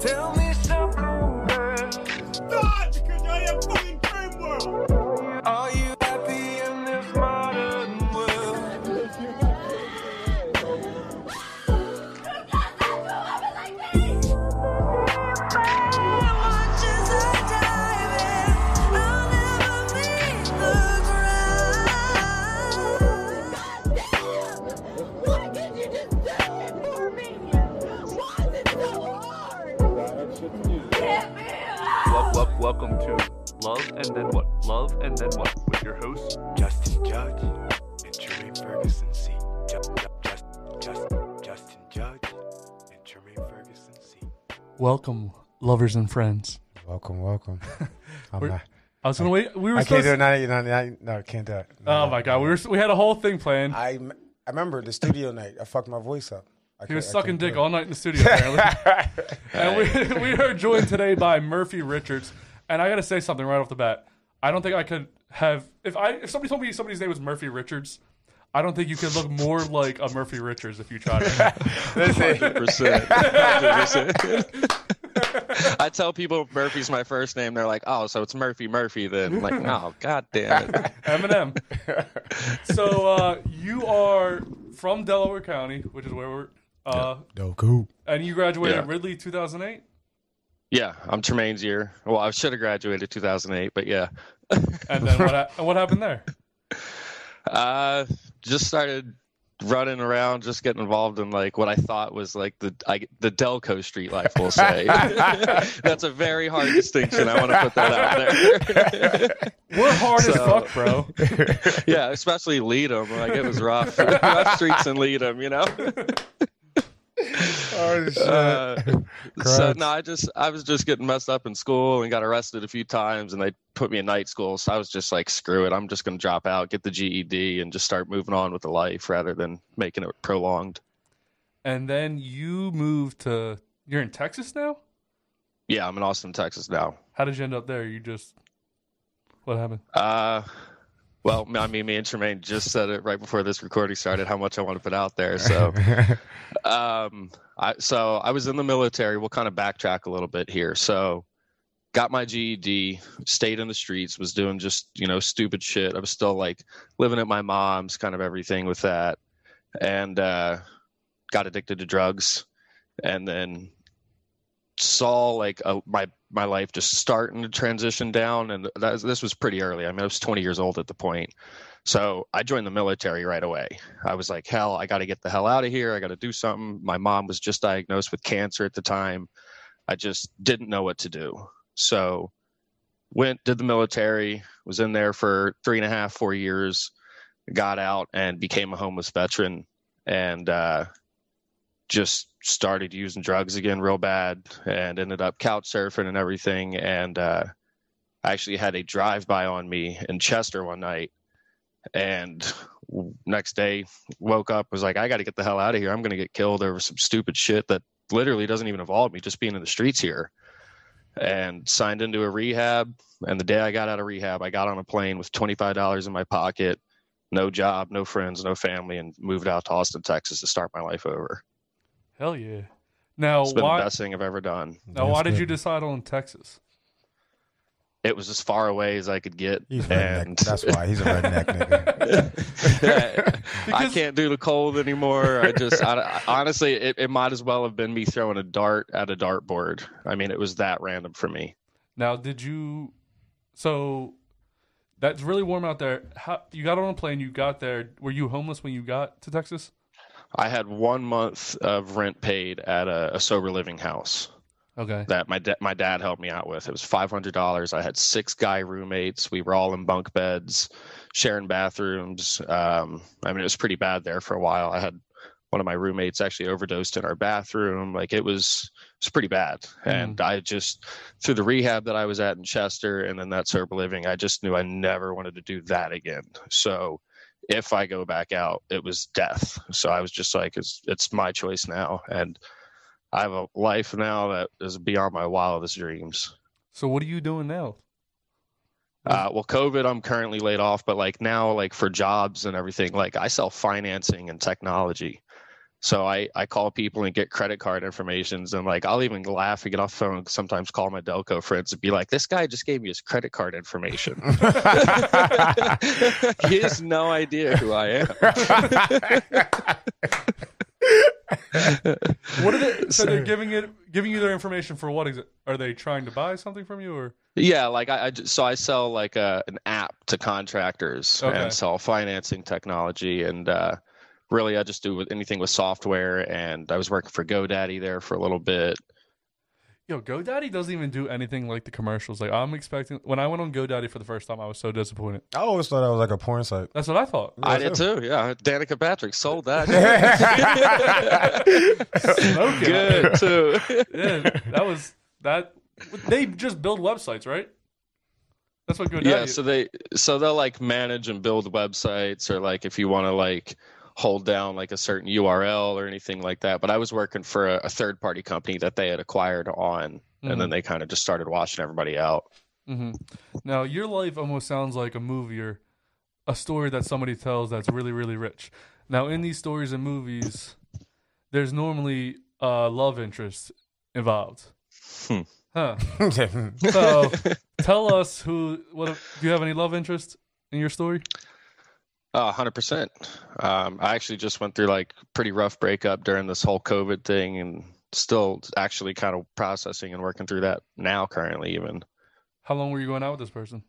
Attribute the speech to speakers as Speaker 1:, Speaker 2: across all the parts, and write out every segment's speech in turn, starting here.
Speaker 1: Tell me something, girl.
Speaker 2: God, because y'all have fucking dream world.
Speaker 1: Are you happy in this modern world?
Speaker 3: Wel- wel- welcome to Love and Then What? Love and Then What? With your hosts,
Speaker 4: Justin Judge and Jermaine Ferguson C. Just, just, just, Justin Judge and Jermaine Ferguson C.
Speaker 5: Welcome, lovers and friends.
Speaker 4: Welcome, welcome. I'm
Speaker 5: We're-
Speaker 4: not,
Speaker 5: I was gonna wait. We were
Speaker 4: I can't
Speaker 5: supposed.
Speaker 4: do it. Not, not, not, no, I can't do it. No,
Speaker 5: oh
Speaker 4: no.
Speaker 5: my god, we were. We had a whole thing planned.
Speaker 4: I, m- I remember the studio night. I fucked my voice up. I
Speaker 5: he was
Speaker 4: couldn't- I
Speaker 5: sucking
Speaker 4: couldn't do
Speaker 5: dick
Speaker 4: it.
Speaker 5: all night in the studio, apparently. and we we are joined today by Murphy Richards. And I gotta say something right off the bat. I don't think I could have if I if somebody told me somebody's name was Murphy Richards. I don't think you could look more like a Murphy Richards if you tried it.
Speaker 4: Listen,
Speaker 6: percent. Hundred percent. I tell people Murphy's my first name. They're like, "Oh, so it's Murphy Murphy." Then, like, no, god damn it.
Speaker 5: Eminem. So uh, you are from Delaware County, which is where we're. Uh,
Speaker 4: no cool.
Speaker 5: And you graduated
Speaker 6: Yeah.
Speaker 5: at Ridley 2008.
Speaker 6: Yeah, I'm Tremaine's year. Well, I should have graduated 2008, but yeah,
Speaker 5: And then what? hap- and what happened there?
Speaker 6: uh, just started running around, just getting involved in like what I thought was like the I, the Delco street life. We'll say that's a very hard distinction. I want to put that out there.
Speaker 5: We're hard as
Speaker 6: So-
Speaker 5: fuck, bro.
Speaker 6: yeah, especially Leadham. Like it was rough. rough streets in Leadham, you know.
Speaker 4: Oh, shit.
Speaker 6: Uh, so
Speaker 4: Gross.
Speaker 6: no, I just I was just getting messed up in school and got arrested a few times, and they put me in night school. So I was just like, screw it, I'm just gonna drop out, get the GED, and just start moving on with the life rather than making it prolonged.
Speaker 5: And then you moved to. You're in Texas now.
Speaker 6: Yeah, I'm in Austin, Texas now.
Speaker 5: How did you end up there? You just. What happened?
Speaker 6: Uh, well, I mean, me and Tremaine just said it right before this recording started how much I want to put out there. So, um, I, so I was in the military. We'll kind of backtrack a little bit here. So, got my GED, stayed in the streets, was doing just you know stupid shit. I was still like living at my mom's, kind of everything with that, and uh, got addicted to drugs, and then saw like a, my my life just starting to transition down and that, was- this was pretty early i mean i was 20 years old at the point so i joined the military right away i was like hell i got to get the hell out of here i got to do something my mom was just diagnosed with cancer at the time i just didn't know what to do so went did the military was in there for three and a half four years got out and became a homeless veteran and uh just started using drugs again real bad and ended up couch surfing and everything and uh I actually had a drive by on me in Chester one night and w- next day woke up was like I got to get the hell out of here I'm going to get killed over some stupid shit that literally doesn't even involve me just being in the streets here and signed into a rehab and the day I got out of rehab I got on a plane with $25 in my pocket no job no friends no family and moved out to Austin Texas to start my life over
Speaker 5: Hell yeah. Now
Speaker 6: it's been the
Speaker 5: why?
Speaker 6: best thing I've ever done.
Speaker 5: Now why did you decide on Texas?
Speaker 6: It was as far away as I could get,
Speaker 4: He's redneck.
Speaker 6: and
Speaker 4: That's why he's a redneck nigga.
Speaker 6: I
Speaker 5: Because-
Speaker 6: can't do the cold anymore. I just I, I- honestly, it, it might as well have been me throwing a dart at a dartboard. I mean, it was that random for me.
Speaker 5: Now did you? So. That's really warm out there. How you got on a plane? You got there. Were you homeless when you got to Texas?
Speaker 6: I had one month of rent paid at a, a sober living house.
Speaker 5: Okay.
Speaker 6: that my da- my dad helped me out with. It was five hundred dollars. I had six guy roommates. We were all in bunk beds, sharing bathrooms. Um, I mean, it was pretty bad there for a while. I had one of my roommates actually overdosed in our bathroom. Like it was it was pretty bad. And I just through the rehab that I was at in Chester and then that sober living, I just knew I never wanted to do that again. So if I go back out, it was death. So I was just like, it's it's my choice now. And I have a life now that is beyond my wildest dreams.
Speaker 5: So what are you doing now?
Speaker 6: Uh, well, COVID, I'm currently laid off, but like now, like for jobs and everything, like I sell financing and technology. So I, I call people and get credit card informations and like I'll even laugh and get off the phone. and Sometimes call my Delco friends and be like, "This guy just gave me his credit card information. he has no idea who I am."
Speaker 5: What are they? So they're giving it, giving you their information for what? Exa- are they trying to buy something from you, or
Speaker 6: Yeah, like I, I ju- so I sell like a, an app to contractors
Speaker 5: Okay.
Speaker 6: and sell financing technology and uh, really I just do with anything with software and I was working for GoDaddy there for a little bit.
Speaker 5: yo, GoDaddy doesn't even do anything like the commercials. Like I'm expecting. When I went on GoDaddy for the first time, I was so disappointed.
Speaker 7: I always thought I was like a porn site.
Speaker 5: That's what I thought.
Speaker 6: I did too. Yeah, Danica Patrick sold that.
Speaker 5: Smoking.
Speaker 6: Good too.
Speaker 5: Yeah, that was that. They just build websites, right? That's what GoDaddy.
Speaker 6: yeah so they so they'll like manage and build websites or like if you want to like hold down like a certain url or anything like that but i was working for a, a third party company that they had acquired on and then they kind of just started washing everybody out
Speaker 5: hmm Now your life almost sounds like a movie or a story that somebody tells that's really really rich. Now in these stories and movies, there's normally uh, love interest involved.
Speaker 6: Hmm.
Speaker 5: Huh. So tell us who. What do you have any love interest in your story?
Speaker 6: Uh, 100% um, i actually just went through like pretty rough breakup during this whole covid thing and still actually kind of processing and working through that now currently even
Speaker 5: How long were you going out with this person?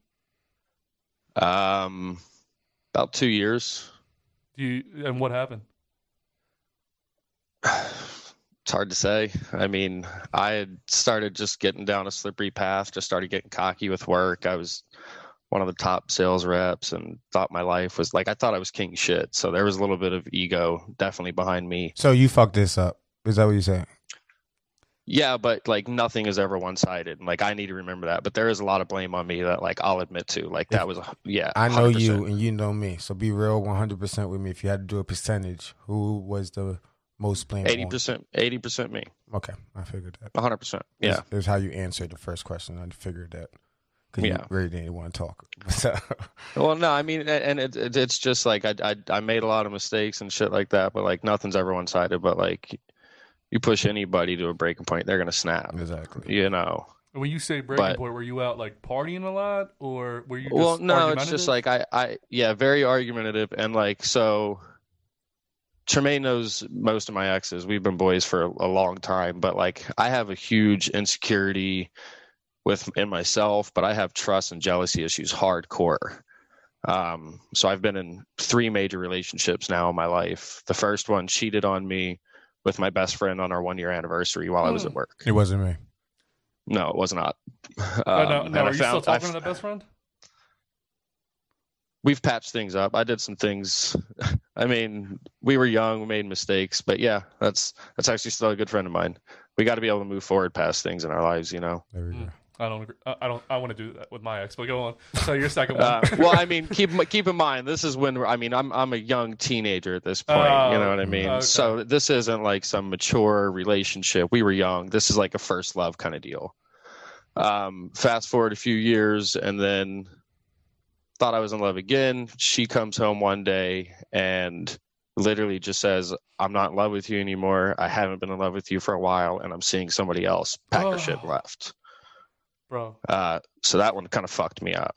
Speaker 6: um, about two years
Speaker 5: Do you and what happened?
Speaker 6: it's hard to say. I mean, I had started just getting down a slippery path, just started getting cocky with work. I was one of the top sales reps and thought my life was like I thought I was king shit. So there was a little bit of ego definitely behind me.
Speaker 7: so you fucked this up. Is that what you're saying?
Speaker 6: Yeah, but like nothing is ever one sided. Like I need to remember that. But there is a lot of blame on me that like I'll admit to. Like that was a- yeah.
Speaker 7: I know
Speaker 6: 100%.
Speaker 7: you and you know me. So be real 100% with me. If you had to do a percentage, who was the most blamed?
Speaker 6: Eighty
Speaker 7: on?
Speaker 6: percent, eighty percent me,
Speaker 7: Okay, I figured that.
Speaker 6: hundred percent. Yeah,
Speaker 7: It was how you answered the first question. I figured that. Because you
Speaker 6: Yeah.
Speaker 7: really didn't want to talk. So,
Speaker 6: Well, no, I mean, a- and it, it, it's just like I, I I made a lot of mistakes and shit like that, but like nothing's ever one sided. But like, you push anybody to a breaking point, they're gonna snap.
Speaker 7: exactly.
Speaker 6: You know.
Speaker 5: When you say breaking
Speaker 6: But-
Speaker 5: point, were you out like partying a lot, or were you? Just
Speaker 6: well, no, it's just
Speaker 5: argumentative?
Speaker 6: like I I yeah, very argumentative and like so. Tremaine knows most of my exes. We've been boys for a, a long time, but like I have a huge insecurity with in myself, but I have trust and jealousy issues hardcore. Um, so I've been in three major relationships now in my life. The first one cheated on me with my best friend on our one year anniversary while I was at work.
Speaker 7: It wasn't me.
Speaker 6: No, it was not.
Speaker 5: Oh,
Speaker 6: Um,
Speaker 5: no,
Speaker 6: and
Speaker 5: no,
Speaker 6: I
Speaker 5: are you still
Speaker 6: found- I
Speaker 5: talking to that best friend?
Speaker 6: we've patched things up. I did some things. I mean, we were young, we made mistakes, but yeah, that's that's actually still a good friend of mine. We got to be able to move forward past things in our lives, you know.
Speaker 7: There we
Speaker 5: Mm.
Speaker 7: go.
Speaker 6: Mm-hmm.
Speaker 5: I don't. Agree. I I don't. I want to do that with my ex. But go on. So your second one.
Speaker 6: Uh, well, I mean, keep keep in mind this is when we're- I mean I'm I'm a young teenager at this point. you know what I mean?
Speaker 5: Oh, okay.
Speaker 6: So this isn't like some mature relationship. We were young. This is like a first love kind of deal. Um, fast forward a few years, and then thought I was in love again. She comes home one day and literally just says, "I'm not in love with you anymore. I haven't been in love with you for a while, and I'm seeing somebody else." Pack her shit
Speaker 5: Oh.
Speaker 6: left.
Speaker 5: Bro,
Speaker 6: Uh, so that one kind of fucked me up.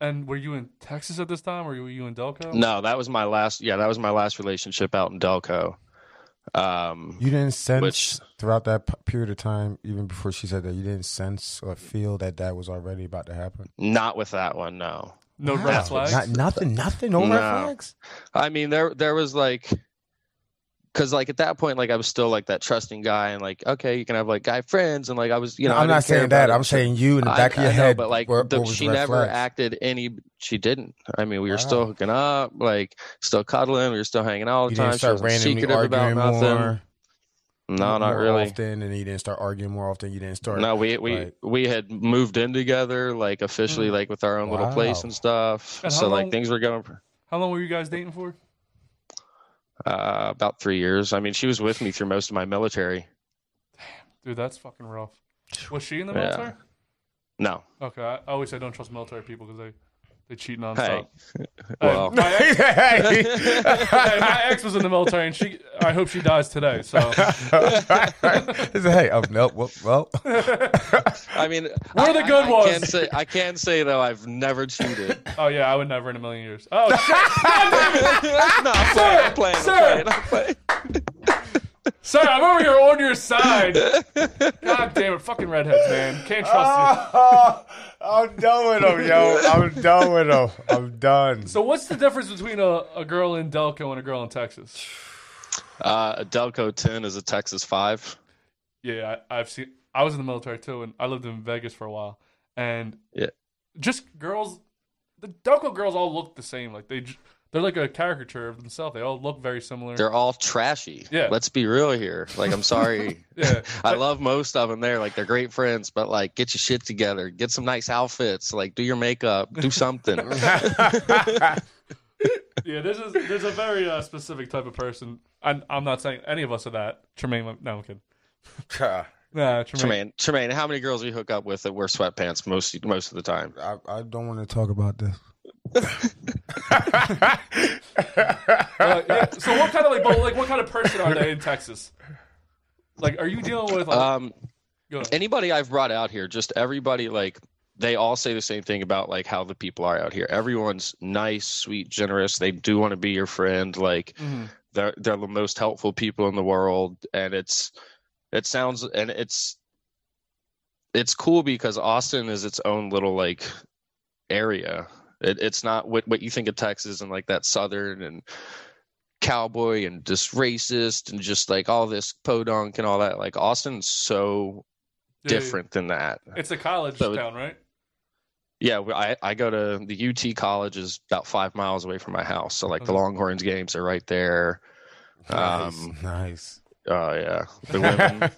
Speaker 5: and were you in Texas at this time, or were you in Delco?
Speaker 6: No, that was my last. Yeah, that was my last relationship out in Delco. Um,
Speaker 7: You didn't sense
Speaker 6: Which-
Speaker 7: throughout that p- period of time, even before she said that, you didn't sense or feel that that was already about to happen.
Speaker 6: not with that one. No,
Speaker 5: no
Speaker 7: Wow.
Speaker 5: red flags.
Speaker 7: Not, nothing, nothing. No, red
Speaker 6: No.
Speaker 7: flags.
Speaker 6: I mean there there was like, because like at that point, like I was still like that trusting guy, and like okay, you can have like guy friends, and like I was, you know,
Speaker 7: I'm
Speaker 6: I
Speaker 7: not
Speaker 6: didn't care
Speaker 7: saying
Speaker 6: about
Speaker 7: that.
Speaker 6: it.
Speaker 7: I'm saying you in the
Speaker 6: I-
Speaker 7: back of
Speaker 6: I
Speaker 7: your
Speaker 6: know,
Speaker 7: head.
Speaker 6: but like
Speaker 7: where-
Speaker 6: the-
Speaker 7: what was
Speaker 6: she
Speaker 7: red
Speaker 6: never
Speaker 7: flags?
Speaker 6: acted any. She didn't. I mean, we were
Speaker 7: Wow.
Speaker 6: still hooking up, like still cuddling, we were still hanging out all the
Speaker 7: You
Speaker 6: time.
Speaker 7: didn't start
Speaker 6: she wasn't
Speaker 7: randomly
Speaker 6: secretive about
Speaker 7: arguing
Speaker 6: nothing.
Speaker 7: more.
Speaker 6: no, not
Speaker 7: more
Speaker 6: really.
Speaker 7: Often, and you didn't start arguing more often. You didn't start.
Speaker 6: No, we we
Speaker 7: like-
Speaker 6: we had moved in together, like officially, like with our own little place and stuff.
Speaker 5: And how
Speaker 6: so
Speaker 5: long-
Speaker 6: like things were going for,
Speaker 5: How long were you guys dating for?
Speaker 6: uh, about three years. I mean, she was with me through most of my military.
Speaker 5: Dude, that's fucking rough. Was she in the
Speaker 6: Yeah.
Speaker 5: military?
Speaker 6: No,
Speaker 5: Okay, I I always say don't trust military people because they They cheat nonstop.
Speaker 6: Hey.
Speaker 5: Hey,
Speaker 6: Well.
Speaker 5: my, ex,
Speaker 7: Hey.
Speaker 5: hey, my ex was in the military, and she. I hope she dies today. So
Speaker 7: It's like, hey, oh, no, well, well.
Speaker 6: I mean,
Speaker 5: We're
Speaker 6: I,
Speaker 5: the
Speaker 6: I-
Speaker 5: good
Speaker 6: I,
Speaker 5: ones.
Speaker 6: Can say, I can say though, I've never cheated.
Speaker 5: Oh yeah, I would never in a million years. Oh shit,
Speaker 6: no, I'm playing. I'm playing.
Speaker 5: Sir!
Speaker 6: I'm playing. I'm playing.
Speaker 5: sorry, I'm over here on your side. God damn it, fucking redheads, man. Can't
Speaker 7: Ah.
Speaker 5: trust you.
Speaker 7: I'm done with him, yo. I'm done with him. I'm done.
Speaker 5: So what's the difference between a, a girl in Delco and a girl in Texas?
Speaker 6: Uh, a Delco 10 is a Texas 5.
Speaker 5: Yeah, I, I've seen. I was in the military too, and I lived in Vegas for a while, and
Speaker 6: Yeah.
Speaker 5: just girls. The Delco girls all look the same. Like they, j- they're like a caricature of themselves. They all look very similar.
Speaker 6: They're all trashy.
Speaker 5: Yeah.
Speaker 6: Let's be real here. Like, I'm sorry.
Speaker 5: yeah,
Speaker 6: I love most of them there. Like, they're great friends, but like, get your shit together. Get some nice outfits. Like, do your makeup. Do something.
Speaker 5: yeah. There's a, there's a very uh, specific type of person. I'm, I'm not saying any of us are that. Tremaine, no, I'm kidding.
Speaker 7: I,
Speaker 5: Nah, Tremaine.
Speaker 6: Tremaine, Tremaine, how many girls you hook up with that wear sweatpants most most of the time?
Speaker 7: I don't want to talk about this.
Speaker 5: Uh, yeah. So what kind of like, but like, what kind of person are they in Texas? Like, are you dealing with like?
Speaker 6: Um,
Speaker 5: go ahead.
Speaker 6: anybody I've brought out here, just everybody like they all say the same thing about like how the people are out here. Everyone's nice, sweet, generous. They do want to be your friend. Like
Speaker 7: Mm-hmm.
Speaker 5: Mhm.
Speaker 6: they're they're the most helpful people in the world. And it's it sounds and it's it's cool because Austin is its own little like area. It, it's not what what you think of Texas and like that southern and cowboy and just racist and just like all this podunk and all that. Like Austin's so
Speaker 5: Yeah, yeah.
Speaker 6: different than that.
Speaker 5: It's a college
Speaker 6: So it-
Speaker 5: town, right?
Speaker 6: Yeah, we- I, I go to the UT college is about five miles away from my house, so like the
Speaker 5: Okay.
Speaker 6: Longhorns games are right there. Um,
Speaker 7: nice.
Speaker 6: oh yeah, the women.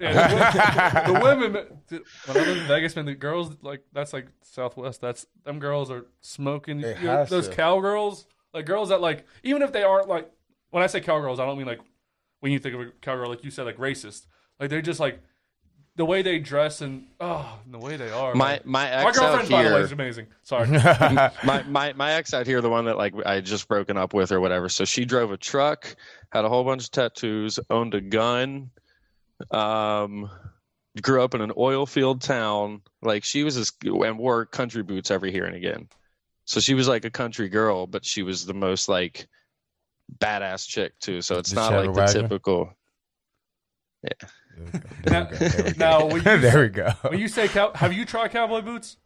Speaker 5: Yeah, the, wo- the women, dude, when I lived in Vegas, man, the girls like that's like Southwest. That's them girls are smoking.
Speaker 7: It
Speaker 5: You know,
Speaker 7: has
Speaker 5: those
Speaker 7: to.
Speaker 5: cowgirls, like girls that like even if they aren't like when I say cowgirls, I don't mean like when you think of a cowgirl, like you said, like racist. Like they're just like the way they dress and oh, and the way they are.
Speaker 6: my
Speaker 5: like-
Speaker 6: my
Speaker 5: my
Speaker 6: ex out
Speaker 5: girlfriend, by the way,
Speaker 6: here,
Speaker 5: is amazing. Sorry.
Speaker 6: my, my my ex out here, the one that like I had just broken up with or whatever. So she drove a truck, had a whole bunch of tattoos, owned a gun, um, grew up in an oil field town. Like she was as and wore country boots every here and again. So she was like a country girl, but she was the most like badass chick too. So it's
Speaker 7: Did
Speaker 6: not
Speaker 7: she have
Speaker 6: like
Speaker 7: a
Speaker 6: the
Speaker 7: Wagner?
Speaker 6: typical.
Speaker 7: There we go. There we go.
Speaker 5: now, when you,
Speaker 7: there we go.
Speaker 5: when you say cow, have you tried cowboy boots?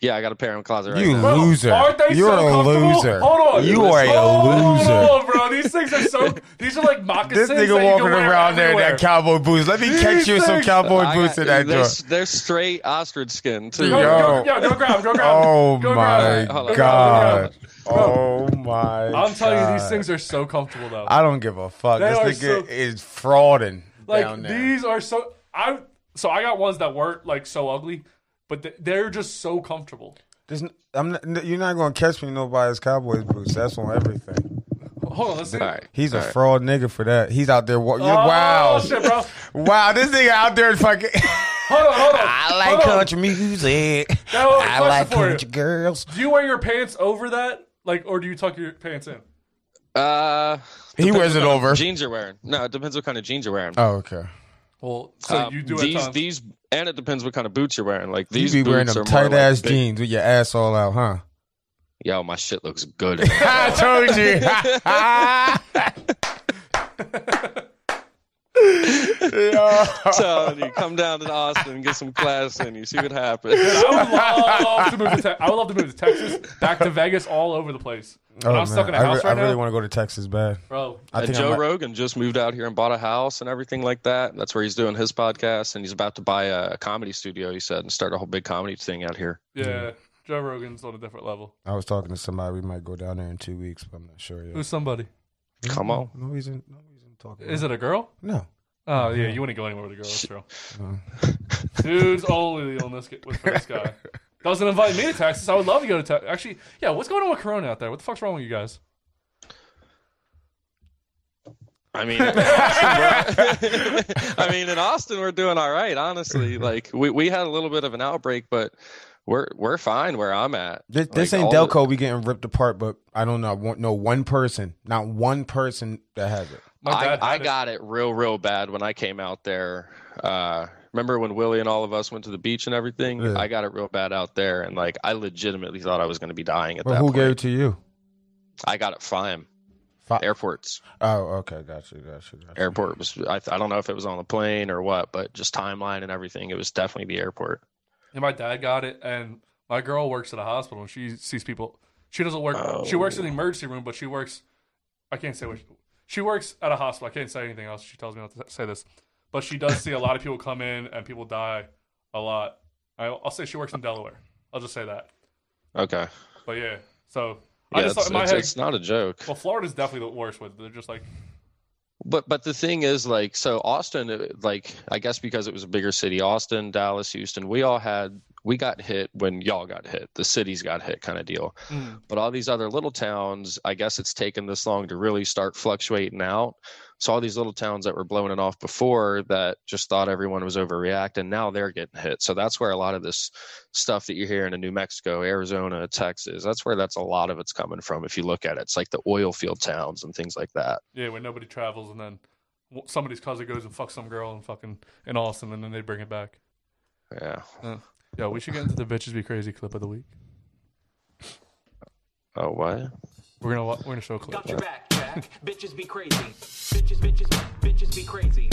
Speaker 6: Yeah, I got a pair in the closet right
Speaker 7: You
Speaker 6: now.
Speaker 5: Bro,
Speaker 7: loser.
Speaker 5: Aren't they
Speaker 7: You're
Speaker 5: so
Speaker 7: a
Speaker 5: comfortable?
Speaker 7: loser.
Speaker 5: Hold on.
Speaker 7: You are a
Speaker 5: Hold on,
Speaker 7: loser.
Speaker 5: Hold on, Oh, bro. These things are so. These are like moccasins.
Speaker 7: this
Speaker 5: that you
Speaker 7: nigga
Speaker 5: can
Speaker 7: walking
Speaker 5: wear
Speaker 7: around there in
Speaker 5: everywhere.
Speaker 7: that cowboy boots. Let me
Speaker 5: These
Speaker 7: catch you some
Speaker 5: things-
Speaker 7: cowboy
Speaker 6: I
Speaker 7: boots
Speaker 6: got-
Speaker 7: in that
Speaker 6: they're,
Speaker 7: joint.
Speaker 6: they're straight ostrich skin too.
Speaker 5: Yo,
Speaker 7: Yo.
Speaker 5: yo, yo, go grab, go grab.
Speaker 7: Oh
Speaker 5: go
Speaker 7: my
Speaker 5: grab.
Speaker 6: Hold on,
Speaker 7: god!
Speaker 5: hold
Speaker 7: Oh my!
Speaker 5: I'm telling you, these
Speaker 7: God.
Speaker 5: things are so comfortable though.
Speaker 7: I don't give a fuck.
Speaker 5: They
Speaker 7: this
Speaker 5: are
Speaker 7: nigga
Speaker 5: so-
Speaker 7: is frauding down
Speaker 5: like
Speaker 7: there.
Speaker 5: these are so. I so I got ones that weren't like so ugly, but th- they're just so comfortable.
Speaker 7: There's n- I'm not, n- you're not gonna catch me nobody's cowboy boots. That's on everything.
Speaker 5: Hold on, let's see.
Speaker 6: All right.
Speaker 7: He's a
Speaker 6: All right.
Speaker 7: fraud nigga for that. He's out there. Wa-
Speaker 5: Oh,
Speaker 7: yeah, wow,
Speaker 5: shit, bro.
Speaker 7: wow! This nigga out there fucking.
Speaker 5: Hold on, hold on.
Speaker 7: I like
Speaker 5: hold on.
Speaker 7: country music.
Speaker 5: Now,
Speaker 7: I like
Speaker 5: question for you.
Speaker 7: country girls.
Speaker 5: Do you wear your pants over that, like, or do you tuck your pants in?
Speaker 6: Uh,
Speaker 7: He wears it over.
Speaker 6: jeans you're wearing. No, it depends what kind of jeans you're wearing.
Speaker 7: Oh, okay.
Speaker 5: Well, so
Speaker 6: Um,
Speaker 5: you do
Speaker 6: these
Speaker 5: at times.
Speaker 6: these, and it depends what kind of boots you're wearing. Like
Speaker 7: You
Speaker 6: these
Speaker 7: be
Speaker 6: boots
Speaker 7: wearing
Speaker 6: are
Speaker 7: them
Speaker 6: more
Speaker 7: tight ass
Speaker 6: like big-
Speaker 7: jeans with your ass all out, huh?
Speaker 6: Yo, my shit looks good.
Speaker 7: I told you. Yo.
Speaker 6: so you come down to Austin, get some class in, you see what happens.
Speaker 5: I would love to move to Te- I would love to move to Texas, back to Vegas, all over the place. But
Speaker 7: Oh,
Speaker 5: I'm stuck
Speaker 7: man.
Speaker 5: in a
Speaker 7: I,
Speaker 5: house
Speaker 7: re-
Speaker 5: right
Speaker 7: I really
Speaker 5: now,
Speaker 7: want to go to Texas bad.
Speaker 5: bro.
Speaker 7: I
Speaker 6: And
Speaker 7: think
Speaker 6: Joe
Speaker 7: I might-
Speaker 6: Rogan just moved out here and bought a house and everything like that. That's where he's doing his podcast, and he's about to buy a comedy studio. He said and start a whole big comedy thing out here.
Speaker 5: Yeah, Joe Rogan's on a different level.
Speaker 7: I was talking to somebody. We might go down there in two weeks, but I'm not sure yet.
Speaker 5: Who's somebody?
Speaker 6: Come on,
Speaker 7: No reason. No reason to talk. About
Speaker 5: Is it a girl?
Speaker 7: No.
Speaker 5: Oh yeah, you wouldn't go anywhere with a girl. That's true.
Speaker 7: Uh-huh.
Speaker 5: Dudes only on this, with this guy. Doesn't invite me to Texas. I would love to go to Texas. Actually, yeah. What's going on with Corona out there? What the fuck's wrong with you guys?
Speaker 6: I mean, in Austin, we're- I mean, in Austin, we're doing all right, honestly. Like we, we had a little bit of an outbreak, but we're we're fine where I'm at.
Speaker 7: This, this
Speaker 6: Like,
Speaker 7: ain't
Speaker 6: all the-
Speaker 7: Delco. we getting ripped apart, but I don't know. I won't know one person, not one person that has it.
Speaker 5: My dad
Speaker 6: I, I
Speaker 5: had it.
Speaker 6: got it real, real bad when I came out there. Uh, remember when Willie and all of us went to the beach and everything?
Speaker 7: Yeah.
Speaker 6: I got it real bad out there, and like I legitimately thought I was going to be dying at
Speaker 7: But
Speaker 6: that
Speaker 7: who
Speaker 6: point.
Speaker 7: gave it to you?
Speaker 6: I got it fine.
Speaker 7: Fi-
Speaker 6: Airports,
Speaker 7: Oh, okay, got you, got you, got you.
Speaker 6: airport was. I, I don't know if it was on the plane or what, but just timeline and everything. It was definitely the airport.
Speaker 5: And my dad got it, and my girl works at a hospital, and she sees people. She doesn't work. She works
Speaker 6: Oh.
Speaker 5: in the emergency room, but she works. I can't say what she, she works at a hospital. I can't say anything else. She tells me not to say this, but she does see a lot of people come in and people die a lot. I, I'll say she works in Delaware. I'll just say that.
Speaker 6: Okay,
Speaker 5: But yeah, so
Speaker 6: yeah,
Speaker 5: I just
Speaker 6: it's,
Speaker 5: thought in my
Speaker 6: it's-
Speaker 5: head,
Speaker 6: it's not a joke.
Speaker 5: well, Florida's definitely the worst with. it. They're just like,
Speaker 6: But but the thing is, like, so Austin, uh, like, I guess because it was a bigger city, Austin, Dallas, Houston, we all had we got hit when y'all got hit. The cities got hit, kind of deal. But all these other little towns, I guess it's taken this long to really start fluctuating out. So all these little towns that were blowing it off before that just thought everyone was overreacting, now they're getting hit. So that's where a lot of this stuff that you're hearing in New Mexico, Arizona, Texas, that's where that's a lot of it's coming from. If you look at it, it's like the oil field towns and things like that.
Speaker 5: yeah, when nobody travels, and then w- somebody's cousin goes and fucks some girl and fucking in Austin, and then they bring it back.
Speaker 6: Yeah.
Speaker 5: Yo, we should get into the bitches be crazy clip of the week.
Speaker 6: Oh, what?
Speaker 5: We're gonna wa- we're gonna show a clip.
Speaker 8: Got your back, Jack. bitches be crazy. Bitches, bitches, bitches be crazy.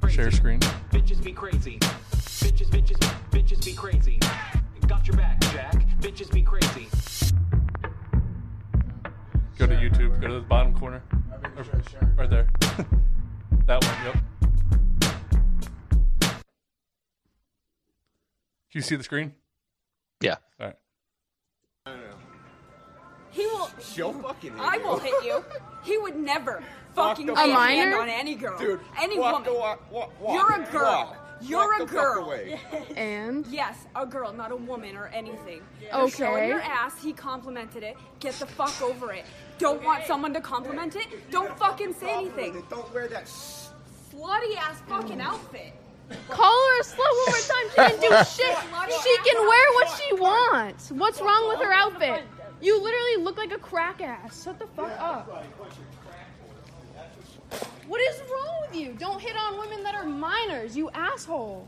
Speaker 8: crazy.
Speaker 5: Share screen.
Speaker 8: Bitches be crazy. Bitches, bitches, bitches be crazy. Got your back, Jack. Bitches be crazy.
Speaker 5: Go to YouTube. Go to the bottom corner. Right there. that one. Yep. Do you see the screen?
Speaker 6: Yeah.
Speaker 5: All right.
Speaker 9: He will.
Speaker 2: She'll fucking hit
Speaker 9: I
Speaker 2: you.
Speaker 9: will hit you. He would never
Speaker 2: Walk
Speaker 9: fucking
Speaker 2: the fuck-
Speaker 9: lay a hand
Speaker 10: minor?
Speaker 9: on any girl,
Speaker 2: Dude,
Speaker 9: any
Speaker 2: walk the
Speaker 9: woman.
Speaker 2: wa- wa- walk,
Speaker 9: You're a girl.
Speaker 2: walk.
Speaker 9: You're
Speaker 2: Walk
Speaker 9: a
Speaker 2: the fuck
Speaker 9: girl.
Speaker 2: away.
Speaker 10: And
Speaker 9: Yes, a girl, not a woman or anything.
Speaker 10: Okay.
Speaker 9: You're showing your ass. He complimented it. Get the fuck over it. Don't want someone to compliment it. Don't fucking say anything.
Speaker 2: Don't wear that sh-
Speaker 9: Slutty ass fucking outfit.
Speaker 10: call her a slut one more time. She didn't do shit. She can wear what she wants. What's wrong with her outfit? You literally look like a crack ass. Shut the fuck up. What is wrong with you? Don't hit on women that are minors, you asshole.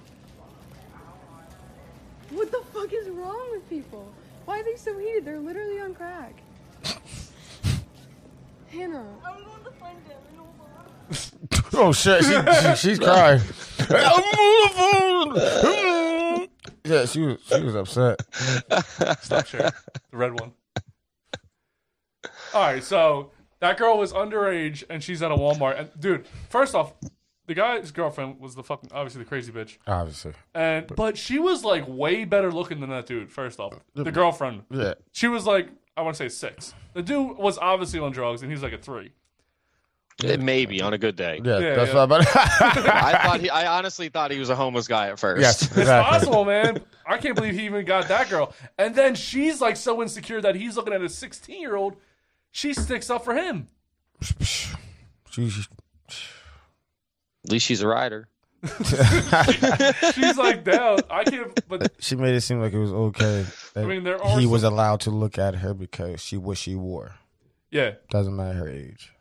Speaker 10: What the fuck is wrong with people? Why are they so heated? They're literally on crack. Hannah.
Speaker 7: Oh shit, she, she, she's crying. yeah, she was she was upset.
Speaker 5: Stop sharing. the red one. All right. So that girl was underage, and she's at a Walmart. And dude, first off, the guy's girlfriend was the fucking obviously the crazy bitch.
Speaker 7: Obviously,
Speaker 5: And but she was like way better looking than that dude. First off, the girlfriend.
Speaker 7: yeah.
Speaker 5: She was like, I want to say six. The dude was obviously on drugs, and he's like a three.
Speaker 6: It may be on a good day.
Speaker 7: Yeah,
Speaker 5: Yeah,
Speaker 7: that's
Speaker 5: yeah.
Speaker 7: what I'm about.
Speaker 6: I thought he, I honestly thought he was a homeless guy at first.
Speaker 7: yes,
Speaker 5: It's
Speaker 7: exactly.
Speaker 5: possible, man. I can't believe he even got that girl. And then she's like so insecure that he's looking at a 16 year old. She sticks up for him.
Speaker 7: She, she,
Speaker 6: At least she's a rider.
Speaker 5: She's like, down. I can't. But
Speaker 7: she made it seem like it was okay. That
Speaker 5: mean, there are
Speaker 7: he was
Speaker 5: some-
Speaker 7: allowed to look at her because she what she wore
Speaker 5: yeah,
Speaker 7: doesn't matter her age.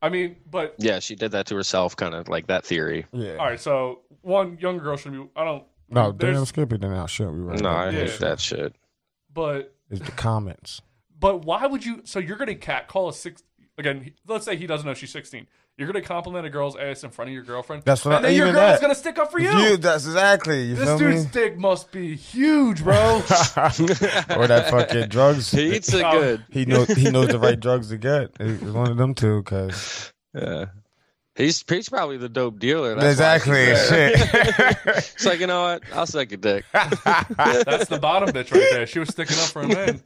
Speaker 5: I mean, but
Speaker 6: Yeah, she did that to herself, kind of like that theory.
Speaker 7: Yeah.
Speaker 5: all right. So one younger girl should be. I don't.
Speaker 7: No,
Speaker 5: there's-
Speaker 7: damn Skippy did not should be right.
Speaker 6: No, I
Speaker 5: Yeah.
Speaker 6: hate that shit.
Speaker 5: But
Speaker 7: It's the comments.
Speaker 5: but why would you? So you're gonna cat call a six again. he- Let's say he doesn't know she's 16. You're gonna compliment a girl's ass in front of your girlfriend.
Speaker 7: That's what
Speaker 5: and
Speaker 7: I-
Speaker 5: then your
Speaker 7: even
Speaker 5: girl's
Speaker 7: that.
Speaker 5: gonna stick up for you.
Speaker 7: You, that's exactly. You
Speaker 5: this
Speaker 7: feel me?
Speaker 5: dude's dick must be huge,
Speaker 7: or
Speaker 5: bro.
Speaker 7: that fucking drugs.
Speaker 6: He eats it good.
Speaker 7: He knows he knows the right drugs to get. It's one of them two, cause
Speaker 6: Yeah. He's, he's probably the dope dealer. That's why
Speaker 7: exactly.
Speaker 6: he's there.
Speaker 7: Shit.
Speaker 6: It's like, you know what? I'll suck your dick.
Speaker 5: That's the bottom bitch right there. She was sticking up for a man.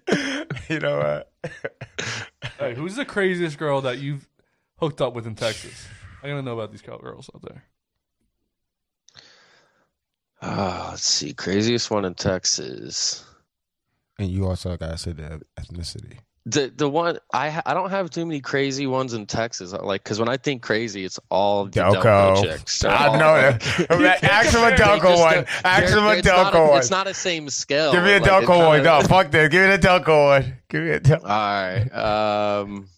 Speaker 7: you know what?
Speaker 5: Hey, who's the craziest girl that you've hooked up with in Texas? I gotta know about these cowgirls out there.
Speaker 6: Oh, let's see. Craziest one in Texas.
Speaker 7: And you also gotta say the ethnicity.
Speaker 6: the the one I ha- I don't have too many crazy ones in Texas. Like, because when I think crazy, it's all the Delco, chicks. They're all-
Speaker 7: I know that. that actual
Speaker 6: They
Speaker 7: Delco
Speaker 6: just
Speaker 7: one.
Speaker 6: don't-
Speaker 7: Actual
Speaker 6: they're- it's not
Speaker 7: Delco
Speaker 6: a-
Speaker 7: one.
Speaker 6: It's not a same scale.
Speaker 7: Give me a
Speaker 6: Like, it's
Speaker 7: Delco
Speaker 6: not
Speaker 7: one.
Speaker 6: a-
Speaker 7: No, Oh, fuck that. Give me the Delco one. Give me a Delco.
Speaker 6: All right. Um,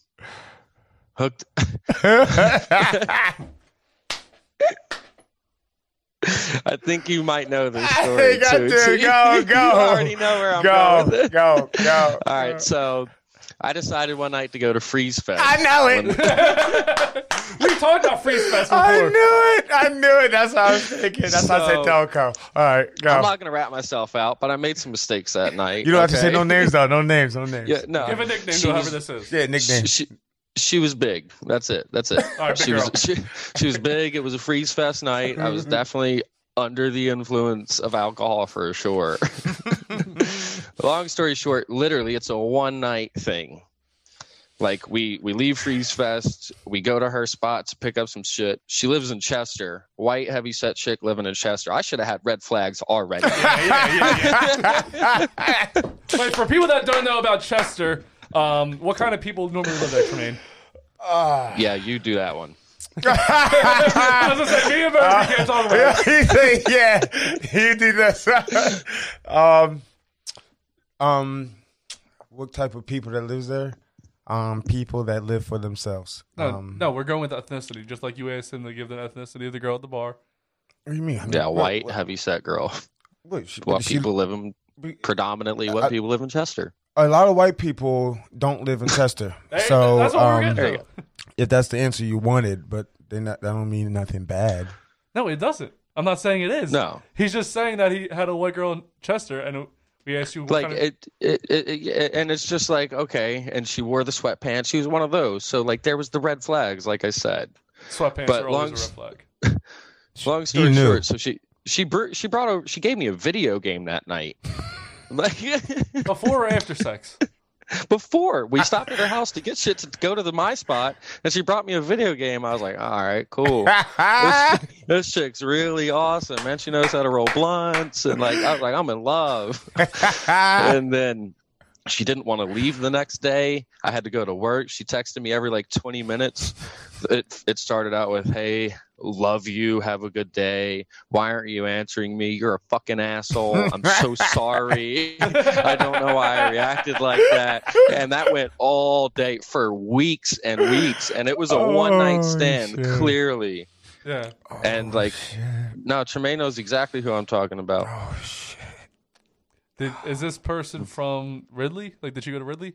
Speaker 6: hooked. I think you might know this story
Speaker 7: Hey, got
Speaker 6: too.
Speaker 7: there.
Speaker 6: So you-
Speaker 7: Go,
Speaker 6: you
Speaker 7: go.
Speaker 6: already know where I'm going. with
Speaker 7: Go,
Speaker 6: it.
Speaker 7: go, go.
Speaker 6: All right, so I decided one night to go to Freeze Fest.
Speaker 7: I know it.
Speaker 5: We talked about Freeze Fest before.
Speaker 7: I knew it. I knew it. That's what I was thinking. That's how I said
Speaker 6: So-
Speaker 7: Delco. All right, go.
Speaker 6: I'm not gonna wrap myself out, but I made some mistakes that night.
Speaker 7: you don't have to say
Speaker 6: okay?
Speaker 7: no names, though. No names. No names.
Speaker 6: Yeah, no.
Speaker 5: Give a nickname
Speaker 6: She
Speaker 5: to whoever
Speaker 6: was-
Speaker 5: this is.
Speaker 7: Yeah,
Speaker 6: She,
Speaker 7: nickname.
Speaker 6: she, she was big. That's it. That's it.
Speaker 5: All right, big
Speaker 6: she was
Speaker 5: girl.
Speaker 6: she, she was big. It was a freeze fest night. I
Speaker 7: Mm-hmm.
Speaker 6: was definitely under the influence of alcohol for sure. Long story short, literally, it's a one night thing. Like we we leave Freeze Fest, we go to her spot to pick up some shit. She lives in Chester, white heavy set chick living in Chester. I should have had red flags already.
Speaker 5: Wait, for people that don't know about Chester, um, what kind of people normally live there, Tremaine?
Speaker 6: yeah, you do that one.
Speaker 5: I was gonna say, me and Murphy can't talk about it.
Speaker 7: He said, yeah, you did that. um, um, what type of people that lives there? Um, people that live for themselves.
Speaker 5: No,
Speaker 7: um,
Speaker 5: no, we're going with ethnicity, just like you asked him to give the ethnicity of the girl at the bar.
Speaker 7: What do you mean? I mean,
Speaker 6: Yeah,
Speaker 7: what-
Speaker 6: white
Speaker 7: What,
Speaker 6: heavy set girl.
Speaker 7: what, she-
Speaker 6: What
Speaker 7: she-
Speaker 6: people live in predominantly what
Speaker 7: I-
Speaker 6: people live in Chester.
Speaker 7: a lot of white people don't live in Chester.
Speaker 5: Hey,
Speaker 7: so
Speaker 5: that's what
Speaker 7: um,
Speaker 5: we're getting
Speaker 6: there you
Speaker 5: to.
Speaker 7: if that's the answer you wanted, but they not, that don't mean nothing bad.
Speaker 5: No, it doesn't. I'm not saying it is.
Speaker 6: No.
Speaker 5: he's just saying that he had a white girl in Chester, and we asked you what
Speaker 6: like
Speaker 5: kind of-
Speaker 6: it, it, it, it- and it's just like okay and she wore the sweatpants she was one of those so like there was the red flags like i said
Speaker 5: sweatpants
Speaker 6: but
Speaker 5: are always
Speaker 6: longs-
Speaker 5: a red flag.
Speaker 6: long story
Speaker 7: knew.
Speaker 6: short so she she br- she brought over she gave me a video game that night like
Speaker 5: Before or after sex?
Speaker 6: before we stopped at her house to get shit to go to the my spot and she brought me a video game i was like all right cool this, this chick's really awesome man she knows how to roll blunts and like i was like i'm in love and then she didn't want to leave the next day. I had to go to work. She texted me every like 20 minutes. It, it started out with, Hey, love you. Have a good day. Why aren't you answering me? You're a fucking asshole. I'm so sorry. I don't know why I reacted like that. And that went all day for weeks and weeks. And it was a
Speaker 7: Oh,
Speaker 6: one night stand,
Speaker 7: shit.
Speaker 6: clearly.
Speaker 5: Yeah,
Speaker 6: and
Speaker 7: Oh,
Speaker 6: like, no, Tremaine knows exactly who I'm talking about.
Speaker 7: oh,
Speaker 5: Did, is this person from Ridley? Like, did she go to Ridley?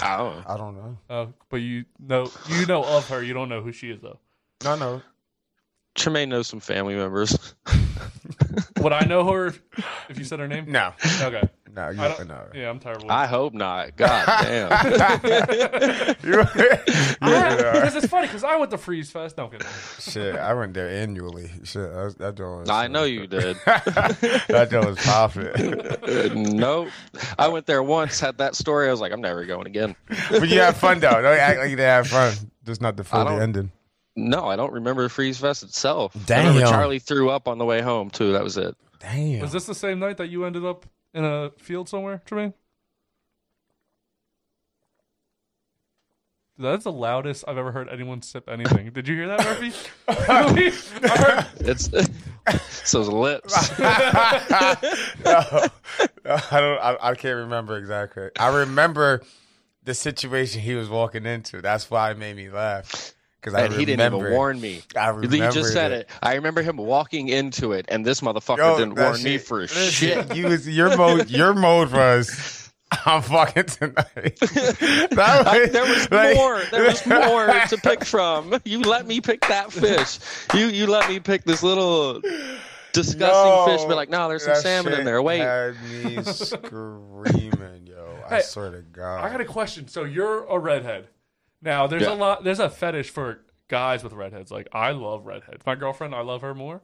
Speaker 6: I don't know.
Speaker 7: I don't know.
Speaker 5: Oh, but you know, you know of her. You don't know who she is though.
Speaker 7: No, no.
Speaker 6: Tremaine knows some family members.
Speaker 5: Would I know her if, if you said her name?
Speaker 7: No.
Speaker 5: Okay.
Speaker 7: No, you
Speaker 5: I don't,
Speaker 7: don't know.
Speaker 5: Yeah, I'm terrible.
Speaker 6: I hope not. God damn.
Speaker 5: I have- because it's funny because I went to Freeze Fest. No, I'm kidding.
Speaker 7: Shit, I went there annually. Shit, I, was- that joint was-
Speaker 6: I know you did.
Speaker 7: That joint was popping.
Speaker 6: nope. I went there once, had that story. I was like, I'm never going again.
Speaker 7: but you had fun though. Don't act like you didn't have fun. Just not the
Speaker 6: I
Speaker 7: full
Speaker 6: don't-
Speaker 7: ending.
Speaker 6: No, I don't remember Freeze Fest itself. I
Speaker 7: Damn.
Speaker 6: remember Charlie threw up on the way home, too. That was it.
Speaker 7: Damn.
Speaker 5: Was this the same night that you ended up in a field somewhere, Tremaine? That's the loudest I've ever heard anyone sip anything. Did you hear that, Murphy? I heard-
Speaker 6: It's, it's those lips.
Speaker 7: I don't. I, I can't remember exactly. I remember the situation he was walking into. That's why it made me laugh because I
Speaker 6: And he didn't
Speaker 7: remember.
Speaker 6: even warn me.
Speaker 7: I
Speaker 6: You
Speaker 7: remembered
Speaker 6: just said
Speaker 7: it.
Speaker 6: it. I remember him walking into it, and this motherfucker
Speaker 7: Yo,
Speaker 6: didn't
Speaker 7: that
Speaker 6: warn me
Speaker 7: shit-
Speaker 6: for
Speaker 7: listen,
Speaker 6: shit.
Speaker 7: You was your mode. Your mode was. I'm fucking tonight. That
Speaker 6: I-
Speaker 7: was-
Speaker 6: there was
Speaker 7: like-
Speaker 6: more. There was more to pick from. You let me pick that fish. You you let me pick this little disgusting
Speaker 7: Yo,
Speaker 6: fish. But like, no, there's some
Speaker 7: that
Speaker 6: salmon in
Speaker 7: shit
Speaker 6: there. Wait,
Speaker 7: had me screaming, yo! I
Speaker 5: Hey,
Speaker 7: swear to God.
Speaker 5: I got a question. So you're a redhead. Now there's
Speaker 6: Yeah.
Speaker 5: a lot. There's a fetish for guys with redheads. Like I love redheads. My girlfriend, I love her more,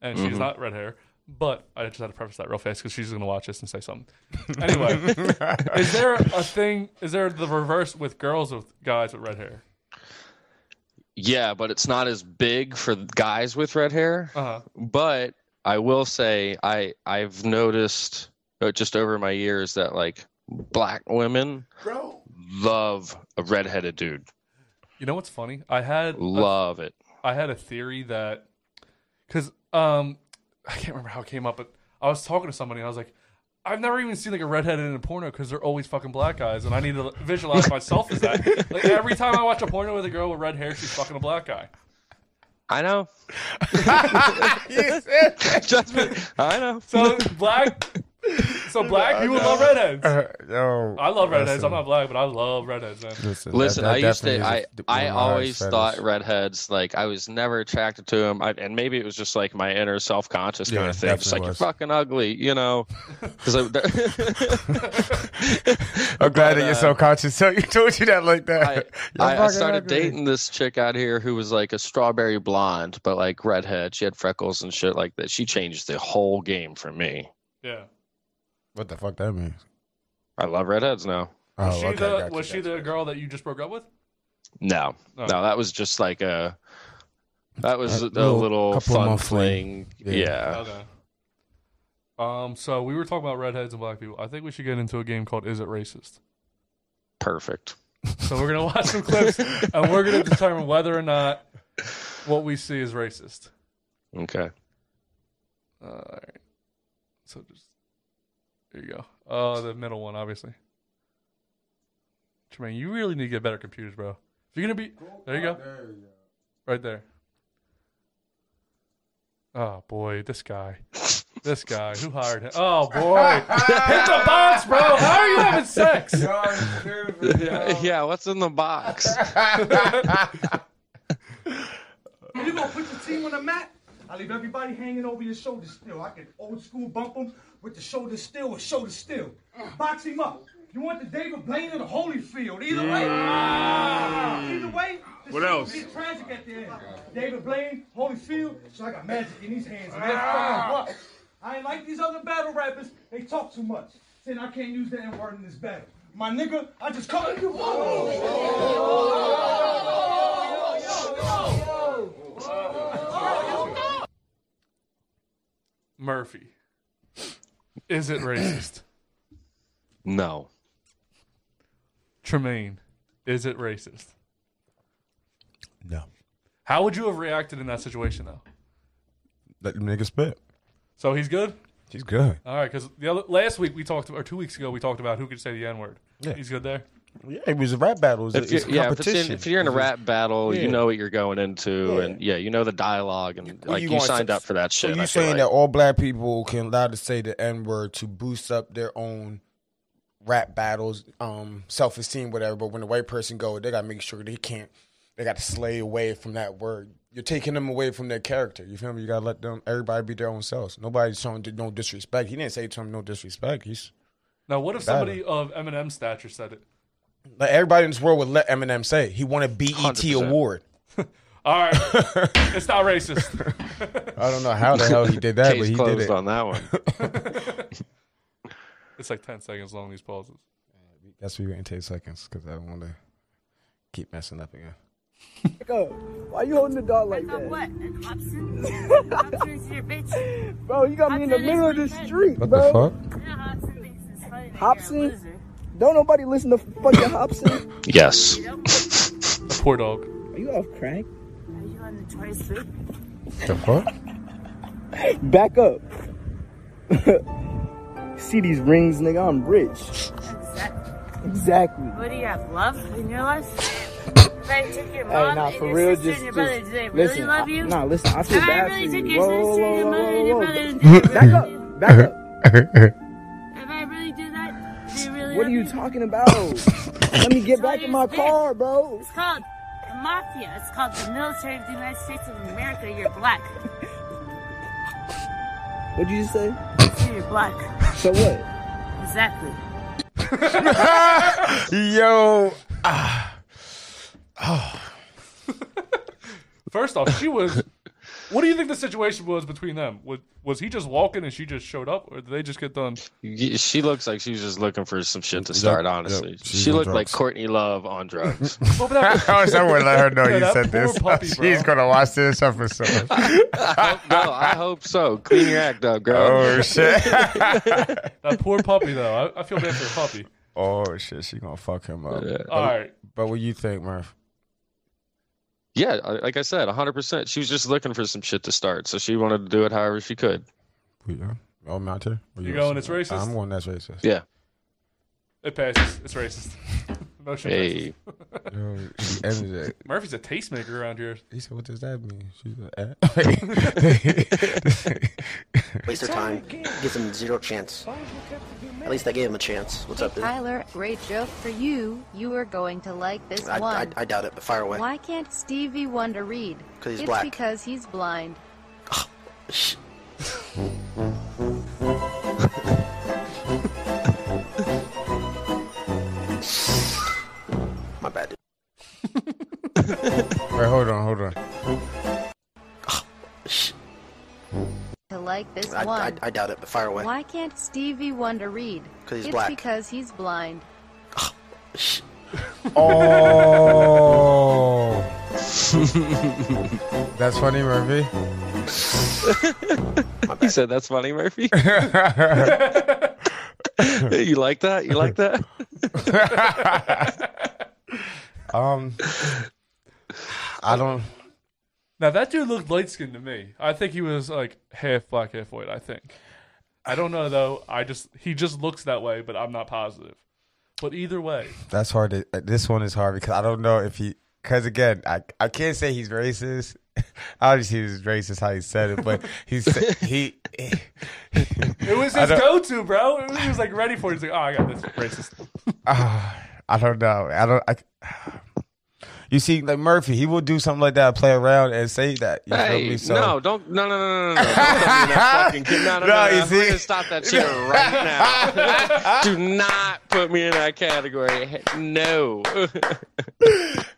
Speaker 5: and she's not red hair. But I just had to preface that real fast because she's gonna watch this and say something. Anyway, is there a thing? Is there the reverse with girls with guys with red hair?
Speaker 6: yeah, but it's not as big for guys with red hair.
Speaker 5: Uh huh.
Speaker 6: But I will say, I I've noticed uh, just over my years that like black women love a redheaded dude.
Speaker 5: You know what's funny? I had a
Speaker 6: Love it.
Speaker 5: I had a theory that because um I can't remember how it came up, but I was talking to somebody and I was like, I've never even seen like a redhead in a porno because they're always fucking black guys, and I need to visualize myself as that. Like every time I watch a porno with a girl with red hair, she's fucking a black guy.
Speaker 6: I know. Judgment. I know.
Speaker 5: So black, so black people love redheads.
Speaker 7: Yo,
Speaker 5: I love redheads. I'm
Speaker 7: listen,
Speaker 5: not black, but I love redheads. Man.
Speaker 7: Listen,
Speaker 6: Listen,
Speaker 7: that- that
Speaker 6: I used
Speaker 7: definitely is
Speaker 6: to. I
Speaker 7: a- one of my
Speaker 6: I
Speaker 7: highest
Speaker 6: always
Speaker 7: fetish.
Speaker 6: thought redheads. Like I was never attracted to them, I, and maybe it was just like my inner self conscious kind
Speaker 7: Yeah,
Speaker 6: of thing. Just like
Speaker 7: definitely
Speaker 6: you're
Speaker 7: was.
Speaker 6: fucking ugly, you know. 'Cause I,
Speaker 7: I'm glad that
Speaker 6: uh,
Speaker 7: you're so conscious. So you told you that like
Speaker 6: I,
Speaker 7: that.
Speaker 6: I- I
Speaker 7: You're fucking
Speaker 6: started
Speaker 7: ugly.
Speaker 6: dating this chick out here who was like a strawberry blonde, but like redhead. She had freckles and shit like that. She changed the whole game for me.
Speaker 5: Yeah.
Speaker 7: What the fuck that means?
Speaker 6: I love redheads now.
Speaker 7: Oh,
Speaker 5: Was she
Speaker 7: okay,
Speaker 5: the
Speaker 7: gotcha,
Speaker 5: was she
Speaker 7: gotcha.
Speaker 5: the girl that you just broke up with?
Speaker 6: No,
Speaker 5: Oh.
Speaker 6: no, that was just like a. That was
Speaker 7: A
Speaker 6: a,
Speaker 7: little-
Speaker 6: little,
Speaker 7: couple
Speaker 6: fun
Speaker 7: more fling.
Speaker 6: fling.
Speaker 7: Yeah.
Speaker 6: yeah.
Speaker 5: Okay. Um. So we were talking about redheads and black people. I think we should get into a game called "Is It Racist."
Speaker 6: perfect.
Speaker 5: So we're gonna watch some clips, and we're gonna determine whether or not what we see is racist.
Speaker 6: Okay.
Speaker 5: Uh, all right. So just there you go. Oh, the middle one, obviously. Tremaine, you really need to get better computers, bro. If you're gonna be there, you go. Right there. Oh boy, this guy. This guy. Who hired him? Oh boy. Hit the box, bro. How are you having sex?
Speaker 6: Yeah, what's in the box?
Speaker 2: You gonna put your team on the map? I leave everybody hanging over your shoulders still. I can old school bump them with the shoulder still or shoulder still. Box him up. You want the David Blaine or the Holyfield? Either way. Either way. What else? It's tragic at the end. David Blaine, Holyfield. So I got magic in these hands. And that's fucking what? I ain't like these other battle rappers. They talk too much. Saying I can't use the N word in this battle. My nigga, I just call you.
Speaker 5: Murphy. Is it racist?
Speaker 6: No.
Speaker 5: Tremaine, is it racist?
Speaker 7: No.
Speaker 5: How would you have reacted in that situation, though?
Speaker 7: Let the nigga spit.
Speaker 5: So he's good.
Speaker 7: She's good.
Speaker 5: All right, because the other last week we talked, or two weeks ago we talked about who could say the N word.
Speaker 7: Yeah.
Speaker 5: He's good there.
Speaker 7: Yeah, it was a rap battle. It was a, it's
Speaker 6: If
Speaker 7: a
Speaker 6: you're, yeah, if, it's in,
Speaker 7: competition.
Speaker 6: if you're in a rap battle,
Speaker 7: Yeah.
Speaker 6: you know what you're going into,
Speaker 7: Yeah.
Speaker 6: and yeah, you know the dialogue, and
Speaker 7: Well,
Speaker 6: like
Speaker 7: you
Speaker 6: you,
Speaker 7: want
Speaker 6: signed
Speaker 7: to-
Speaker 6: up for that
Speaker 7: So
Speaker 6: shit.
Speaker 7: you
Speaker 6: I feel
Speaker 7: saying
Speaker 6: like.
Speaker 7: that all black people can allow to say the N word to boost up their own rap battles, um, self esteem, whatever. But when the white person go, they gotta make sure they can't. They gotta slay away from that word. You're taking them away from their character. You feel me? You gotta let them. Everybody be their own selves. Nobody's showing d- no disrespect. He didn't say to him no disrespect. He's
Speaker 5: Now, what if somebody of Eminem's stature said it?
Speaker 7: like everybody in this world would let Eminem say it. he won a BET
Speaker 6: 100%.
Speaker 7: award.
Speaker 5: All right, it's not racist.
Speaker 7: I don't know how the hell he did that, but
Speaker 6: Case
Speaker 7: he did
Speaker 6: closed
Speaker 7: it.
Speaker 6: on that one.
Speaker 5: It's like ten seconds long. These pauses.
Speaker 7: That's why we waiting ten seconds because I don't want to keep messing up again.
Speaker 2: Why you holding the dog like
Speaker 9: Of what? An option? to your bitch.
Speaker 2: Bro, Oh, you got me in the
Speaker 9: Hobson is
Speaker 2: middle of
Speaker 9: my
Speaker 2: the
Speaker 9: friend.
Speaker 2: street,
Speaker 7: What
Speaker 2: bro.
Speaker 7: the fuck?
Speaker 9: Yeah, Hobson thinks it's funny. that
Speaker 2: Hobson?
Speaker 9: you're a loser.
Speaker 2: Don't nobody listen to fucking Hobson.
Speaker 6: Yes.
Speaker 5: Poor dog.
Speaker 2: Are you off crank?
Speaker 9: Are you on the choice food?
Speaker 7: The fuck?
Speaker 2: Back up. See these rings, nigga. I'm rich.
Speaker 9: Exactly.
Speaker 2: Exactly.
Speaker 9: What do you have? Love in your life? Like, took your
Speaker 2: Hey,
Speaker 9: mom
Speaker 2: nah,
Speaker 9: and
Speaker 2: for
Speaker 9: your
Speaker 2: real,
Speaker 9: sister
Speaker 2: just,
Speaker 9: and your
Speaker 2: just
Speaker 9: brother. Do they
Speaker 2: listen.
Speaker 9: really love
Speaker 2: I-
Speaker 9: you?
Speaker 2: nah, listen. I feel
Speaker 9: Have I
Speaker 2: bad
Speaker 9: really
Speaker 2: for
Speaker 9: took
Speaker 2: you.
Speaker 9: your
Speaker 2: Whoa,
Speaker 9: sister,
Speaker 2: whoa,
Speaker 9: your
Speaker 2: whoa,
Speaker 9: mother, and
Speaker 2: whoa, whoa.
Speaker 9: your brother? and did they
Speaker 2: Back
Speaker 9: really love you?
Speaker 2: up. Back up.
Speaker 9: If I really do that, do you really
Speaker 2: What are
Speaker 9: love
Speaker 2: you talking about? Let me get back in my car, bro.
Speaker 9: It's called the mafia. It's called the military of the United States of America. You're black.
Speaker 2: What'd you say?
Speaker 9: So you're black.
Speaker 2: So what?
Speaker 9: Exactly.
Speaker 7: Yo,
Speaker 5: First off, she was. What do you think the situation was between them? Was was he just walking and she just showed up, or did they just get done?
Speaker 6: Y- She looks like she was just looking for some shit to start, honestly.
Speaker 7: she's
Speaker 6: she
Speaker 7: on
Speaker 6: looked like
Speaker 7: drugs.
Speaker 6: Courtney Love on drugs.
Speaker 5: Well, that-
Speaker 7: I wish I would let her know
Speaker 5: Yeah,
Speaker 7: you
Speaker 5: that
Speaker 7: said
Speaker 5: poor
Speaker 7: this.
Speaker 5: puppy,
Speaker 7: She's
Speaker 5: bro.
Speaker 7: gonna watch this up for so much.
Speaker 6: no, I hope so. Clean your act up, girl.
Speaker 7: Oh shit!
Speaker 5: that poor puppy, though. I, I feel bad for the puppy.
Speaker 7: Oh shit, she gonna fuck him up.
Speaker 5: All right.
Speaker 7: But what you think, Murph?
Speaker 6: Yeah, I- like I said, 100%. She was just looking for some shit to start, so she wanted to do it however she could.
Speaker 7: Yeah. Oh, Mount Terry? Or
Speaker 5: You
Speaker 7: want
Speaker 5: going,
Speaker 7: some-
Speaker 5: it's racist?
Speaker 7: I'm going. That's racist.
Speaker 6: Yeah.
Speaker 5: It passes. It's racist. No shit.
Speaker 6: Hey.
Speaker 7: Yo, she ended it.
Speaker 5: Murphy's a tastemaker around here.
Speaker 7: He said, "What does that mean?" "Eh?" She's like,
Speaker 11: Waste their time. Gives them zero chance. At least I gave him a chance. What's up, dude? I,
Speaker 12: Tyler, great joke for you. You are going to like this
Speaker 11: I,
Speaker 12: one.
Speaker 11: I doubt it, but fire away.
Speaker 12: Why can't Stevie Wonder read?
Speaker 11: 'Cause he's
Speaker 12: it's
Speaker 11: black.
Speaker 12: because he's blind.
Speaker 11: Shh. My bad, dude.
Speaker 7: Wait, hold on, hold on.
Speaker 11: Shh.
Speaker 12: To like this
Speaker 11: I, I,
Speaker 12: one.
Speaker 11: I doubt it, but fire away.
Speaker 12: Why can't Stevie Wonder read?
Speaker 11: 'Cause he's
Speaker 12: it's
Speaker 11: black.
Speaker 12: because he's blind.
Speaker 11: Shh.
Speaker 7: Oh, that's funny, Murphy.
Speaker 6: He said, That's funny, Murphy. you like that? You like that?
Speaker 7: Um, I don't.
Speaker 5: Now that dude looked light skinned to me. I think he was like half black, half white. I think. I don't know though. I just he just looks that way, but I'm not positive. But either way,
Speaker 7: That's hard. To, uh, this one is hard because I don't know if he. Because again, I I can't say he's racist. Obviously, he's racist how he said it, but he's he.
Speaker 5: it was
Speaker 7: I
Speaker 5: his
Speaker 7: don't-
Speaker 5: go to, bro. It was, he was like ready for it. He's like, oh, I got this racist.
Speaker 7: Ah, I don't know. I don't. I, you see, like Murphy, he will do something like that, play around and say that. You feel
Speaker 6: Hey,
Speaker 7: me? So,
Speaker 6: no, don't, no, no, no, no, no, no. Don't tell me that fucking kid. No, no,
Speaker 7: No,
Speaker 6: no,
Speaker 7: you
Speaker 6: no. We're
Speaker 7: see?
Speaker 6: gonna stop that shit right now. Do not put me in that category. No.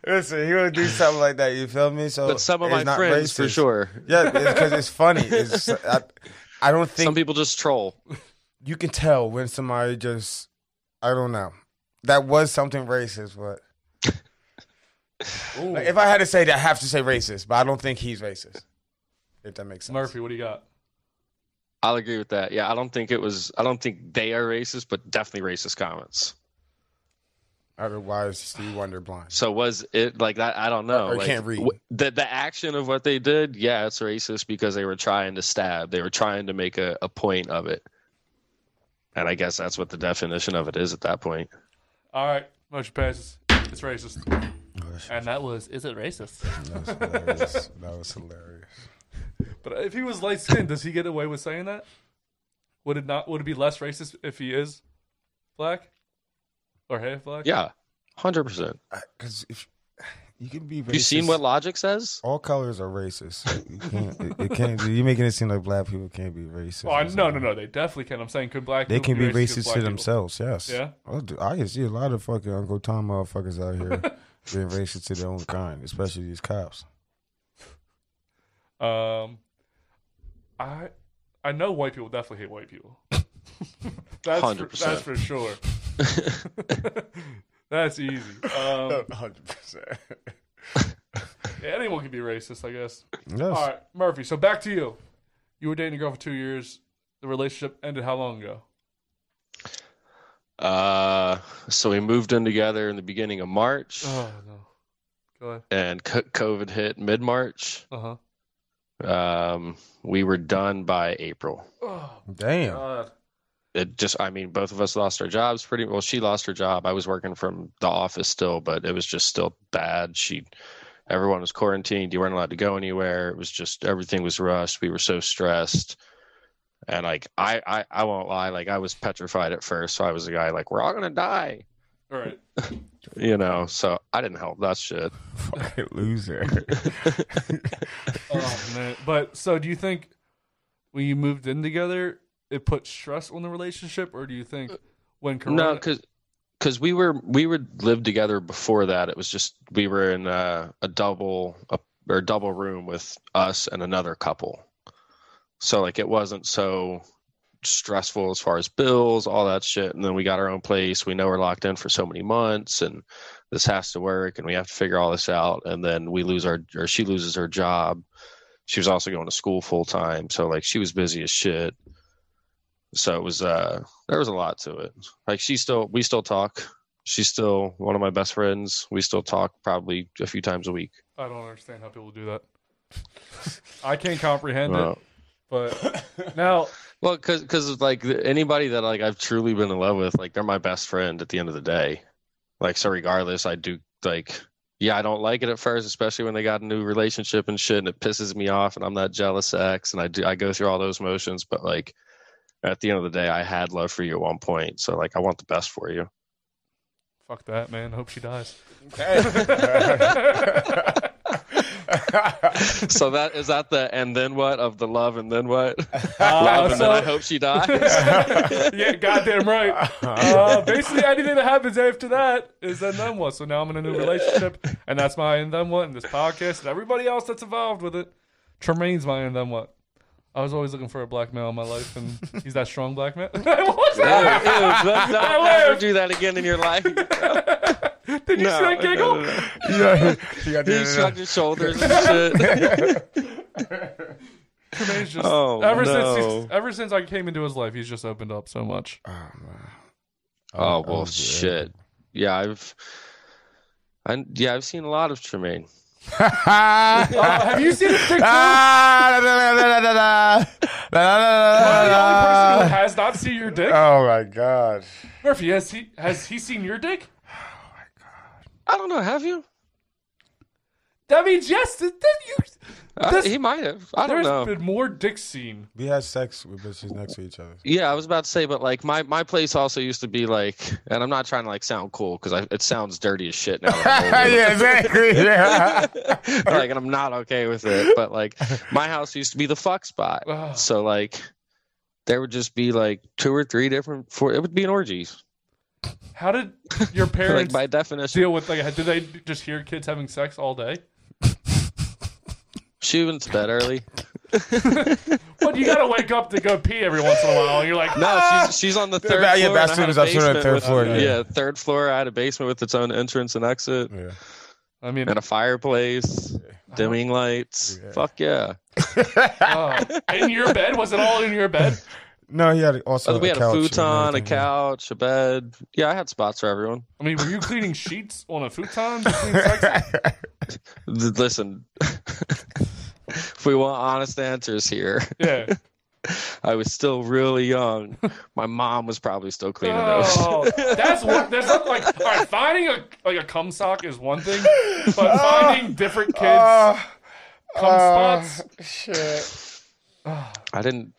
Speaker 7: listen, he will do something like that. You feel me? So,
Speaker 6: but some of
Speaker 7: it's
Speaker 6: my
Speaker 7: not
Speaker 6: friends, for
Speaker 7: racist.
Speaker 6: sure.
Speaker 7: Yeah, because it's, funny. It's, I, I don't think
Speaker 6: Some people just troll.
Speaker 7: you can tell when somebody just. I don't know. That was something racist, but
Speaker 5: Ooh.
Speaker 7: like, if I had to say that, I have to say racist. But I don't think he's racist. If that makes sense,
Speaker 5: Murphy, what do you got?
Speaker 6: I'll agree with that. Yeah, I don't think it was. I don't think they are racist, but definitely racist comments.
Speaker 7: Otherwise, Steve Wonder blind.
Speaker 6: So was it like that? I don't know.
Speaker 7: Or you
Speaker 6: like,
Speaker 7: can't read.
Speaker 6: w- the the action of what they did. Yeah, it's racist because they were trying to stab. They were trying to make a, a point of it. And I guess that's what the definition of it is at that point.
Speaker 5: All right, motion passes. It's racist. And that was is it racist?
Speaker 7: That was hilarious. that was hilarious.
Speaker 5: But if he was light skinned, does he get away with saying that? Would it not? Would it be less racist if he is black or half black?
Speaker 6: Yeah, hundred percent.
Speaker 7: Because if you can be racist,
Speaker 6: You seen what Logic says?
Speaker 7: all colors are racist. You can't, it, it can't. be- You're making it seem like black people can't be racist.
Speaker 5: Oh, I,
Speaker 7: or
Speaker 5: no, no,
Speaker 7: something.
Speaker 5: no. They definitely can. I'm saying could black
Speaker 7: They
Speaker 5: people
Speaker 7: can be
Speaker 5: racist with
Speaker 7: racist
Speaker 5: black
Speaker 7: to
Speaker 5: people?
Speaker 7: themselves. Yes.
Speaker 5: Yeah?
Speaker 7: Oh, dude, I can see a lot of fucking Uncle Tom motherfuckers out here being racist to their own kind, especially these cops.
Speaker 5: Um, I I know white people definitely hate white people. that's For,
Speaker 6: 100%.
Speaker 5: that's for sure.
Speaker 7: Oh.
Speaker 5: that's easy. Um,
Speaker 7: Hundred percent.
Speaker 5: anyone can be racist, I guess.
Speaker 7: Yes.
Speaker 5: All right, Murphy. So back to you. You were dating a girl for two years. The relationship ended how long ago?
Speaker 6: Uh, so we moved in together in the beginning of March,
Speaker 5: Oh no. Go ahead.
Speaker 6: and co- COVID hit mid March.
Speaker 5: Uh huh.
Speaker 6: Um, we were done by April.
Speaker 5: Oh
Speaker 7: Damn.
Speaker 5: God.
Speaker 6: it just i mean both of us lost our jobs pretty well she lost her job i was working from the office still but it was just still bad she everyone was quarantined you weren't allowed to go anywhere it was just everything was rushed we were so stressed and like i i, I won't lie like i was petrified at first so i was a guy like we're all gonna die
Speaker 5: All right.
Speaker 6: you know so i didn't help that shit
Speaker 7: Fucking loser.
Speaker 5: Oh man. But so, do you think when you moved in together, it put stress on the relationship, or do you think when
Speaker 6: no
Speaker 5: Corona?
Speaker 6: because because we were we would live together before that it was just we were in a, a double a, or double room with us and another couple so like it wasn't so stressful as far as bills all that shit and then we got our own place we know we're locked in for so many months and this has to work and we have to figure all this out and then we lose our or she loses her job she was also going to school full time so like she was busy as shit so it was uh there was a lot to it like she still we still talk she's still one of my best friends we still talk probably a few times a week
Speaker 5: I don't understand how people do that. I can't comprehend
Speaker 6: Well.
Speaker 5: it. But now,
Speaker 6: Uh, well because like th- anybody that like i've truly been in love with like they're my best friend at the end of the day like so regardless i do like yeah i don't like it at first especially when they got a new relationship and shit and it pisses me off and i'm that jealous ex and i do i go through all those motions but like at the end of the day i had love for you at one point so like i want the best for you
Speaker 5: Fuck that, man. Hope she dies.
Speaker 6: so that is that the and then what of the love and then what
Speaker 5: Uh,
Speaker 6: love and then I
Speaker 5: so-
Speaker 6: hope she dies.
Speaker 5: yeah, goddamn right. Uh, basically, anything that happens after that is then them what. So now I'm in a new relationship, and that's my and them what, and this podcast, and everybody else that's involved with it. Tremaine's my and them what. I was always looking for a black male in my life, and he's that strong black man. I was
Speaker 6: No, ew, let's not
Speaker 5: I
Speaker 6: ever
Speaker 5: lived.
Speaker 6: do that again in your life. Did
Speaker 5: Did you see that giggle?
Speaker 6: he shrugged his shoulders and shit.
Speaker 5: Tremaine's just
Speaker 6: Oh,
Speaker 5: ever since
Speaker 6: no.
Speaker 5: he's- ever since I came into his life, he's just opened up so much. Uh,
Speaker 6: oh well, shit. Yeah, I've, I yeah, I've seen a lot of Tremaine.
Speaker 5: have you seen his picture? The only person who has not seen your
Speaker 6: Uh,
Speaker 5: dick.
Speaker 7: Oh my god.
Speaker 5: Murphy, has he has he seen your dick?
Speaker 6: I don't know. Have you?
Speaker 5: That means yes. That, that you,
Speaker 6: Uh,
Speaker 5: that's-
Speaker 6: he might have. I don't
Speaker 5: there's
Speaker 6: know.
Speaker 5: been more dick seen.
Speaker 7: We had sex with bitches next to each other.
Speaker 6: Yeah, I was about to say, but like my my place also used to be like, and I'm not trying to like sound cool because it sounds dirty as shit now. that I'm older.
Speaker 7: yeah, exactly. Yeah.
Speaker 6: like, and I'm not okay with it. But like, my house used to be the fuck spot. So like, there would just be like two or three different. Four, it would be an orgy.
Speaker 5: How did your parents
Speaker 6: by definition
Speaker 5: deal with like? Did they just hear kids having sex all day?
Speaker 6: She went to bed early.
Speaker 5: But you gotta wake up to go pee every once in a while, and you're like,
Speaker 6: No,
Speaker 5: "Ah!"
Speaker 6: she's she's on the
Speaker 5: Yeah,
Speaker 6: third
Speaker 7: yeah,
Speaker 6: floor. and
Speaker 7: that's
Speaker 6: I had
Speaker 7: soon as
Speaker 6: a
Speaker 7: I saw her on the
Speaker 6: basement
Speaker 7: third
Speaker 6: with-
Speaker 7: floor, yeah.
Speaker 6: yeah, third floor. I had a basement with its own entrance and exit.
Speaker 7: Yeah.
Speaker 5: I mean,
Speaker 6: and a fireplace, dimming lights. Fuck yeah.
Speaker 5: Oh. in your bed? Was it all in your bed?
Speaker 7: No, he had also
Speaker 6: Oh, we
Speaker 7: a
Speaker 6: had a
Speaker 7: couch and
Speaker 6: futon, a
Speaker 7: everything.
Speaker 6: couch, a bed. Yeah, I had spots for everyone.
Speaker 5: I mean, were you cleaning sheets on a futon? between sex?
Speaker 6: Th- Listen, if we want honest answers here,
Speaker 5: Yeah.
Speaker 6: I was still really young. My mom was probably still cleaning
Speaker 5: Oh, that's what. There's not like all right, finding a like a cum sock is one thing,
Speaker 6: Ah.
Speaker 5: but finding different kids cum
Speaker 6: Ah.
Speaker 7: Uh,
Speaker 5: spots.
Speaker 7: Shit.
Speaker 6: those. I didn't.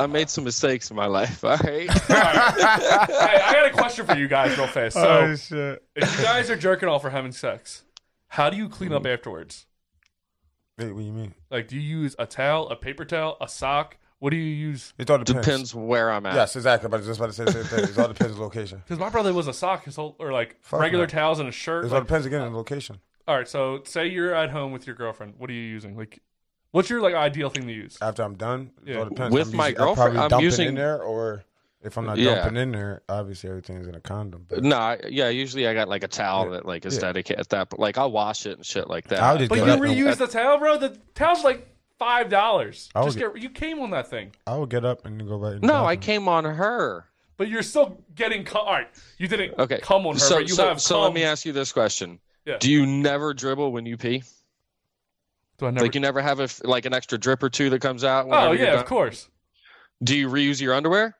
Speaker 6: I made some mistakes in my life. All
Speaker 5: hey,
Speaker 6: right.
Speaker 5: I got a question for you guys real fast. So,
Speaker 7: Oh, shit.
Speaker 5: if you guys are jerking off or having sex, how do you clean
Speaker 6: Mm.
Speaker 5: up afterwards?
Speaker 7: Wait, what do you mean?
Speaker 5: Like, do you use a towel, a paper towel, a sock? What do you use?
Speaker 7: It all depends.
Speaker 6: Depends where I'm at.
Speaker 7: Yes, exactly. But I was just about to say the same thing. It all depends on location.
Speaker 5: Because my brother was a sock his whole, or like
Speaker 7: Fuck
Speaker 5: regular
Speaker 7: no.
Speaker 5: towels and a shirt.
Speaker 7: It all
Speaker 5: like-
Speaker 7: depends again on location.
Speaker 5: all right, so say you're at home with your girlfriend. What are you using? Like, what's your like ideal thing to use?
Speaker 7: After I'm done, it
Speaker 5: Yeah.
Speaker 7: all depends.
Speaker 6: With
Speaker 7: I'm
Speaker 6: my
Speaker 7: usually- I'm
Speaker 6: girlfriend,
Speaker 7: probably
Speaker 6: I'm
Speaker 7: dumping
Speaker 6: using-
Speaker 7: in there, or if I'm not
Speaker 6: Yeah.
Speaker 7: dumping in there, obviously everything's in a condom. But
Speaker 6: No, I, yeah. Usually I got like a towel that like is
Speaker 7: Yeah.
Speaker 6: dedicated at that, but like I'll wash it and shit like that.
Speaker 7: I would just
Speaker 5: But you
Speaker 7: get up and,
Speaker 5: reuse the towel, bro. The towel's like five dollars.
Speaker 7: I would
Speaker 5: Just get, you came on that thing,
Speaker 7: I would get up and go right. in the
Speaker 6: No, I
Speaker 7: bathroom.
Speaker 6: came on her.
Speaker 5: but you're still getting. Cum. All right, you didn't
Speaker 6: Okay.
Speaker 5: come on her,
Speaker 6: so,
Speaker 5: but you
Speaker 6: so,
Speaker 5: have.
Speaker 6: so
Speaker 5: cum.
Speaker 6: let me ask you this question.
Speaker 5: Yeah.
Speaker 6: Do you never dribble when you pee?
Speaker 5: Do I never-
Speaker 6: Like you never have a f like an extra drip or two that comes out.
Speaker 5: oh
Speaker 6: whenever you're
Speaker 5: yeah,
Speaker 6: done?
Speaker 5: of course.
Speaker 6: Do you reuse your underwear?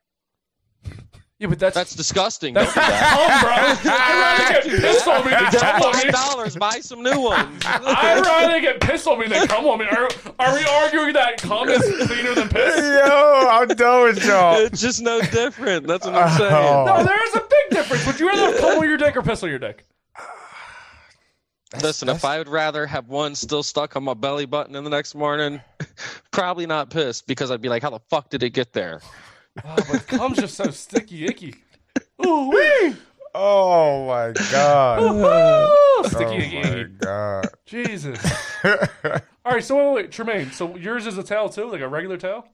Speaker 5: Yeah, but that's
Speaker 6: That's disgusting.
Speaker 5: that's
Speaker 6: Don't do that.
Speaker 5: cum, bro. I'd rather get pissed on me than cum on me.
Speaker 6: Five dollars, buy some new ones.
Speaker 5: I'd rather get pissed on me than cum on me. Are, are we arguing that cum is cleaner than piss?
Speaker 7: Yo, I'm done with y'all.
Speaker 6: it's just no different. That's what
Speaker 7: Oh.
Speaker 6: I'm saying.
Speaker 5: No, there is a big difference. Would you rather have cum on your dick or piss on your dick?
Speaker 6: Listen, if I would rather have one still stuck on my belly button in the next morning, probably not pissed because I'd be like, how the fuck did it get there?
Speaker 5: Oh, but cum's just so sticky icky. Ooh wee!
Speaker 7: Oh my god.
Speaker 5: Ooh,
Speaker 7: oh
Speaker 5: sticky icky.
Speaker 7: my god.
Speaker 5: Jesus. All right, so wait, wait, wait, Tremaine. So yours is a towel too, like a regular towel.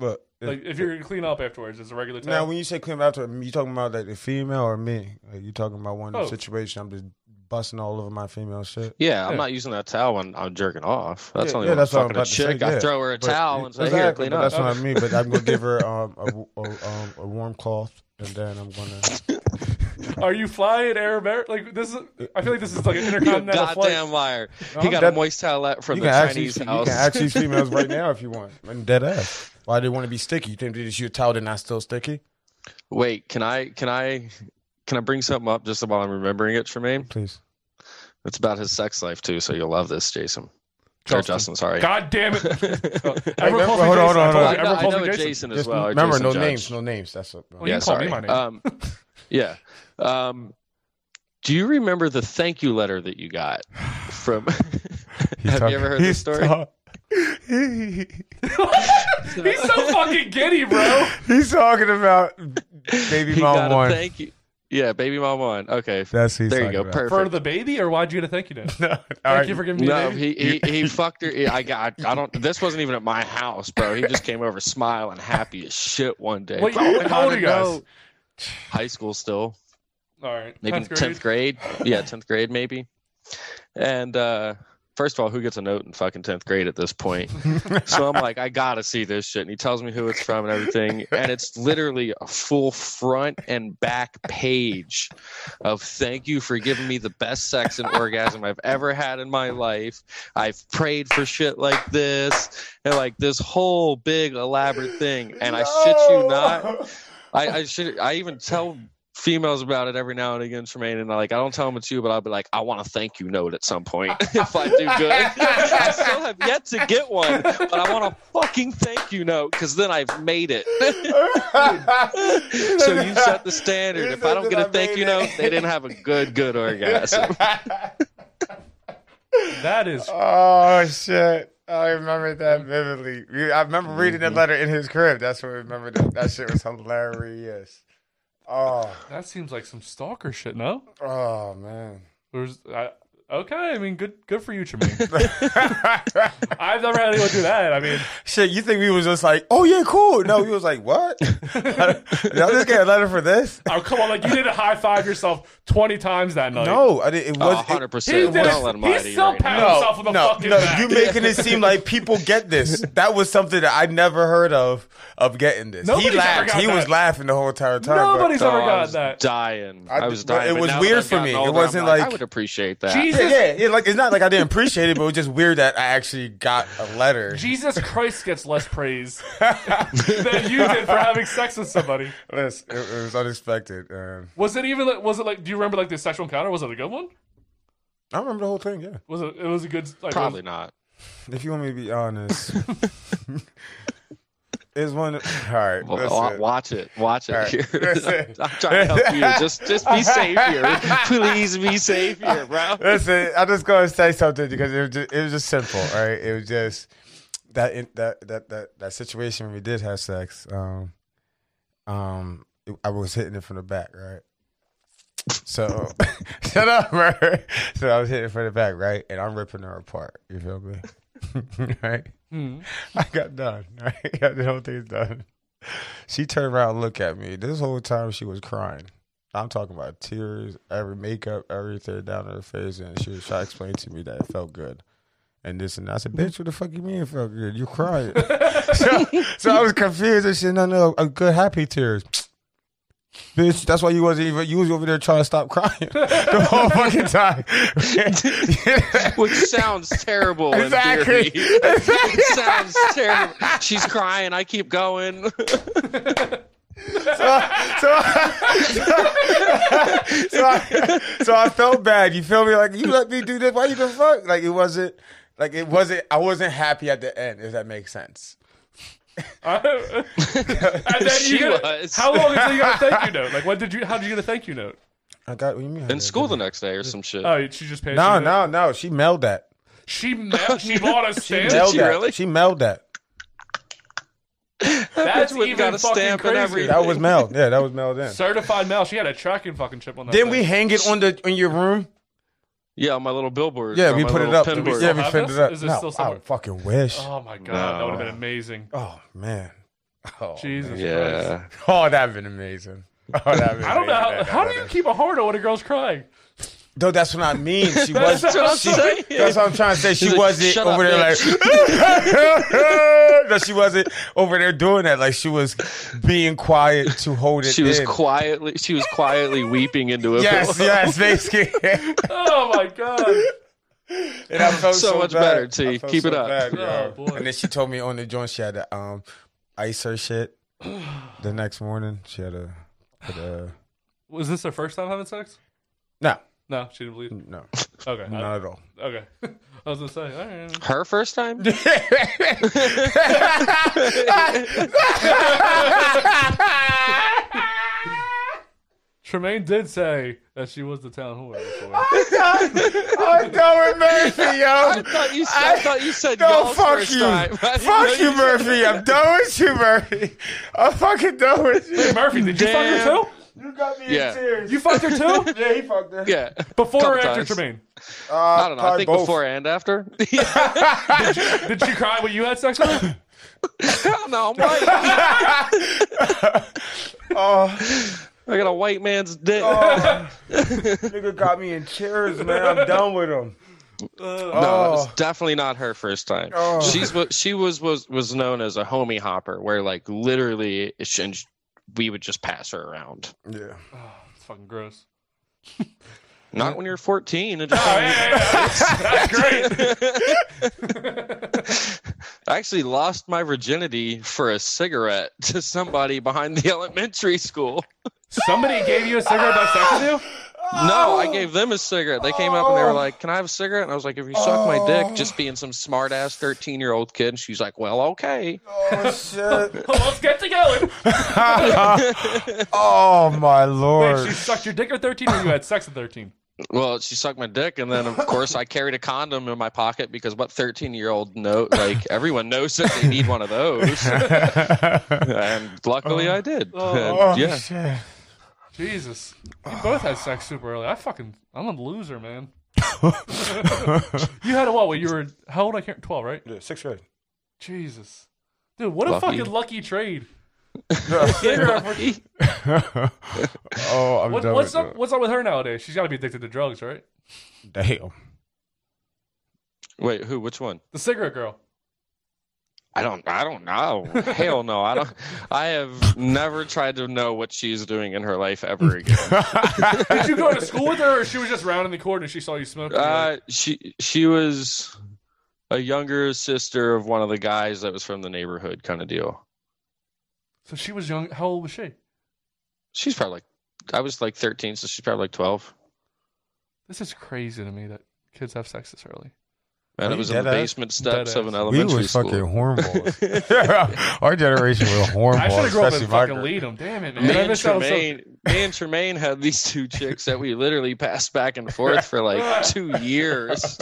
Speaker 7: Look, it-
Speaker 5: Like if you're gonna clean up afterwards, it's a regular towel.
Speaker 7: now when you say clean up after, you talking about like the female or me? Like you talking about one
Speaker 5: Both.
Speaker 7: situation? I'm just busting all over my female shit.
Speaker 6: Yeah, I'm not using that towel when I'm jerking off. That's
Speaker 7: yeah,
Speaker 6: only
Speaker 7: yeah,
Speaker 6: when
Speaker 7: that's
Speaker 6: I'm
Speaker 7: what I'm
Speaker 6: fucking a
Speaker 7: about to
Speaker 6: chick.
Speaker 7: say.
Speaker 6: I
Speaker 7: yeah.
Speaker 6: throw her a
Speaker 7: But-
Speaker 6: towel and say, "Here,
Speaker 7: Exactly,
Speaker 6: clean
Speaker 7: but
Speaker 6: up."
Speaker 7: That's what I mean. But I'm gonna give her um, a, w- a- um, a warm cloth, and then I'm gonna.
Speaker 5: Are you flying Air America? Like this is. I feel like this is like an intercontinental flight.
Speaker 6: goddamn liar.
Speaker 5: No,
Speaker 6: he
Speaker 5: I'm
Speaker 6: got a
Speaker 5: dead-
Speaker 6: moist towelette from
Speaker 7: you
Speaker 6: the
Speaker 7: can ask
Speaker 6: Chinese
Speaker 7: these,
Speaker 6: house.
Speaker 7: You can ask these females right now if you want. I'm dead ass. Why they want to be sticky? You think they just use a towel? They're not still sticky.
Speaker 6: Wait, can I can I can I bring something up just while I'm remembering it, Tremaine?
Speaker 7: Please.
Speaker 6: It's about his sex life too, so you'll love this, Jason. Or
Speaker 5: Justin.
Speaker 6: Justin, sorry.
Speaker 5: God damn it! Ever
Speaker 7: Remember-
Speaker 5: calls me
Speaker 7: hold on, hold on,
Speaker 5: Jason, I
Speaker 7: hold
Speaker 5: told you,
Speaker 7: on.
Speaker 5: ever
Speaker 6: I
Speaker 5: calls
Speaker 6: know
Speaker 5: me
Speaker 6: a
Speaker 5: Jason.
Speaker 6: Jason as
Speaker 7: Just
Speaker 6: well. or
Speaker 7: remember,
Speaker 6: Jason
Speaker 7: no
Speaker 6: Judge.
Speaker 7: names, no names. That's what.
Speaker 5: Well, you
Speaker 6: yeah,
Speaker 5: can call
Speaker 6: sorry.
Speaker 5: me my name.
Speaker 6: Um, yeah. Um, do you remember the thank you letter that you got from? have you ever heard this story?
Speaker 5: He's so fucking giddy, bro.
Speaker 7: He's talking about baby
Speaker 6: He
Speaker 7: mom
Speaker 6: got a
Speaker 7: one.
Speaker 6: thank you. Yeah, baby mom one. Okay,
Speaker 7: That's who he's
Speaker 6: there
Speaker 7: talking
Speaker 6: you go.
Speaker 7: about.
Speaker 6: Perfect.
Speaker 5: For the baby, or why'd you get a thank you note?
Speaker 7: No, all
Speaker 5: Thank
Speaker 7: right.
Speaker 5: you for giving me.
Speaker 6: No,
Speaker 5: a baby.
Speaker 6: he, he he fucked her. I got I don't. This wasn't even at my house, bro. He just came over smiling, happy as shit one day.
Speaker 5: Wait,
Speaker 6: Bro,
Speaker 5: how old are you
Speaker 6: I
Speaker 5: guys?
Speaker 6: know. High school still,
Speaker 5: All right,
Speaker 6: maybe
Speaker 5: tenth grade.
Speaker 6: tenth grade. Yeah, tenth grade maybe. And uh first of all, who gets a note in fucking tenth grade at this point? so I'm like, I gotta see this shit. And he tells me who it's from and everything. And it's literally a full front and back page of thank you for giving me the best sex and orgasm I've ever had in my life. I've prayed for shit like this and like this whole big elaborate thing. And I shit you not. I, I should I even tell females about it every now and again, Tremaine, and like I don't tell them it's you, but I'll be like, I want a thank you note at some point if I do good. I still have yet to get one, but I want a fucking thank you note because then I've made it. so you set the standard. If I don't get a thank you note, they didn't have a good, good orgasm.
Speaker 5: That is
Speaker 7: Oh shit! I remember that vividly. We- I remember reading that letter in his crib. That's what I remember. That, that shit was hilarious. Oh,
Speaker 5: that seems like some stalker shit. No,
Speaker 7: oh man.
Speaker 5: There's, I, okay. I mean, good good for you, Tremaine. I've never had anyone do that. I mean,
Speaker 7: Shit, you think we was just like, oh yeah, cool? No, we was like, what? Y'all just get a letter for this?
Speaker 5: oh come on, like you did a high five yourself twenty times that night.
Speaker 7: No, I didn't. It was.
Speaker 6: Oh, 100%.
Speaker 5: he did.
Speaker 6: Don't let him lie
Speaker 5: It.
Speaker 6: to
Speaker 5: He
Speaker 6: you
Speaker 5: still
Speaker 6: right
Speaker 5: patted
Speaker 6: now.
Speaker 5: himself on the
Speaker 7: no,
Speaker 5: fucking
Speaker 7: no,
Speaker 5: back.
Speaker 7: you making it seem like people get this. That was something that I never heard of of getting this.
Speaker 5: Nobody's
Speaker 7: he
Speaker 5: ever
Speaker 7: laughed.
Speaker 5: got
Speaker 7: He was
Speaker 5: that.
Speaker 7: laughing the whole entire time. but-
Speaker 5: Nobody's
Speaker 6: Oh,
Speaker 5: ever
Speaker 6: I
Speaker 5: got
Speaker 6: was
Speaker 5: that.
Speaker 6: dying.
Speaker 7: I
Speaker 6: I was
Speaker 7: did- but
Speaker 6: dying.
Speaker 7: it
Speaker 6: but
Speaker 7: was
Speaker 6: now that
Speaker 7: weird
Speaker 6: I've
Speaker 7: for me.
Speaker 6: gotten
Speaker 7: It
Speaker 6: older, I'm
Speaker 7: wasn't
Speaker 6: I
Speaker 7: like-
Speaker 6: would appreciate that.
Speaker 5: Jesus.
Speaker 7: Yeah, yeah, yeah, like it's not like I didn't appreciate it, but it was just weird that I actually got a letter.
Speaker 5: Jesus Christ gets less praise than you did for having sex with somebody.
Speaker 7: Listen, it, it was unexpected. Um,
Speaker 5: Was it even? like- Was it like? Do you remember like the sexual encounter? Was it a good one?
Speaker 7: I remember the whole thing. Yeah,
Speaker 5: Was it? It was a good. Like,
Speaker 6: Probably
Speaker 5: was-
Speaker 6: not.
Speaker 7: if you want me to be honest, it's one. All right,
Speaker 6: Well,
Speaker 7: listen.
Speaker 6: watch it. Watch it.
Speaker 7: All right.
Speaker 6: Here.
Speaker 7: Listen.
Speaker 6: I'm trying to help you. Just just be safe here. Please be safe here, bro.
Speaker 7: Listen, I'm just gonna say something because it was just, it was just simple, all right? It was just that in, that that that that situation when we did have sex. Um, um, it- I was hitting it from the back, right? So shut up, right? So I was hitting it from the back, right? And I'm ripping her apart. You feel me? right? I got done. Right? Got the whole thing done. She turned around and looked at me. This whole time she was crying. I'm talking about tears, every makeup, everything down her face, and she was trying to explain to me that it felt good. And this and that. I said, bitch, what the fuck you mean it felt good? You crying. so, so I was confused and shit. No, no, a good happy tears. Bitch, that's why you wasn't even you was over there trying to stop crying the whole fucking time.
Speaker 6: Which sounds terrible.
Speaker 7: Exactly.
Speaker 6: In theory. it sounds terrible. She's crying. I keep going.
Speaker 7: so, so, I, so I felt bad. You feel me? Like you let me do this. Why you the fuck? Like it wasn't. Like it wasn't. I wasn't happy at the end. If that makes sense.
Speaker 5: And then
Speaker 6: She
Speaker 5: you get,
Speaker 6: was.
Speaker 5: How long until you got a thank you note? Like, what did you? How did you get a thank you note?
Speaker 7: I got what you mean.
Speaker 6: In school the next day or some shit.
Speaker 7: Uh,
Speaker 5: Oh, she just paid.
Speaker 7: No, no, no. She mailed that.
Speaker 5: She ma- she bought a stamp.
Speaker 7: Mailed
Speaker 6: Oh, she
Speaker 7: that.
Speaker 6: really?
Speaker 7: She mailed that.
Speaker 5: That's
Speaker 6: bitch would've
Speaker 5: even
Speaker 6: got a
Speaker 5: fucking
Speaker 6: stamp and
Speaker 5: crazy.
Speaker 6: everything.
Speaker 7: That was mailed. Yeah, that was mailed in.
Speaker 5: Certified mail. She had a tracking fucking chip on that.
Speaker 7: Didn't we
Speaker 5: thing.
Speaker 7: hang it on the on your room?
Speaker 6: Yeah, on my little billboard.
Speaker 7: Yeah,
Speaker 6: on
Speaker 7: we
Speaker 6: my
Speaker 7: put it
Speaker 6: little
Speaker 7: up.
Speaker 6: pin
Speaker 5: we
Speaker 6: board.
Speaker 7: yeah,
Speaker 5: still
Speaker 7: we
Speaker 5: have
Speaker 7: pinned
Speaker 5: this?
Speaker 7: it up.
Speaker 5: Is it
Speaker 7: no,
Speaker 5: still
Speaker 7: I
Speaker 5: somewhere?
Speaker 7: fucking wish. Oh,
Speaker 5: Oh my god, that
Speaker 6: No.
Speaker 5: would have been amazing.
Speaker 7: man. Oh,
Speaker 5: Jesus Christ.
Speaker 6: Yeah.
Speaker 7: Oh, that'd been amazing. Oh, that'd been
Speaker 5: I don't
Speaker 7: amazing.
Speaker 5: know how,
Speaker 7: That-
Speaker 5: how
Speaker 7: that-
Speaker 5: do you
Speaker 7: that-
Speaker 5: keep a heart on when a girl's crying?
Speaker 7: Though that's what I mean. She was.
Speaker 1: That's what I'm
Speaker 7: she,
Speaker 1: saying.
Speaker 7: that's what I'm trying to say. She
Speaker 1: She's like,
Speaker 7: wasn't
Speaker 1: "Shut
Speaker 7: over
Speaker 1: up,
Speaker 7: there like. no, she wasn't over there doing that. Like she was being quiet to hold it.
Speaker 6: She was
Speaker 7: in.
Speaker 6: quietly she was quietly weeping into a
Speaker 7: Yes,
Speaker 6: pillow.
Speaker 7: yes, basically.
Speaker 5: oh my god.
Speaker 7: And I felt
Speaker 6: So
Speaker 7: so,
Speaker 6: much
Speaker 7: bad.
Speaker 6: better, T.
Speaker 7: I felt
Speaker 6: Keep it
Speaker 7: so
Speaker 6: up.
Speaker 7: bad,
Speaker 6: Oh,
Speaker 7: yo.
Speaker 6: boy.
Speaker 7: and then she told me on the joint she had to um ice her shit. The next morning she had a. Put a
Speaker 5: Was this her first time having sex?
Speaker 7: no,
Speaker 5: No, she didn't bleed.
Speaker 7: No.
Speaker 5: Okay.
Speaker 7: Not
Speaker 5: I-
Speaker 7: at all.
Speaker 5: Okay. I was gonna say. All right.
Speaker 6: Her first time?
Speaker 5: Tremaine did say that she was the town whore. Before.
Speaker 7: I'm done with Murphy, yo. I
Speaker 6: thought you said,
Speaker 7: I,
Speaker 6: thought you said
Speaker 7: no.
Speaker 6: y'all's
Speaker 7: fuck
Speaker 6: first
Speaker 7: you,
Speaker 6: time. I didn't know
Speaker 7: fuck you,
Speaker 6: you said-
Speaker 7: Murphy. I'm done with you, Murphy. I'm fucking done with you,
Speaker 5: Murphy. Did you fuck her
Speaker 6: Damn.
Speaker 5: too?
Speaker 7: You got me
Speaker 6: Yeah.
Speaker 7: in tears.
Speaker 5: You fucked her too?
Speaker 7: yeah, he fucked her.
Speaker 6: Yeah.
Speaker 5: Before
Speaker 6: Couple
Speaker 5: or after
Speaker 6: times.
Speaker 5: Tremaine?
Speaker 7: Uh,
Speaker 6: I don't know. I
Speaker 7: probably
Speaker 6: think
Speaker 7: both.
Speaker 6: before and after.
Speaker 5: Did she cry when you had sex with her?
Speaker 6: Hell no, I'm white. I got a white man's dick.
Speaker 7: Oh, nigga got me in tears, man. I'm done with him.
Speaker 6: No, that was
Speaker 7: Oh.
Speaker 6: definitely not her first time.
Speaker 7: Oh.
Speaker 6: She's what she was was was known as a homie hopper, where like literally, she, and we would just pass her around.
Speaker 7: Yeah.
Speaker 5: It's fucking gross.
Speaker 6: Not when you're 14. It just
Speaker 7: Oh,
Speaker 5: That's great.
Speaker 6: I actually lost my virginity for a cigarette to somebody behind the elementary school.
Speaker 5: Somebody gave you a cigarette by sex with you?
Speaker 6: No,
Speaker 5: Oh.
Speaker 6: I gave them a cigarette. They came up and they were like, "Can I have a cigarette?" And I was like, "If you suck my
Speaker 5: Oh.
Speaker 6: dick, just being some smart ass 13 year old kid." And she's like, "Well, okay."
Speaker 7: Oh shit.
Speaker 5: Well, let's get together.
Speaker 7: oh my
Speaker 5: Wait, she
Speaker 7: lord.
Speaker 5: sucked your dick at 13 or you had sex at 13?
Speaker 6: Well, she sucked my dick, and then of course I carried a condom in my pocket because what 13 year old know? Like everyone knows that they need one of those, and luckily I did.
Speaker 5: Oh.
Speaker 6: And, yeah.
Speaker 7: shit.
Speaker 5: Jesus. You both had sex super early. I fucking, I'm a loser, man. you had a what? When you were, how old? I can't, 12, right?
Speaker 7: Yeah, sixth grade.
Speaker 5: Jesus. Dude, what a
Speaker 6: Lucky.
Speaker 5: fucking lucky trade.
Speaker 7: Oh, I'm
Speaker 5: What,
Speaker 7: done
Speaker 5: what's
Speaker 7: with
Speaker 5: up? What's up with her nowadays? She's got to be addicted to drugs, right?
Speaker 7: it. Damn.
Speaker 6: Wait, who? Which one?
Speaker 5: The cigarette girl.
Speaker 6: I don't. I don't know. Hell no. I don't. I have never tried to know what she's doing in her life ever again.
Speaker 5: Did you go to school with her, or she was just rounding the corner and she saw you smoking?
Speaker 6: Uh, she she was a younger sister of one of the guys that was from the neighborhood, kind of deal.
Speaker 5: so she was young. How old was she?
Speaker 6: She's probably like, I was like 13, so she's probably like 12.
Speaker 5: This is crazy to me that kids have sex this early.
Speaker 6: And
Speaker 7: Are
Speaker 6: it
Speaker 7: you
Speaker 6: was in the
Speaker 7: dead ass?
Speaker 6: basement steps
Speaker 5: Dead
Speaker 6: of an
Speaker 5: ass.
Speaker 7: We
Speaker 6: elementary
Speaker 7: was
Speaker 6: school.
Speaker 7: fucking hornballs. Our generation was
Speaker 5: I should
Speaker 7: hornballs,
Speaker 5: have grown up
Speaker 7: especially
Speaker 5: and
Speaker 7: my
Speaker 5: fucking
Speaker 7: girl.
Speaker 5: lead them. Damn it, man.
Speaker 6: Me
Speaker 5: I
Speaker 6: and,
Speaker 5: missed out on
Speaker 6: Tremaine, me and Tremaine had these two chicks that we literally passed back and forth for like two years.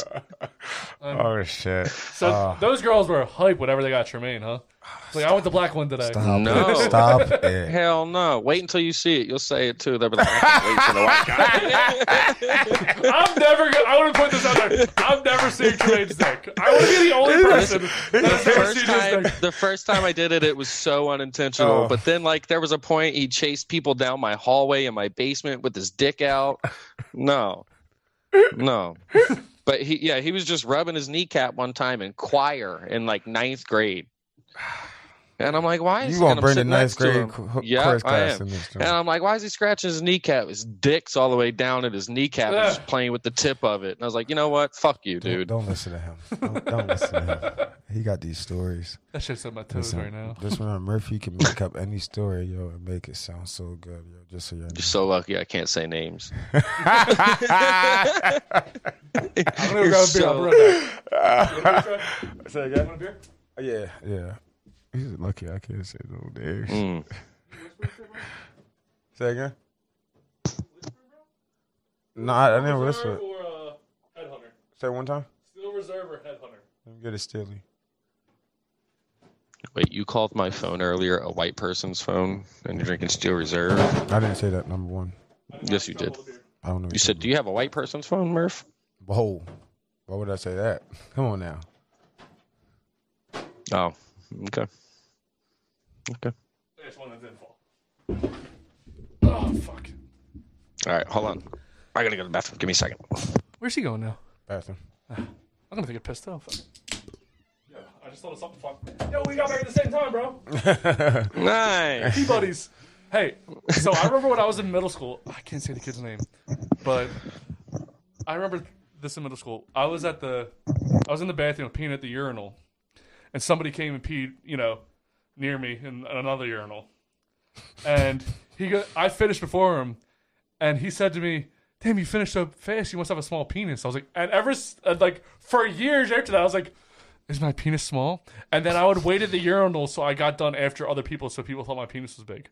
Speaker 7: Oh shit.
Speaker 5: So, so
Speaker 7: Oh,
Speaker 5: those girls were hype whenever they got Tremaine, huh? It's Like I went the black one today.
Speaker 7: stop
Speaker 6: No.
Speaker 7: it. Stop it.
Speaker 6: Hell no. Wait until you see it. You'll say it too. They'll be like, I can't wait for the white guy.
Speaker 5: I'm never. Gonna, I want to put this out there. I'm never seeing Tremaine's dick. I want to be the only person that
Speaker 6: the
Speaker 5: has never
Speaker 6: first
Speaker 5: seen his
Speaker 6: time
Speaker 5: dick.
Speaker 6: the first time I did it, it was so unintentional.
Speaker 7: Oh.
Speaker 6: But then like there was a point he chased people down my hallway in my basement with his dick out. No. No. But he yeah, he was just rubbing his kneecap one time in choir in like ninth grade. And I'm like, why is
Speaker 7: You
Speaker 6: and
Speaker 7: gonna
Speaker 6: I'm
Speaker 7: bring the
Speaker 6: sitting
Speaker 7: ninth
Speaker 6: next to
Speaker 7: grade
Speaker 6: him.
Speaker 7: qu-
Speaker 6: Yeah,
Speaker 7: chorus
Speaker 6: I
Speaker 7: class
Speaker 6: am.
Speaker 7: in this?
Speaker 6: And I'm like, why is he scratching his kneecap? His dick's all the way down at his kneecap and
Speaker 5: Ugh.
Speaker 6: just playing with the tip of it. And I was like, you know what? Fuck you, dude.
Speaker 7: Don't listen to him. Don't, don't listen to him. He got these stories.
Speaker 5: That shit's on my toes
Speaker 7: Listen,
Speaker 5: right now.
Speaker 7: This one on Murphy can make up any story, yo, and make it sound so good, yo. Just so you
Speaker 6: You're so lucky I can't say names.
Speaker 5: I'm gonna grab a beer. I'll be right back. Say again. Want a beer?
Speaker 7: Uh, Yeah, yeah. He's lucky I can't say no names.
Speaker 6: Mm.
Speaker 7: Say again. No, I, I didn't whisper.
Speaker 5: Reserve
Speaker 7: it.
Speaker 5: or uh, headhunter?
Speaker 7: Say it one time.
Speaker 5: Steel reserve or headhunter?
Speaker 7: Let me get it, Steely.
Speaker 6: Wait, you called my phone earlier a white person's phone, and you're drinking Steel Reserve?
Speaker 7: I didn't say that. Number one.
Speaker 6: Yes, you did.
Speaker 7: I don't know.
Speaker 6: You said, "Do you have a white person's phone, Murph?"
Speaker 7: Whoa. Why would I say that? Come on now.
Speaker 6: Oh, okay, okay.
Speaker 5: There's one that didn't fall. Oh fuck.
Speaker 6: All right, hold on. I gotta go to the bathroom. Give me a second.
Speaker 5: Where's he going now?
Speaker 7: Bathroom.
Speaker 5: I'm gonna get pissed off. Yeah, I just thought of something fun. Yo, we got back at the same time, bro.
Speaker 6: nice.
Speaker 5: Hey, buddies. Hey, so I remember when I was in middle school. I can't say the kid's name, but I remember this in middle school. I was at the, I was in the bathroom peeing at the urinal, and somebody came and peed, you know, near me in another urinal, and he, go, I finished before him, and he said to me. Damn, you finished up fast. You must have a small penis. I was like, and ever s- uh, like for years after that, I was like, is my penis small? And then I would wait at the urinal so I got done after other people, so people thought my penis was big.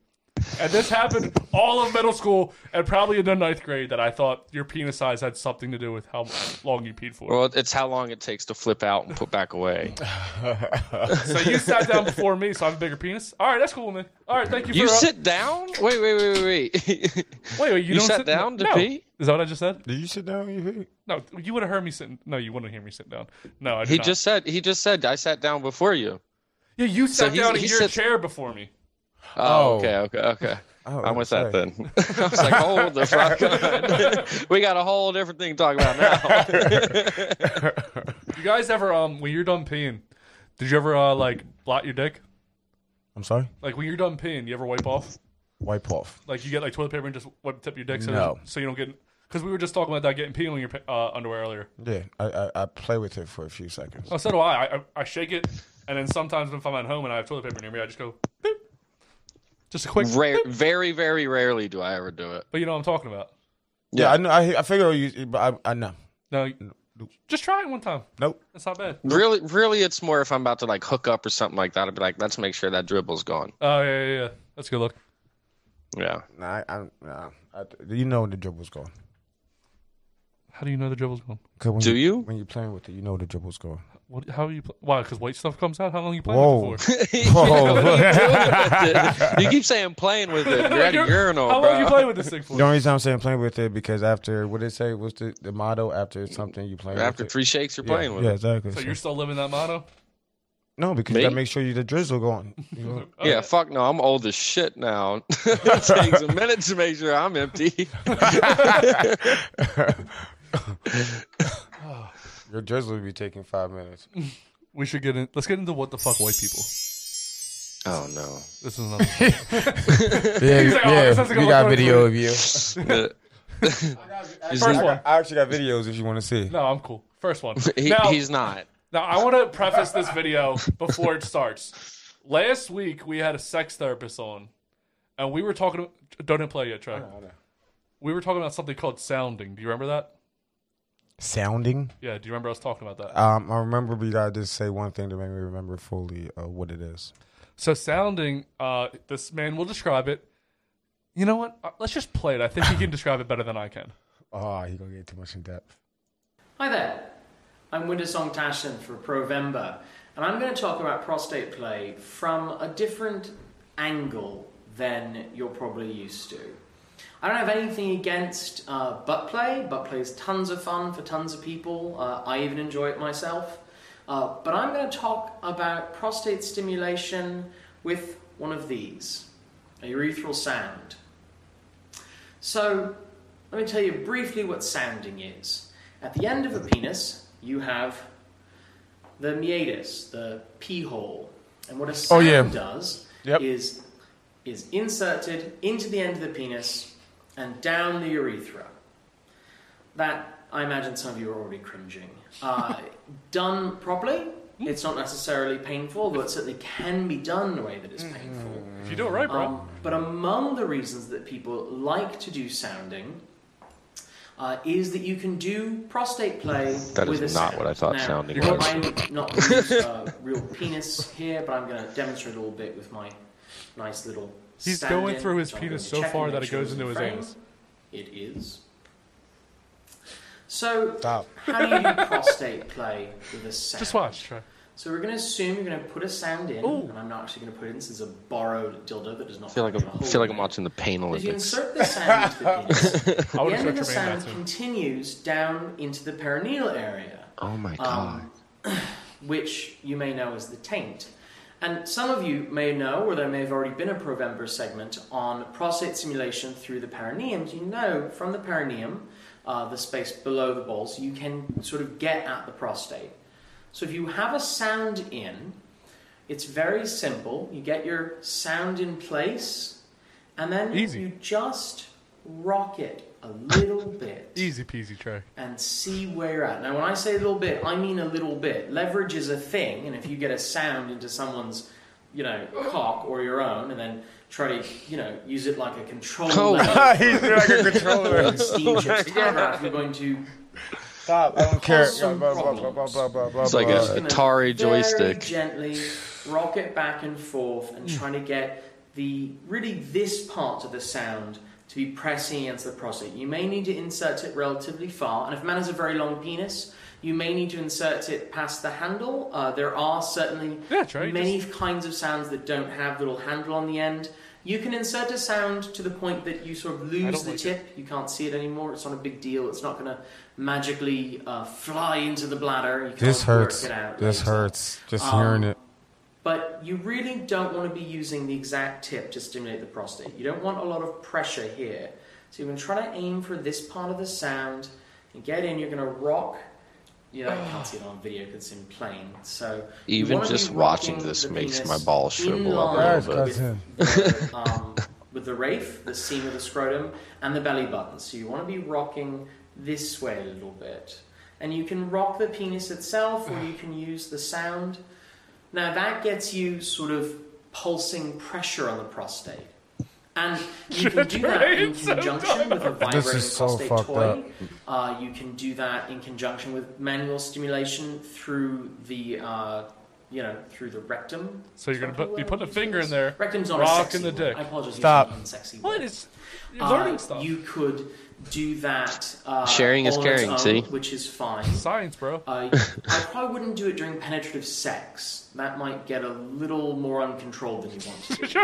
Speaker 5: And this happened all of middle school and probably in the ninth grade that I thought your penis size had something to do with how long you peed for.
Speaker 6: Well, it's how long it takes to flip out and put back away.
Speaker 5: so you sat down before me, so I have a bigger penis. All right, that's cool, man. All right, thank you.
Speaker 6: You
Speaker 5: for, uh,
Speaker 6: sit down? Wait, wait, wait, wait, wait.
Speaker 5: Wait, wait, you,
Speaker 6: You
Speaker 5: don't
Speaker 6: sat
Speaker 5: sit
Speaker 6: down to
Speaker 5: no.
Speaker 6: pee?
Speaker 5: Is that what I just said?
Speaker 7: Did you sit down? You pee?
Speaker 5: No, you would have heard me sitting. No, you wouldn't hear me sit down. No, I did
Speaker 6: he
Speaker 5: not.
Speaker 6: just said. He just said. I sat down before you.
Speaker 5: Yeah, you
Speaker 6: so
Speaker 5: sat
Speaker 6: he-
Speaker 5: down in
Speaker 6: he
Speaker 5: your
Speaker 6: sits-
Speaker 5: chair before me.
Speaker 6: Oh,
Speaker 5: Oh.
Speaker 6: okay, okay, okay.
Speaker 5: Oh,
Speaker 6: I'm with that
Speaker 5: okay.
Speaker 6: then. I was like, hold the fuck on. we got a whole different thing to talk about now.
Speaker 5: You guys ever um when you're done peeing, did you ever uh like blot your dick?
Speaker 7: I'm sorry.
Speaker 5: Like when you're done peeing, you ever wipe off?
Speaker 7: Wipe off.
Speaker 5: Like you get like toilet paper and just wipe the tip of your dick so,
Speaker 7: No.
Speaker 5: so you don't get. Because we were just talking about that getting pee on your pa- uh, underwear earlier.
Speaker 7: Yeah, I, I I play with it for a few seconds.
Speaker 5: Oh, so do I. I. I- I shake it, and then sometimes if I'm at home and I have toilet paper near me, I just go. Boop. Just a quick.
Speaker 6: Rare, very, very rarely do I ever do it.
Speaker 5: But you know what I'm talking about.
Speaker 7: Yeah, I know. I I figure you, but I I know.
Speaker 5: No, just try it one time.
Speaker 7: Nope.
Speaker 5: That's not bad.
Speaker 6: Really, really, it's more if I'm about to like hook up or something like that. I'd be like, let's make sure that dribble's gone.
Speaker 5: Oh yeah, yeah, yeah. That's good luck.
Speaker 6: Yeah.
Speaker 7: Nah, I, I, nah, I, you know when the dribble's gone.
Speaker 5: How do you know the dribble's gone?
Speaker 7: 'Cause when
Speaker 6: Do you?
Speaker 7: When you're playing with it, you know the dribble's gone.
Speaker 5: What? How are you? Pl- Why? Because white stuff comes out. How long you playing
Speaker 7: Whoa.
Speaker 5: with it for?
Speaker 7: Whoa.
Speaker 6: What are you doing with it? You keep saying playing with it. You're at a
Speaker 5: You're-
Speaker 6: urinal,
Speaker 5: how long
Speaker 6: bro.
Speaker 5: you playing with this thing for?
Speaker 7: The only reason I'm saying playing with it because after what did it say? What's the, the motto? After something you playing
Speaker 6: After
Speaker 7: with it.
Speaker 6: three shakes, you're
Speaker 7: Yeah,
Speaker 6: playing with
Speaker 7: yeah,
Speaker 6: it.
Speaker 7: exactly.
Speaker 5: So you're still living that motto?
Speaker 7: no, because
Speaker 6: Me?
Speaker 7: you gotta make sure you the drizzle going. You know?
Speaker 6: yeah, fuck no. I'm old as shit now. it takes a minute to make sure I'm empty.
Speaker 7: Your drizzle will be taking five minutes.
Speaker 5: We should get in. Let's get into what the fuck white people.
Speaker 6: oh no.
Speaker 5: This is another.
Speaker 7: Yeah,
Speaker 5: He's like, "Oh,
Speaker 7: yeah,
Speaker 5: this has to go
Speaker 7: we got
Speaker 5: on
Speaker 7: video of
Speaker 5: Twitter."
Speaker 7: you.
Speaker 5: First one.
Speaker 7: I, got- I actually got videos if you want to see.
Speaker 5: No, I'm cool. First one.
Speaker 6: He-
Speaker 5: now,
Speaker 6: he's not.
Speaker 5: Now I want to preface this video before it starts. Last week we had a sex therapist on, and we were talking. Don't play yet, Trey. We were talking about something called sounding. Do you remember that?
Speaker 7: Sounding.
Speaker 5: Yeah. Do you remember us talking about that?
Speaker 7: Um, I remember, but you gotta just say one thing to make me remember fully uh, what it is.
Speaker 5: So sounding, uh, this man will describe it. You know what? Uh, Let's just play it. I think he can describe it better than I can.
Speaker 7: Oh, he gonna get too much in depth.
Speaker 13: Hi there, I'm Windersong Tashin for Provember, and I'm going to talk about prostate play from a different angle than you're probably used to. I don't have anything against uh, butt play. Butt play is tons of fun for tons of people. Uh, I even enjoy it myself. Uh, but I'm going to talk about prostate stimulation with one of these a urethral sound. So, let me tell you briefly what sounding is. At the end of a penis, you have the meatus, the pee hole. And what a
Speaker 7: Oh,
Speaker 13: sound
Speaker 7: yeah.
Speaker 13: does is, is inserted into the end of the penis and down the urethra. That, I imagine some of you are already cringing. Uh, done properly,
Speaker 7: Hmm?
Speaker 13: it's not necessarily painful, though it certainly can be done in a way that
Speaker 7: Hmm.
Speaker 13: is painful.
Speaker 5: If you do it right, bro.
Speaker 13: Um, but among the reasons that people like to do sounding uh, is that you can do prostate play.
Speaker 6: That
Speaker 13: with
Speaker 6: is
Speaker 13: a
Speaker 6: not
Speaker 13: sound.
Speaker 6: what I thought
Speaker 13: now,
Speaker 6: sounding
Speaker 13: I'm
Speaker 6: was.
Speaker 13: not going to use a real penis here, but I'm going to demonstrate a little bit with my nice little.
Speaker 5: He's
Speaker 13: stand-in,
Speaker 5: going through his
Speaker 13: which I'm
Speaker 5: penis so
Speaker 13: going to check and
Speaker 5: far
Speaker 13: make
Speaker 5: that it
Speaker 13: sure
Speaker 5: goes
Speaker 13: is in
Speaker 5: into his
Speaker 13: frame.
Speaker 5: anus.
Speaker 13: It is. So,
Speaker 7: Stop.
Speaker 13: how do you do prostate play with a sound?
Speaker 5: Just watch, Trey.
Speaker 13: So we're going to assume you're going to put a sound in,
Speaker 5: Ooh.
Speaker 13: and I'm not actually going to put it in. This is a borrowed dildo that does
Speaker 6: I
Speaker 13: not.
Speaker 6: feel like I'm, I feel like I'm watching the Pain
Speaker 13: If you
Speaker 6: Olympics.
Speaker 13: insert the sound into the penis,
Speaker 5: I
Speaker 13: the
Speaker 5: would've
Speaker 13: end of the
Speaker 5: said Jermaine
Speaker 13: sound
Speaker 5: Jackson.
Speaker 13: continues down into the perineal area.
Speaker 6: Oh my god.
Speaker 13: um, which you may know as the taint. And some of you may know, or there may have already been a Provember segment on prostate stimulation through the perineum. You know from the perineum uh, the space below the balls, you can sort of get at the prostate. So if you have a sound in, it's very simple. You get your sound in place, and then
Speaker 5: Easy.
Speaker 13: you just rock it a little bit
Speaker 5: Easy peasy, Trey.
Speaker 13: and see where you're at. Now, when I say a little bit, I mean a little bit. Leverage is a thing, and if you get a sound into someone's, you know, cock or your own, and then try to, you know, use it like a controller.
Speaker 7: Oh, wow. He's like a controller.
Speaker 13: Or Steam chips.
Speaker 7: Like,
Speaker 13: However, if you're going to
Speaker 7: Stop. I don't care.
Speaker 13: cause some
Speaker 7: Blah, blah, blah,
Speaker 13: problems,
Speaker 7: blah, blah, blah, blah,
Speaker 6: It's like
Speaker 7: blah.
Speaker 6: a Atari
Speaker 13: very
Speaker 6: joystick.
Speaker 13: gently rock it back and forth
Speaker 5: Hmm.
Speaker 13: and trying to get the really this part of the sound to be pressing against the prostate. You may need to insert it relatively far, and if a man has a very long penis, you may need to insert it past the handle. Uh, there are certainly
Speaker 5: right,
Speaker 13: many kinds of sounds that don't have the little handle on the end. You can insert a sound to the point that you sort of lose
Speaker 5: don't
Speaker 13: the
Speaker 5: like
Speaker 13: tip. You can't see it anymore. It's not a big deal. It's not going to magically uh, fly into the bladder. You can't
Speaker 7: This
Speaker 13: work
Speaker 7: hurts.
Speaker 13: it out
Speaker 7: This
Speaker 13: later.
Speaker 7: hurts. Just
Speaker 13: Um,
Speaker 7: hearing it.
Speaker 13: But you really don't want to be using the exact tip to stimulate the prostate. You don't want a lot of pressure here. So you're going to try to aim for this part of the sound and get in. You're going to rock. You know, you can't see it on video because it's in plain. So you
Speaker 6: Even
Speaker 13: wanna be
Speaker 6: just watching
Speaker 13: rocking
Speaker 6: this
Speaker 13: the
Speaker 6: makes
Speaker 13: penis
Speaker 6: my balls
Speaker 13: in
Speaker 6: shrivel up a
Speaker 13: line
Speaker 6: little
Speaker 13: with
Speaker 6: bit.
Speaker 13: the, um, with the rafe, the seam of the scrotum, and the belly button. So you want to be rocking this way a little bit. And you can rock the penis itself, or you can use the sound. Now that gets you sort of pulsing pressure on the prostate. And you can do that in
Speaker 5: It's so
Speaker 13: conjunction with a
Speaker 5: dumb.
Speaker 13: vibrating
Speaker 7: This is so
Speaker 13: prostate
Speaker 7: fucked
Speaker 13: toy. Uh, you can do that in conjunction with manual stimulation through the, uh, you know, through the rectum.
Speaker 5: So you're gonna put you put the finger in there,
Speaker 13: Rectum's not a
Speaker 5: rock
Speaker 13: sexy
Speaker 5: in the
Speaker 13: word.
Speaker 5: dick.
Speaker 13: I apologize.
Speaker 5: Stop.
Speaker 13: Sexy
Speaker 5: What
Speaker 13: word.
Speaker 5: is?
Speaker 13: Uh,
Speaker 5: learning stuff.
Speaker 13: You could do that. Uh,
Speaker 6: Sharing is
Speaker 13: on its
Speaker 6: caring,
Speaker 13: own,
Speaker 6: see?
Speaker 13: Which is fine.
Speaker 5: Science, bro.
Speaker 13: Uh, I probably wouldn't do it during penetrative sex. That might get a little more uncontrolled than you want to. Do.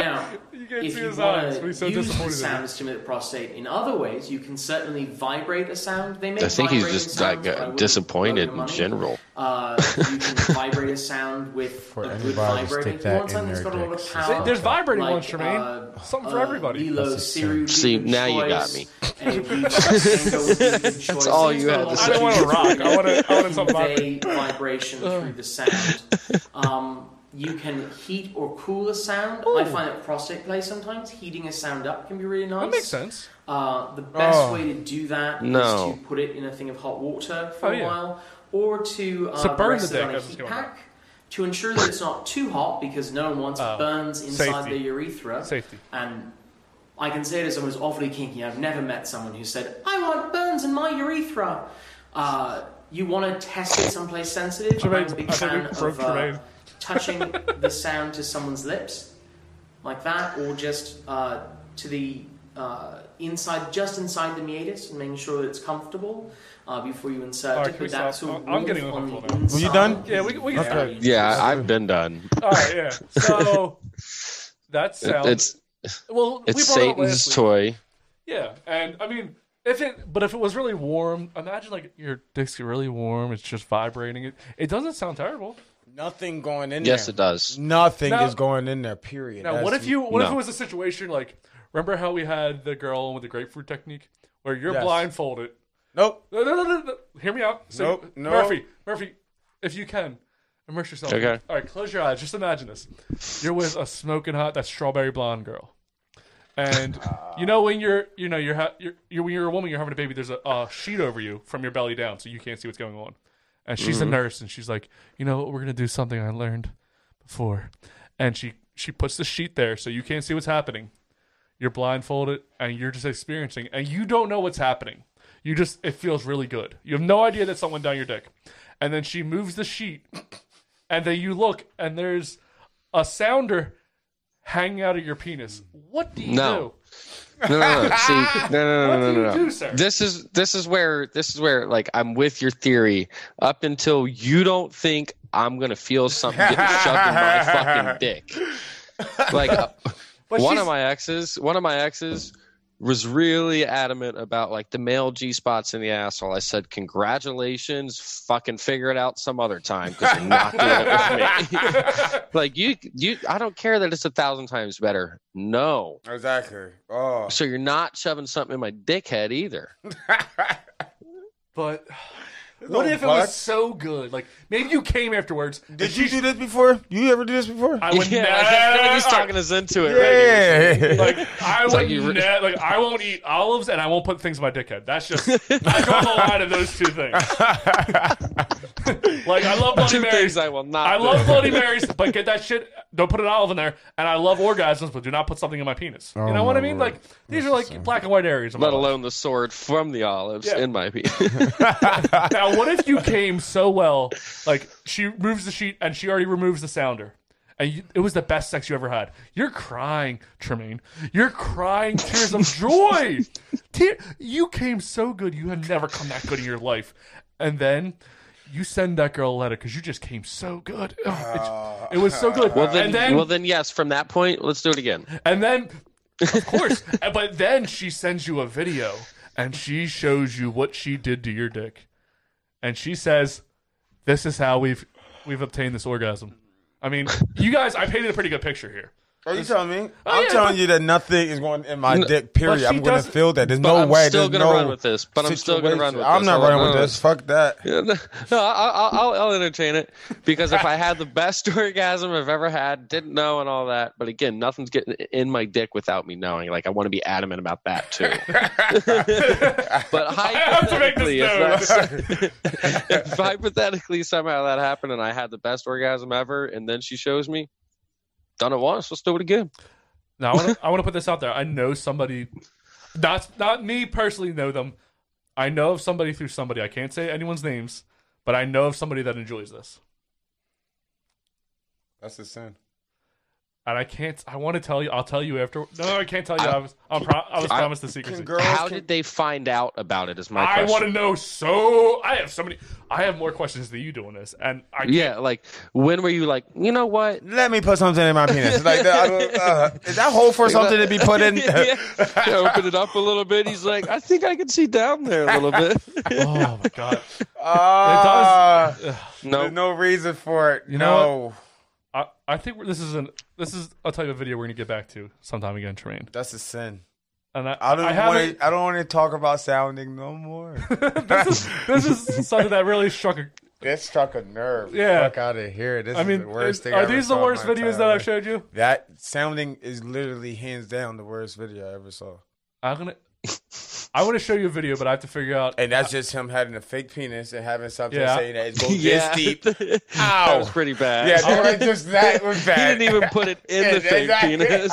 Speaker 13: Now,
Speaker 5: You can't
Speaker 13: if
Speaker 5: see
Speaker 13: you
Speaker 5: his
Speaker 13: want
Speaker 5: eyes, but
Speaker 13: to
Speaker 5: he's so
Speaker 13: use
Speaker 5: disappointed
Speaker 13: the
Speaker 5: in
Speaker 13: sound to stimulate the prostate in other ways, you can certainly vibrate a sound. They make
Speaker 6: I think he's
Speaker 13: vibrating
Speaker 6: just like
Speaker 13: sounds, but I
Speaker 6: uh,
Speaker 13: wouldn't
Speaker 6: disappointed
Speaker 13: blow your
Speaker 6: in
Speaker 13: money.
Speaker 6: general.
Speaker 13: Uh, you can vibrate a sound with a good
Speaker 6: anybody to
Speaker 13: vibrator.
Speaker 6: stick
Speaker 13: If you want
Speaker 6: that
Speaker 13: something
Speaker 6: in
Speaker 13: that's got a
Speaker 6: their
Speaker 13: lot of
Speaker 6: dicks,
Speaker 13: power.
Speaker 5: There's vibrating
Speaker 13: like,
Speaker 5: ones, Jermaine.
Speaker 13: uh,
Speaker 5: Something for
Speaker 13: uh,
Speaker 5: everybody.
Speaker 13: Elo, Siru,
Speaker 6: See,
Speaker 13: Deacon
Speaker 6: now you got
Speaker 13: Choice,
Speaker 6: me.
Speaker 13: and Deacon Choice.
Speaker 6: That's all you had to say. I don't wanna rock. I wanna- I wanna talk about- Uh.
Speaker 13: Convey vibration through the sound. Um, you can heat or cool a sound. I find that prostate play sometimes heating a sound up can be really nice. That makes
Speaker 5: sense.
Speaker 13: Uh, the best
Speaker 5: Oh.
Speaker 13: way to do that is
Speaker 6: No.
Speaker 13: to put it in a thing of hot water for
Speaker 5: Oh,
Speaker 13: a
Speaker 5: yeah.
Speaker 13: while, or to uh,
Speaker 5: So burn
Speaker 13: rest
Speaker 5: the
Speaker 13: it on
Speaker 5: dick,
Speaker 13: a
Speaker 5: that's
Speaker 13: heat
Speaker 5: what's going on.
Speaker 13: pack to ensure that it's not too hot because no one wants burns inside
Speaker 5: Oh. Safety.
Speaker 13: the urethra. Safety. And I can say it as someone who's awfully kinky. I've never met someone who said, I want burns in my urethra. Uh, you want to test it someplace sensitive?
Speaker 5: Jermaine,
Speaker 13: I'm a big
Speaker 5: I think
Speaker 13: fan
Speaker 5: we broke
Speaker 13: of uh,
Speaker 5: Jermaine.
Speaker 13: touching the sound to someone's lips, like that, or just uh, to the uh, inside, just inside the meatus, and making sure that it's comfortable uh, before you insert
Speaker 5: All right,
Speaker 13: it.
Speaker 5: can we
Speaker 13: But that
Speaker 5: stop?
Speaker 13: sort
Speaker 5: I'm-
Speaker 13: of
Speaker 5: I'm
Speaker 13: warmth
Speaker 5: getting
Speaker 13: on
Speaker 5: uncomfortable
Speaker 13: the
Speaker 5: now. Were you
Speaker 13: inside
Speaker 5: done?
Speaker 13: is
Speaker 5: Yeah, we- we can
Speaker 13: very
Speaker 5: stop.
Speaker 6: Yeah, I've been done.
Speaker 5: All right, yeah. So that sounds.
Speaker 6: it's
Speaker 5: well, we
Speaker 6: it's
Speaker 5: brought it up
Speaker 6: Satan's
Speaker 5: last week.
Speaker 6: toy.
Speaker 5: Yeah, and I mean, if it, but if it was really warm, imagine like your dick's get really warm. It's just vibrating. It it doesn't sound terrible.
Speaker 7: Nothing going in
Speaker 6: Yes,
Speaker 7: there.
Speaker 6: it does.
Speaker 7: Nothing
Speaker 5: Now-
Speaker 7: is going in there, period.
Speaker 5: Now,
Speaker 7: That's-
Speaker 5: what if you? What if
Speaker 6: No.
Speaker 5: it was a situation like? Remember how we had the girl with the grapefruit technique, where you're
Speaker 7: Yes.
Speaker 5: blindfolded.
Speaker 7: Nope.
Speaker 5: No, no, no, no, no. Hear me out. So,
Speaker 7: Nope, no.
Speaker 5: Murphy, Murphy, if you can, immerse yourself.
Speaker 6: Okay.
Speaker 5: All right, close your eyes. Just imagine this: you're with a smoking hot, that strawberry blonde girl, and you know when you're, you know, you're, ha- you're, you're when you're a woman, you're having a baby. There's a, a sheet over you from your belly down, so you can't see what's going on. And she's
Speaker 3: Mhm.
Speaker 5: a nurse, and she's like, you know, what? we're gonna do something I learned before, and she she puts the sheet there so you can't see what's happening. You're blindfolded and you're just experiencing, and you don't know what's happening. You just it feels really good. You have no idea that someone down your dick, and then she moves the sheet, and then you look and there's a sounder hanging out of your penis. What do you
Speaker 6: No.
Speaker 5: do?
Speaker 6: No, no, no. See, no, no,
Speaker 5: What
Speaker 6: no, no,
Speaker 5: do
Speaker 6: no,
Speaker 5: you
Speaker 6: no.
Speaker 5: do, sir?
Speaker 6: This is this is where this is where like I'm with your theory up until you don't think I'm gonna feel something getting shoved in my fucking dick. Like uh,
Speaker 5: But
Speaker 6: one
Speaker 5: she's-
Speaker 6: of my exes, one of my exes was really adamant about like the male G spots in the asshole. I said, "Congratulations, fucking figure it out some other time because you're not doing it with me." like you, you, I don't care that it's a thousand times better. No,
Speaker 7: Exactly. Oh.
Speaker 6: so you're not shoving something in my dickhead either.
Speaker 5: But
Speaker 7: no
Speaker 5: what if it
Speaker 7: buts.
Speaker 5: was so good? Like maybe you came afterwards.
Speaker 7: Did you do this before? You ever do this before?
Speaker 5: I would
Speaker 6: Yeah,
Speaker 5: never.
Speaker 6: like, I feel like he's talking us into it right
Speaker 7: Yeah.
Speaker 6: here.
Speaker 5: Like I
Speaker 6: It's
Speaker 5: would
Speaker 6: like you re-
Speaker 5: ne- like I won't eat olives and I won't put things in my dickhead. That's just I draw the line of those two things. like I love Bloody
Speaker 6: Two
Speaker 5: Marys.
Speaker 6: things I will not.
Speaker 5: I
Speaker 6: do.
Speaker 5: love Bloody Marys, but get that shit. Don't put an olive in there. And I love orgasms, but do not put something in my penis.
Speaker 6: Oh,
Speaker 5: you know what
Speaker 6: my
Speaker 5: I mean?
Speaker 6: word.
Speaker 5: Like these are like black and white areas. of my
Speaker 6: Let alone the sword from the olives
Speaker 5: Yeah.
Speaker 6: in my pee.
Speaker 5: life. now, what if you came so well? Like she moves the sheet and she already removes the sounder. And you, it was the best sex you ever had. You're crying, Tremaine. You're crying tears of joy. Tear, you came so good. You had never come that good in your life. And then you send that girl a letter because you just came so good. Oh, it, it was so good.
Speaker 6: Well then,
Speaker 5: and then
Speaker 6: well then, yes. From that point, let's do it again.
Speaker 5: and then, of course, and- but then she sends you a video and she shows you what she did to your dick. And she says, "This is how we've we've obtained this orgasm." I mean, you guys, I painted a pretty good picture here.
Speaker 7: Are you telling me?
Speaker 5: Oh,
Speaker 7: I'm
Speaker 5: yeah,
Speaker 7: telling
Speaker 5: but-
Speaker 7: you that nothing is going in my
Speaker 5: No,
Speaker 7: dick.
Speaker 5: but
Speaker 7: Period.
Speaker 5: she
Speaker 7: I'm going to
Speaker 5: doesn't-
Speaker 7: feel that. There's
Speaker 6: But
Speaker 7: no
Speaker 6: I'm
Speaker 7: way.
Speaker 6: still
Speaker 7: going
Speaker 6: gonna
Speaker 7: to
Speaker 6: run with this, but I'm still gonna run with
Speaker 7: I'm
Speaker 6: this.
Speaker 7: not
Speaker 6: Hold on,
Speaker 7: running with
Speaker 6: hold on.
Speaker 7: this. Fuck that.
Speaker 6: Yeah, no, no, I, I- I'll, I'll entertain it because if I had the best orgasm I've ever had, didn't know and all that, but again, nothing's getting in my dick without me knowing. Like I want to be adamant about that too. but hypothetically, if, that's- if hypothetically somehow that happened and I had the best orgasm ever, and then she shows me, done it once, let's do it again.
Speaker 5: Now I want to I want to put this out there. I know somebody, not not me personally know them. I know of somebody through somebody. I can't say anyone's names, but I know of somebody that enjoys this.
Speaker 7: That's a sin.
Speaker 5: And I can't. I want to tell you. I'll tell you after. No, I can't tell you. I, was. I'm pro, I was
Speaker 6: I-
Speaker 5: promised the secrecy.
Speaker 6: How did they find out about it? Is my
Speaker 5: I
Speaker 6: question.
Speaker 5: want to know so. I have so many. I have more questions than you do on this, and I can't.
Speaker 6: Yeah, like when were you like, you know what?
Speaker 7: Let me put something in my penis. Like that, I don't- uh, is that hole for something to be put in?
Speaker 6: yeah. I opened it up a little bit. He's like, I think I can see down there a little bit.
Speaker 5: oh my god.
Speaker 7: Ah,
Speaker 5: It does-
Speaker 7: There's no reason for it.
Speaker 5: You
Speaker 7: no.
Speaker 5: know what? I, I think we're- this is an this is a type of video we're gonna get back to sometime again, Tremaine.
Speaker 7: That's a sin.
Speaker 5: And I,
Speaker 7: I don't
Speaker 5: I
Speaker 7: want
Speaker 5: haven't-
Speaker 7: to. I don't want to talk about sounding no more.
Speaker 5: This is something that really struck. A,
Speaker 7: This struck a nerve.
Speaker 5: Yeah.
Speaker 7: Fuck out of here. This
Speaker 5: I
Speaker 7: is
Speaker 5: mean,
Speaker 7: the worst
Speaker 5: is-
Speaker 7: thing.
Speaker 5: are
Speaker 7: I ever
Speaker 5: these the
Speaker 7: saw in
Speaker 5: worst
Speaker 7: my
Speaker 5: videos
Speaker 7: entire
Speaker 5: that I've
Speaker 7: life.
Speaker 5: showed you?
Speaker 7: That sounding is literally hands down the worst video I ever saw.
Speaker 5: I'm gonna. I want to show you a video, but I have to figure out.
Speaker 7: And that's just him having a fake penis and having something
Speaker 5: Yeah.
Speaker 7: saying that it goes
Speaker 6: Yeah.
Speaker 7: this deep.
Speaker 6: That was pretty bad.
Speaker 7: Yeah, that was just that was bad.
Speaker 6: He didn't even put it in
Speaker 7: Yeah,
Speaker 6: the fake
Speaker 7: exactly.
Speaker 6: penis.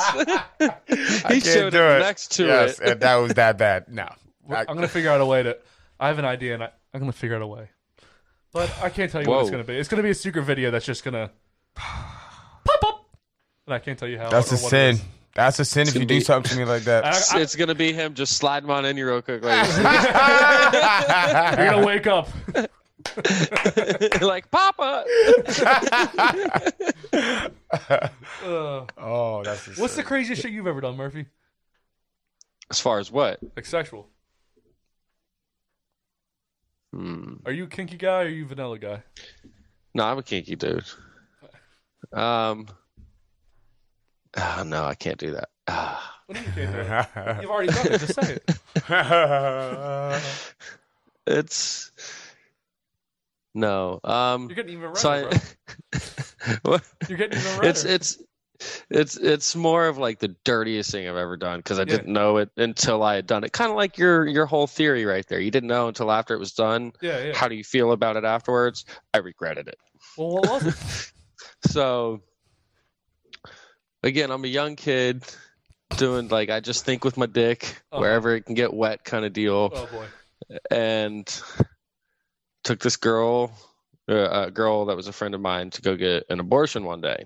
Speaker 7: I
Speaker 6: he
Speaker 7: can't
Speaker 6: showed
Speaker 7: do
Speaker 6: it next to
Speaker 7: yes,
Speaker 6: it.
Speaker 7: and that was that bad. No.
Speaker 5: I, am gonna figure out a way to. I have an idea, and I, I'm gonna figure out a way. But I can't tell you what it's
Speaker 6: Whoa.
Speaker 5: gonna be. It's gonna be a secret video that's just gonna pop up, and I can't tell you how.
Speaker 7: That's
Speaker 5: or
Speaker 7: a
Speaker 5: what it
Speaker 7: sin.
Speaker 5: is.
Speaker 7: That's a sin if you do
Speaker 6: be-
Speaker 7: something to me like that.
Speaker 5: I- I-
Speaker 6: It's gonna be him just sliding on in you real quick, like,
Speaker 5: You're gonna wake up.
Speaker 6: like Papa.
Speaker 5: Uh,
Speaker 7: Oh, that's a sin.
Speaker 5: what's the craziest shit you've ever done, Murphy?
Speaker 6: As far as what?
Speaker 5: Like sexual?
Speaker 6: Hmm.
Speaker 5: Are you a kinky guy or are you a vanilla guy?
Speaker 6: No, I'm a kinky dude. Um, ah, no, I can't do that. Ah.
Speaker 5: What do you can't do it? You've already done it. Just say it.
Speaker 6: It's no. Um,
Speaker 5: You're getting even
Speaker 6: so
Speaker 5: redder,
Speaker 6: I- What?
Speaker 5: You're getting even redder.
Speaker 6: it's it's it's it's more of like the dirtiest thing I've ever done because I
Speaker 5: Yeah.
Speaker 6: didn't know it until I had done it. Kind of like your your whole theory right there. You didn't know until after it was done.
Speaker 5: Yeah, yeah.
Speaker 6: How do you feel about it afterwards? I regretted it.
Speaker 5: well, what was it?
Speaker 6: So again, I'm a young kid doing like I just think with my dick
Speaker 5: Uh-huh.
Speaker 6: wherever it can get wet kind of deal
Speaker 5: Oh boy.
Speaker 6: and took this girl, uh, a girl that was a friend of mine, to go get an abortion one day.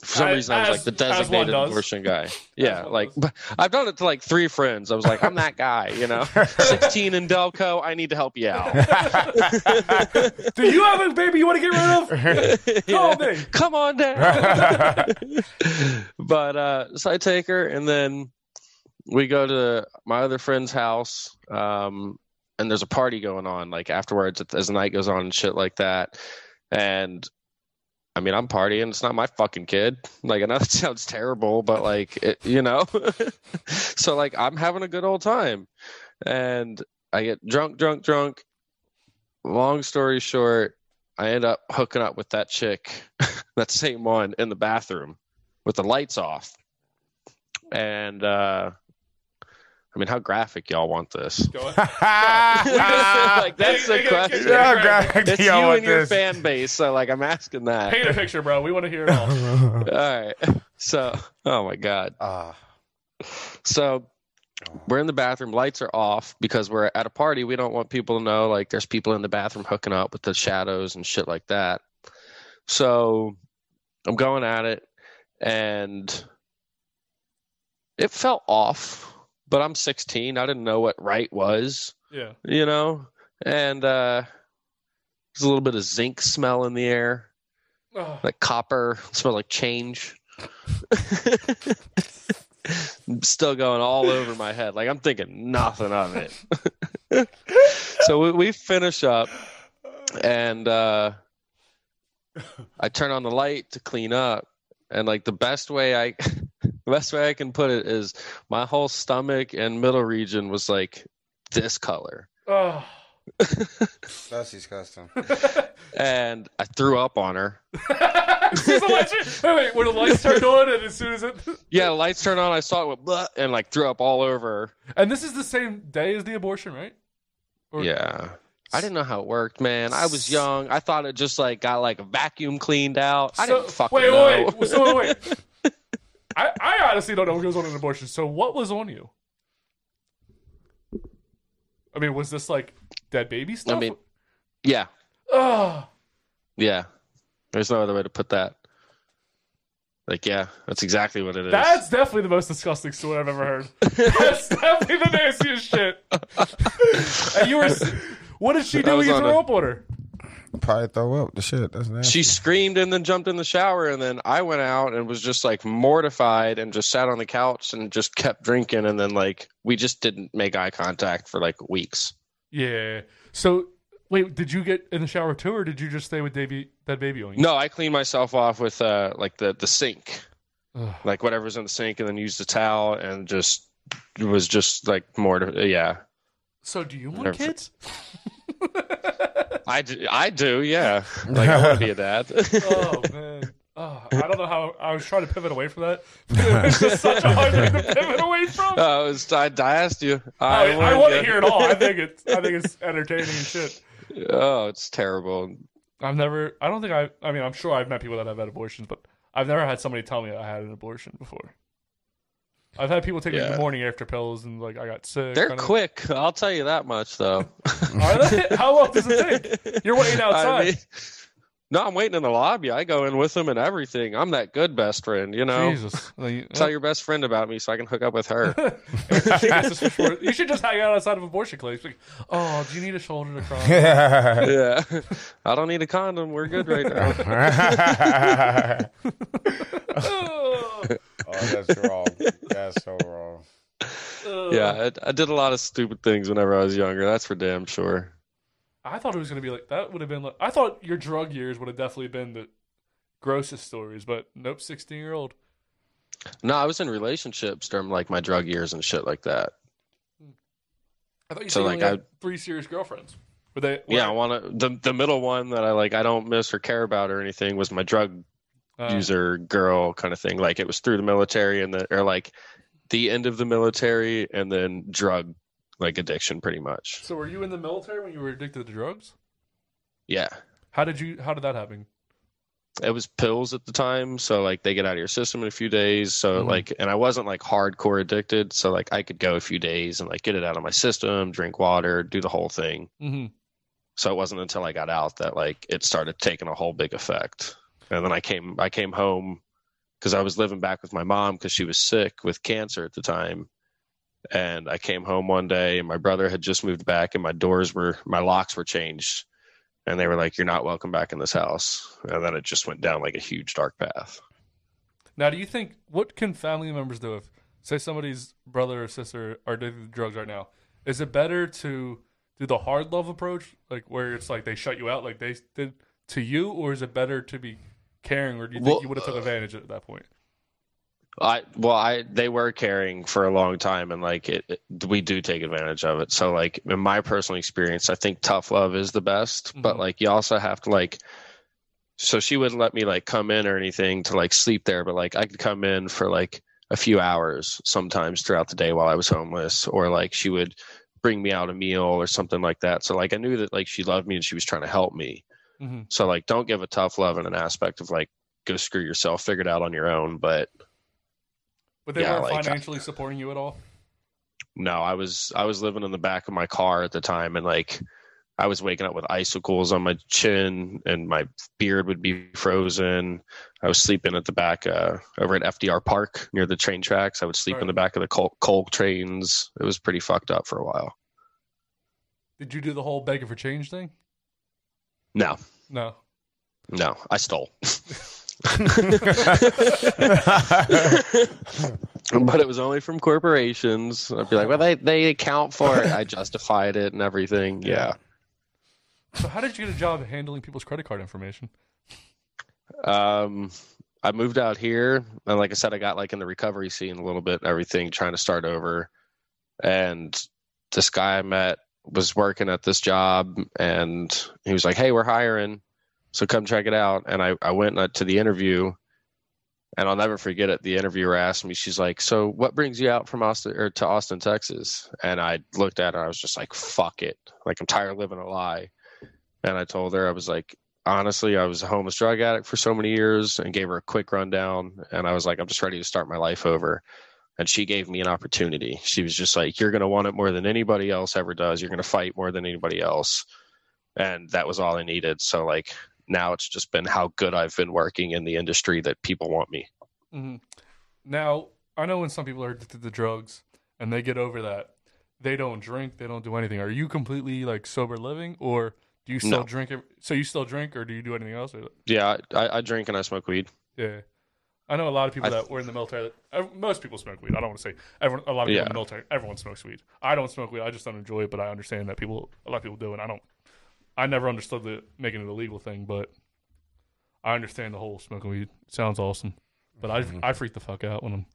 Speaker 6: For some
Speaker 5: As-
Speaker 6: reason, I was like the
Speaker 5: as- as one
Speaker 6: designated
Speaker 5: does.
Speaker 6: abortion guy. Yeah,
Speaker 5: one
Speaker 6: like but I've done it to like three friends. I was like, I'm that guy, you know, 16 in Delco. I need to help you out.
Speaker 5: Do you have a baby you want to get rid of? Call me.
Speaker 6: Come on down. but uh, so I take her, and then we go to my other friend's house, um, and there's a party going on like afterwards as the night goes on and shit like that. And I mean, I'm partying. It's not my fucking kid. Like, I know that sounds terrible, but like, it, you know, so like, I'm having a good old time, and I get drunk, drunk, drunk. Long story short, I end up hooking up with that chick, that same one, in the bathroom with the lights off. And uh I mean, how graphic y'all want this? like that's the question.
Speaker 5: Yeah, graphic
Speaker 6: It's you
Speaker 5: y'all want
Speaker 6: and your
Speaker 5: this.
Speaker 6: fan base, so like I'm asking that.
Speaker 5: Paint a picture, bro. We want to hear it all.
Speaker 6: all right. So, oh my god. So, we're in the bathroom. Lights are off because we're at a party. We don't want people to know like there's people in the bathroom hooking up with the shadows and shit like that. So, I'm going at it, and it felt off. But I'm 16. I didn't know what right was
Speaker 5: Yeah.
Speaker 6: you know and uh there's a little bit of zinc smell in the air
Speaker 5: Ugh.
Speaker 6: like copper smell like change still going all over my head like i'm thinking nothing of it so we, we finish up and uh i turn on the light to clean up and like the best way i the best way i can put it is my whole stomach and middle region was like this color
Speaker 5: Oh.
Speaker 7: That's disgusting.
Speaker 6: and I threw up on her.
Speaker 5: Wait, wait, were the lights turned on, and as soon as it,
Speaker 6: Yeah, the lights turned on. I saw it went blah, and like threw up all over. her.
Speaker 5: and this is the same day as the abortion, right?
Speaker 6: yeah, I didn't know how it worked, man. I was young. I thought it just like got like vacuum cleaned out. I
Speaker 5: So-
Speaker 6: didn't fucking
Speaker 5: wait,
Speaker 6: know.
Speaker 5: wait, wait, so wait. I, I honestly don't know what goes on in an abortion. So what was on you? I mean, was this like dead baby stuff?
Speaker 6: I mean, yeah,
Speaker 5: Ugh.
Speaker 6: yeah. There's no other way to put that. Like, yeah, that's exactly what it is.
Speaker 5: that's definitely the most disgusting story I've ever heard. That's definitely the nastiest shit. and you were, s- what did she
Speaker 6: I
Speaker 5: do? when
Speaker 6: was
Speaker 5: You
Speaker 6: on
Speaker 5: threw
Speaker 6: a-
Speaker 5: up on her.
Speaker 7: Probably throw up the shit. That's nasty.
Speaker 6: she screamed and then jumped in the shower and then i went out and was just like mortified and just sat on the couch and just kept drinking and then like we just didn't make eye contact for like weeks
Speaker 5: Yeah. So wait, did you get in the shower too, or did you just stay with Davey, that baby on you?
Speaker 6: no i cleaned myself off with uh like the the sink
Speaker 5: Ugh.
Speaker 6: like whatever's in the sink and then used the towel and just it was just like mortified yeah
Speaker 5: So do you want
Speaker 6: Never-
Speaker 5: kids?
Speaker 6: i do, I do yeah like i want to be a dad
Speaker 5: oh man. Oh, I don't know how I was trying to pivot away from that. it's just such a hard thing to pivot away from.
Speaker 6: Uh, it was- I, I asked you.
Speaker 5: I, I, want to
Speaker 6: warned you.
Speaker 5: hear it all. I think it's I think it's entertaining and shit.
Speaker 6: oh, it's terrible.
Speaker 5: I've never. I don't think I. I mean, I'm sure I've met people that have had abortions, but I've never had somebody tell me I had an abortion before. I've had people take me
Speaker 6: Yeah.
Speaker 5: the morning after pills and like I got sick.
Speaker 6: They're
Speaker 5: kinda-
Speaker 6: quick. I'll tell you that much, though.
Speaker 5: Are they? How long does it take? You're waiting outside.
Speaker 6: I mean, no, I'm waiting in the lobby. I go in with them and everything. I'm that good best friend, you know.
Speaker 5: Jesus. Like,
Speaker 6: Tell your best friend about me so I can hook up with her.
Speaker 5: She gets this for sure. you should just hang out outside of abortion clinics. Like, oh, do you need a shoulder to cry?
Speaker 6: yeah, I don't need a condom. We're good right now.
Speaker 5: oh,
Speaker 7: that's wrong. That's so wrong.
Speaker 6: yeah, I, I did a lot of stupid things whenever I was younger. That's for damn sure.
Speaker 5: I thought it was gonna be like that. Would have been like I thought your drug years would have definitely been the grossest stories, but nope, sixteen year old.
Speaker 6: No, I was in relationships during like my drug years and shit like that.
Speaker 5: I thought you said
Speaker 6: So,
Speaker 5: you
Speaker 6: like,
Speaker 5: only had
Speaker 6: I-
Speaker 5: three serious girlfriends. Were they?
Speaker 6: Yeah, I want to. The the middle one that I like, I don't miss or care about or anything, was my drug
Speaker 5: Uh.
Speaker 6: user girl kind of thing. Like it was through the military and the or like the end of the military and then drug like addiction, pretty much.
Speaker 5: So were you in the military when you were addicted to drugs?
Speaker 6: Yeah,
Speaker 5: How did you? How did that happen?
Speaker 6: it was pills at the time, so like they get out of your system in a few days. So
Speaker 5: Mhm.
Speaker 6: like, and I wasn't like hardcore addicted, so like I could go a few days and like get it out of my system, drink water, do the whole thing.
Speaker 5: Mm-hmm.
Speaker 6: so it wasn't until I got out that like it started taking a whole big effect. And then I came I came home because I was living back with my mom because she was sick with cancer at the time. And I came home one day and my brother had just moved back and my doors were my locks were changed and they were like you're not welcome back in this house. And then it just went down like a huge dark path.
Speaker 5: Now, do you think what can family members do if say somebody's brother or sister are doing drugs right now, is it better to do the hard love approach, like where it's like they shut you out, like they did to you, or is it better to be caring, or do you think
Speaker 6: Well, uh,
Speaker 5: you would have took advantage at that point?
Speaker 6: I well, I they were carrying for a long time, and like it, it- we do take advantage of it. So like in my personal experience, I think tough love is the best, but like you also have to like. So she wouldn't let me like come in or anything to like sleep there, but like I could come in for like a few hours sometimes throughout the day while I was homeless, or like she would bring me out a meal or something like that. So like I knew that like she loved me and she was trying to help me.
Speaker 5: Mhm.
Speaker 6: So like don't give a tough love in an aspect of like go screw yourself, figure it out on your own, but
Speaker 5: But they
Speaker 6: Yeah,
Speaker 5: weren't
Speaker 6: like, I-
Speaker 5: financially supporting you at all.
Speaker 6: no, I was I was living in the back of my car at the time, and like I was waking up with icicles on my chin, and my beard would be frozen. I was sleeping at the back uh, over at FDR Park near the train tracks. I would sleep in the back of the coal, coal trains. It was pretty fucked up for a while.
Speaker 5: Did you do the whole begging for change thing?
Speaker 6: No,
Speaker 5: No.
Speaker 6: no, I stole. but it was only from corporations. I'd be like, well, they they account for it. I justified it and everything. Yeah.
Speaker 5: So how did you get a job handling people's credit card information?
Speaker 6: Um, I moved out here, and like I said, I got like in the recovery scene a little bit, and everything, trying to start over. And this guy I met was working at this job, and he was like, "Hey, we're hiring, so come check it out." And I I went uh, to the interview, and I'll never forget it. The interviewer asked me, she's like, "So what brings you out from Austin or to Austin, Texas?" And I looked at her, I was just like, "Fuck it!" Like I'm tired of living a lie. And I told her I was like, honestly, I was a homeless drug addict for so many years, and gave her a quick rundown. And I was like, I'm just ready to start my life over. And she gave me an opportunity. She was just like, "You're gonna want it more than anybody else ever does. You're gonna fight more than anybody else." And that was all I needed. So like now it's just been how good I've been working in the industry that people want me.
Speaker 5: hmm Now, I know when some people are addicted to drugs and they get over that, they don't drink, they don't do anything. Are you completely like sober living, or do you still
Speaker 6: No.
Speaker 5: drink? ev- So you still drink, or do you do anything else? Or-
Speaker 6: Yeah, I, I drink and I smoke weed.
Speaker 5: Yeah, I know a lot of people
Speaker 6: I-
Speaker 5: that were in the military. That, ev- most people smoke weed. I don't want to say everyone. A lot of people in
Speaker 6: Yeah.
Speaker 5: the military. Everyone smokes weed. I don't smoke weed. I just don't enjoy it. But I understand that people. A lot of people do, and I don't. I never understood the making it a legal thing, but I understand the whole smoking weed. Sounds awesome, but I
Speaker 6: Mm-hmm.
Speaker 5: I freak the fuck out when I'm.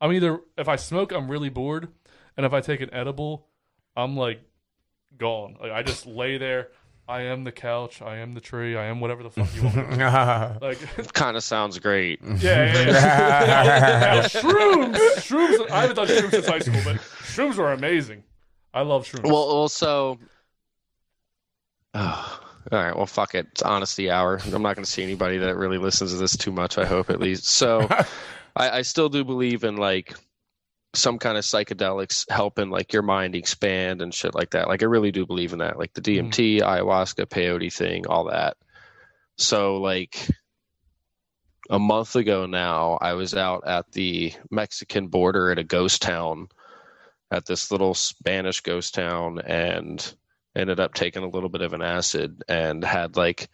Speaker 5: I'm either if I smoke, I'm really bored, and if I take an edible, I'm like gone. Like I just lay there. I am the couch. I am the tree. I am whatever the fuck you want. me to be. like
Speaker 6: kind of sounds great.
Speaker 5: yeah, yeah, yeah. Now, shrooms, shrooms. I haven't done shrooms since high school, but shrooms are amazing. I love shrooms.
Speaker 6: Well, also, all right. Well, fuck it. It's honesty hour. I'm not going to see anybody that really listens to this too much. I hope at least. So, I, I still do believe in like some kind of psychedelics helping like your mind expand and shit like that. Like I really do believe in that. Like the DMT, ayahuasca, peyote thing, all that. So like a month ago now, I was out at the Mexican border at a ghost town, at this little Spanish ghost town, and ended up taking a little bit of an acid and had like.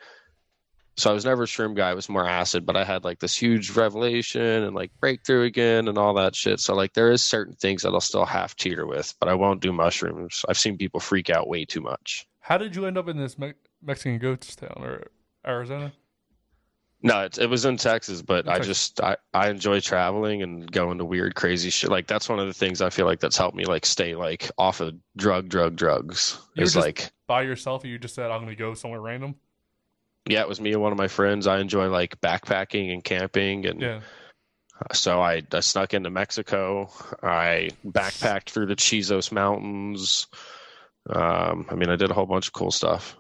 Speaker 6: So I was never a shroom guy; I was more acid, but I had like this huge revelation and like breakthrough again and all that shit. So like, there is certain things that I'll still half teeter with, but I won't do mushrooms. I've seen people freak out way too much.
Speaker 5: How did you end up in this Me- Mexican ghost town or Arizona?
Speaker 6: No, it, it was in Texas, but I
Speaker 5: Okay.
Speaker 6: just I, I enjoy traveling and going to weird, crazy shit. Like that's one of the things I feel like that's helped me like stay like off of drug, drug, drugs.
Speaker 5: You were
Speaker 6: It's
Speaker 5: just
Speaker 6: like
Speaker 5: by yourself, or you just said I'm going to go somewhere random.
Speaker 6: yeah, it was me and one of my friends. I enjoy like backpacking and camping, and
Speaker 5: Yeah.
Speaker 6: so I, I snuck into Mexico. I backpacked through the Chizos Mountains. Um, I mean, I did a whole bunch of cool stuff.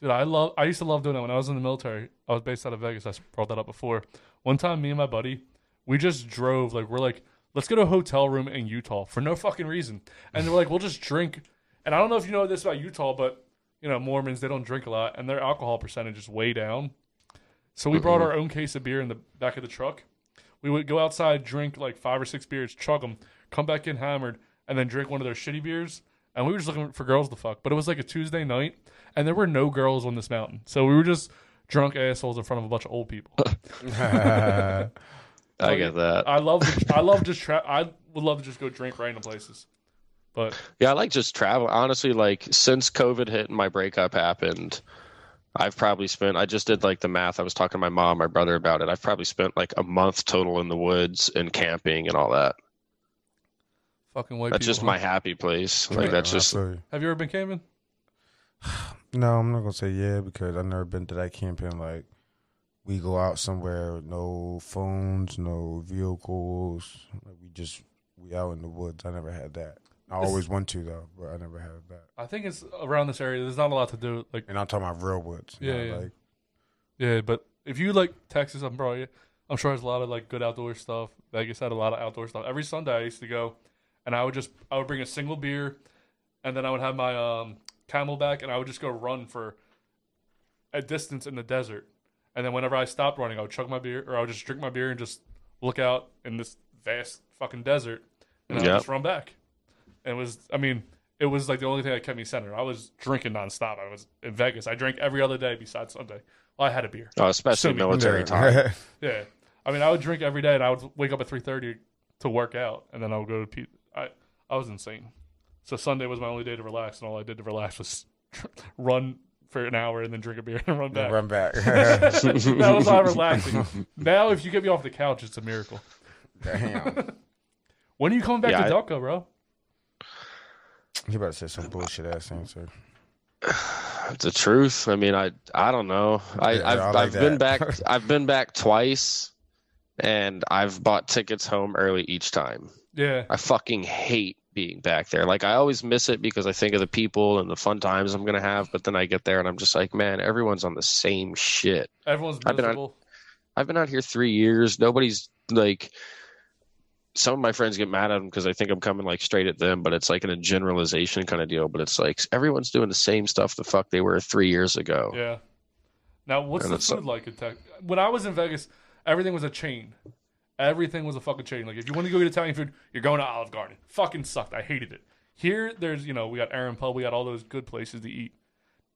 Speaker 5: Dude, I love. I used to love doing that when I was in the military. I was based out of Vegas. I s- brought that up before. One time, me and my buddy, we just drove. Like, we're like, let's get a hotel room in Utah for no fucking reason. And they were like, we'll just drink. And I don't know if you know this about Utah, but you know, Mormons they don't drink a lot, and their alcohol percentage is way down. So we brought
Speaker 6: Mhm.
Speaker 5: our own case of beer in the back of the truck. We would go outside, drink like five or six beers, chug them, come back in hammered, and then drink one of their shitty beers. And we were just looking for girls to fuck. But it was like a Tuesday night, and there were no girls on this mountain. So we were just drunk assholes in front of a bunch of old people.
Speaker 6: I get that.
Speaker 5: Uh, I love. I love just. Tra- I would love to just go drink random places. But
Speaker 6: Yeah, I like just travel. Honestly, like since COVID hit and my breakup happened, I've probably spent. I just did like the math. I was talking to my mom, my brother about it. I've probably spent like a month total in the woods and camping and all that.
Speaker 5: fucking white
Speaker 6: that's
Speaker 5: people,
Speaker 6: just
Speaker 5: huh?
Speaker 6: my happy place. Like that's just.
Speaker 5: Have you ever been camping?
Speaker 7: No, I'm not gonna say yeah because I've never been to that camping. Like we go out somewhere, no phones, no vehicles. Like, we just we out in the woods. I never had that. I
Speaker 5: This-
Speaker 7: always want to though, but I never had that.
Speaker 5: I think it's around this area. There's not a lot to do. Like,
Speaker 7: and I'm talking about real woods.
Speaker 5: Yeah,
Speaker 7: not
Speaker 5: yeah.
Speaker 7: like-
Speaker 5: yeah. But if you like Texas, I'm probably, I'm sure there's a lot of like good outdoor stuff. Vegas had a lot of outdoor stuff. Every Sunday I used to go, and I would just, I would bring a single beer, and then I would have my um Camelback, and I would just go run for a distance in the desert. And then whenever I stopped running, I would chug my beer, or I would just drink my beer and just look out in this vast fucking desert, and I would
Speaker 6: Yeah.
Speaker 5: just run back. And it was, I mean, it was like the only thing that kept me centered. I was drinking nonstop. I was in Vegas. I drank every other day besides Sunday. Well, I had a beer.
Speaker 6: Oh, especially
Speaker 5: Assuming-
Speaker 6: military time.
Speaker 5: yeah, I mean, I would drink every day, and I would wake up at three thirty to work out, and then I would go to. Pe- I I was insane. So Sunday was my only day to relax, and all I did to relax was run for an hour and then drink a beer and run back.
Speaker 7: run back.
Speaker 5: that was all relaxing. Now, if you get me off the couch, it's a miracle.
Speaker 7: Damn.
Speaker 5: when are you coming back
Speaker 7: Yeah,
Speaker 5: to
Speaker 7: I-
Speaker 5: Delco, bro?
Speaker 7: You about to say some bullshit ass answer?
Speaker 6: It's the truth. I mean, I I don't know. I
Speaker 7: Yeah,
Speaker 6: I've,
Speaker 7: I like
Speaker 6: I've been
Speaker 7: that.
Speaker 6: back. I've been back twice, and I've bought tickets home early each time.
Speaker 5: Yeah.
Speaker 6: I fucking hate being back there. Like I always miss it because I think of the people and the fun times I'm gonna have. But then I get there and I'm just like, man, everyone's on the same shit.
Speaker 5: Everyone's
Speaker 6: I've been out-
Speaker 5: miserable.
Speaker 6: I've been out here three years. Nobody's like. Some of my friends get mad at them because they think I'm coming like straight at them, but it's like in a generalization kind of deal. But it's like everyone's doing the same stuff the fuck they were three years ago.
Speaker 5: Yeah. Now, what's
Speaker 6: And
Speaker 5: the
Speaker 6: it's-
Speaker 5: food like in Texas? When I was in Vegas, everything was a chain. Everything was a fucking chain. Like, if you want to go get Italian food, you're going to Olive Garden. Fucking sucked. I hated it. Here, there's, you know, we got Aaron Pub, we got all those good places to eat.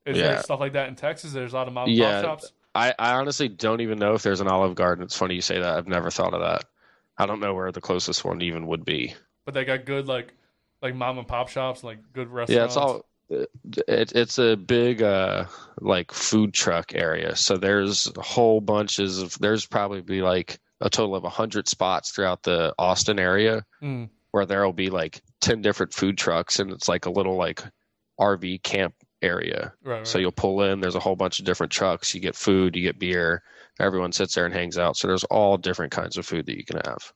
Speaker 5: Is
Speaker 6: Yeah.
Speaker 5: there stuff like that in Texas? There's a lot of mom and
Speaker 6: yeah,
Speaker 5: pop shops.
Speaker 6: I, I honestly don't even know if there's an Olive Garden. It's funny you say that. I've never thought of that. I don't know where the closest one even would be.
Speaker 5: but they got good like like mom and pop shops, like good restaurants.
Speaker 6: Yeah, it's all it, it's a big uh like food truck area. So there's whole bunches of there's probably be like a total of 100 spots throughout the Austin area
Speaker 5: Mm.
Speaker 6: where there'll be like 10 different food trucks and it's like a little like RV camp area.
Speaker 5: Right,
Speaker 6: So you'll pull in, there's a whole bunch of different trucks, you get food, you get beer, everyone sits there and hangs out. So there's all different kinds of food that you can have.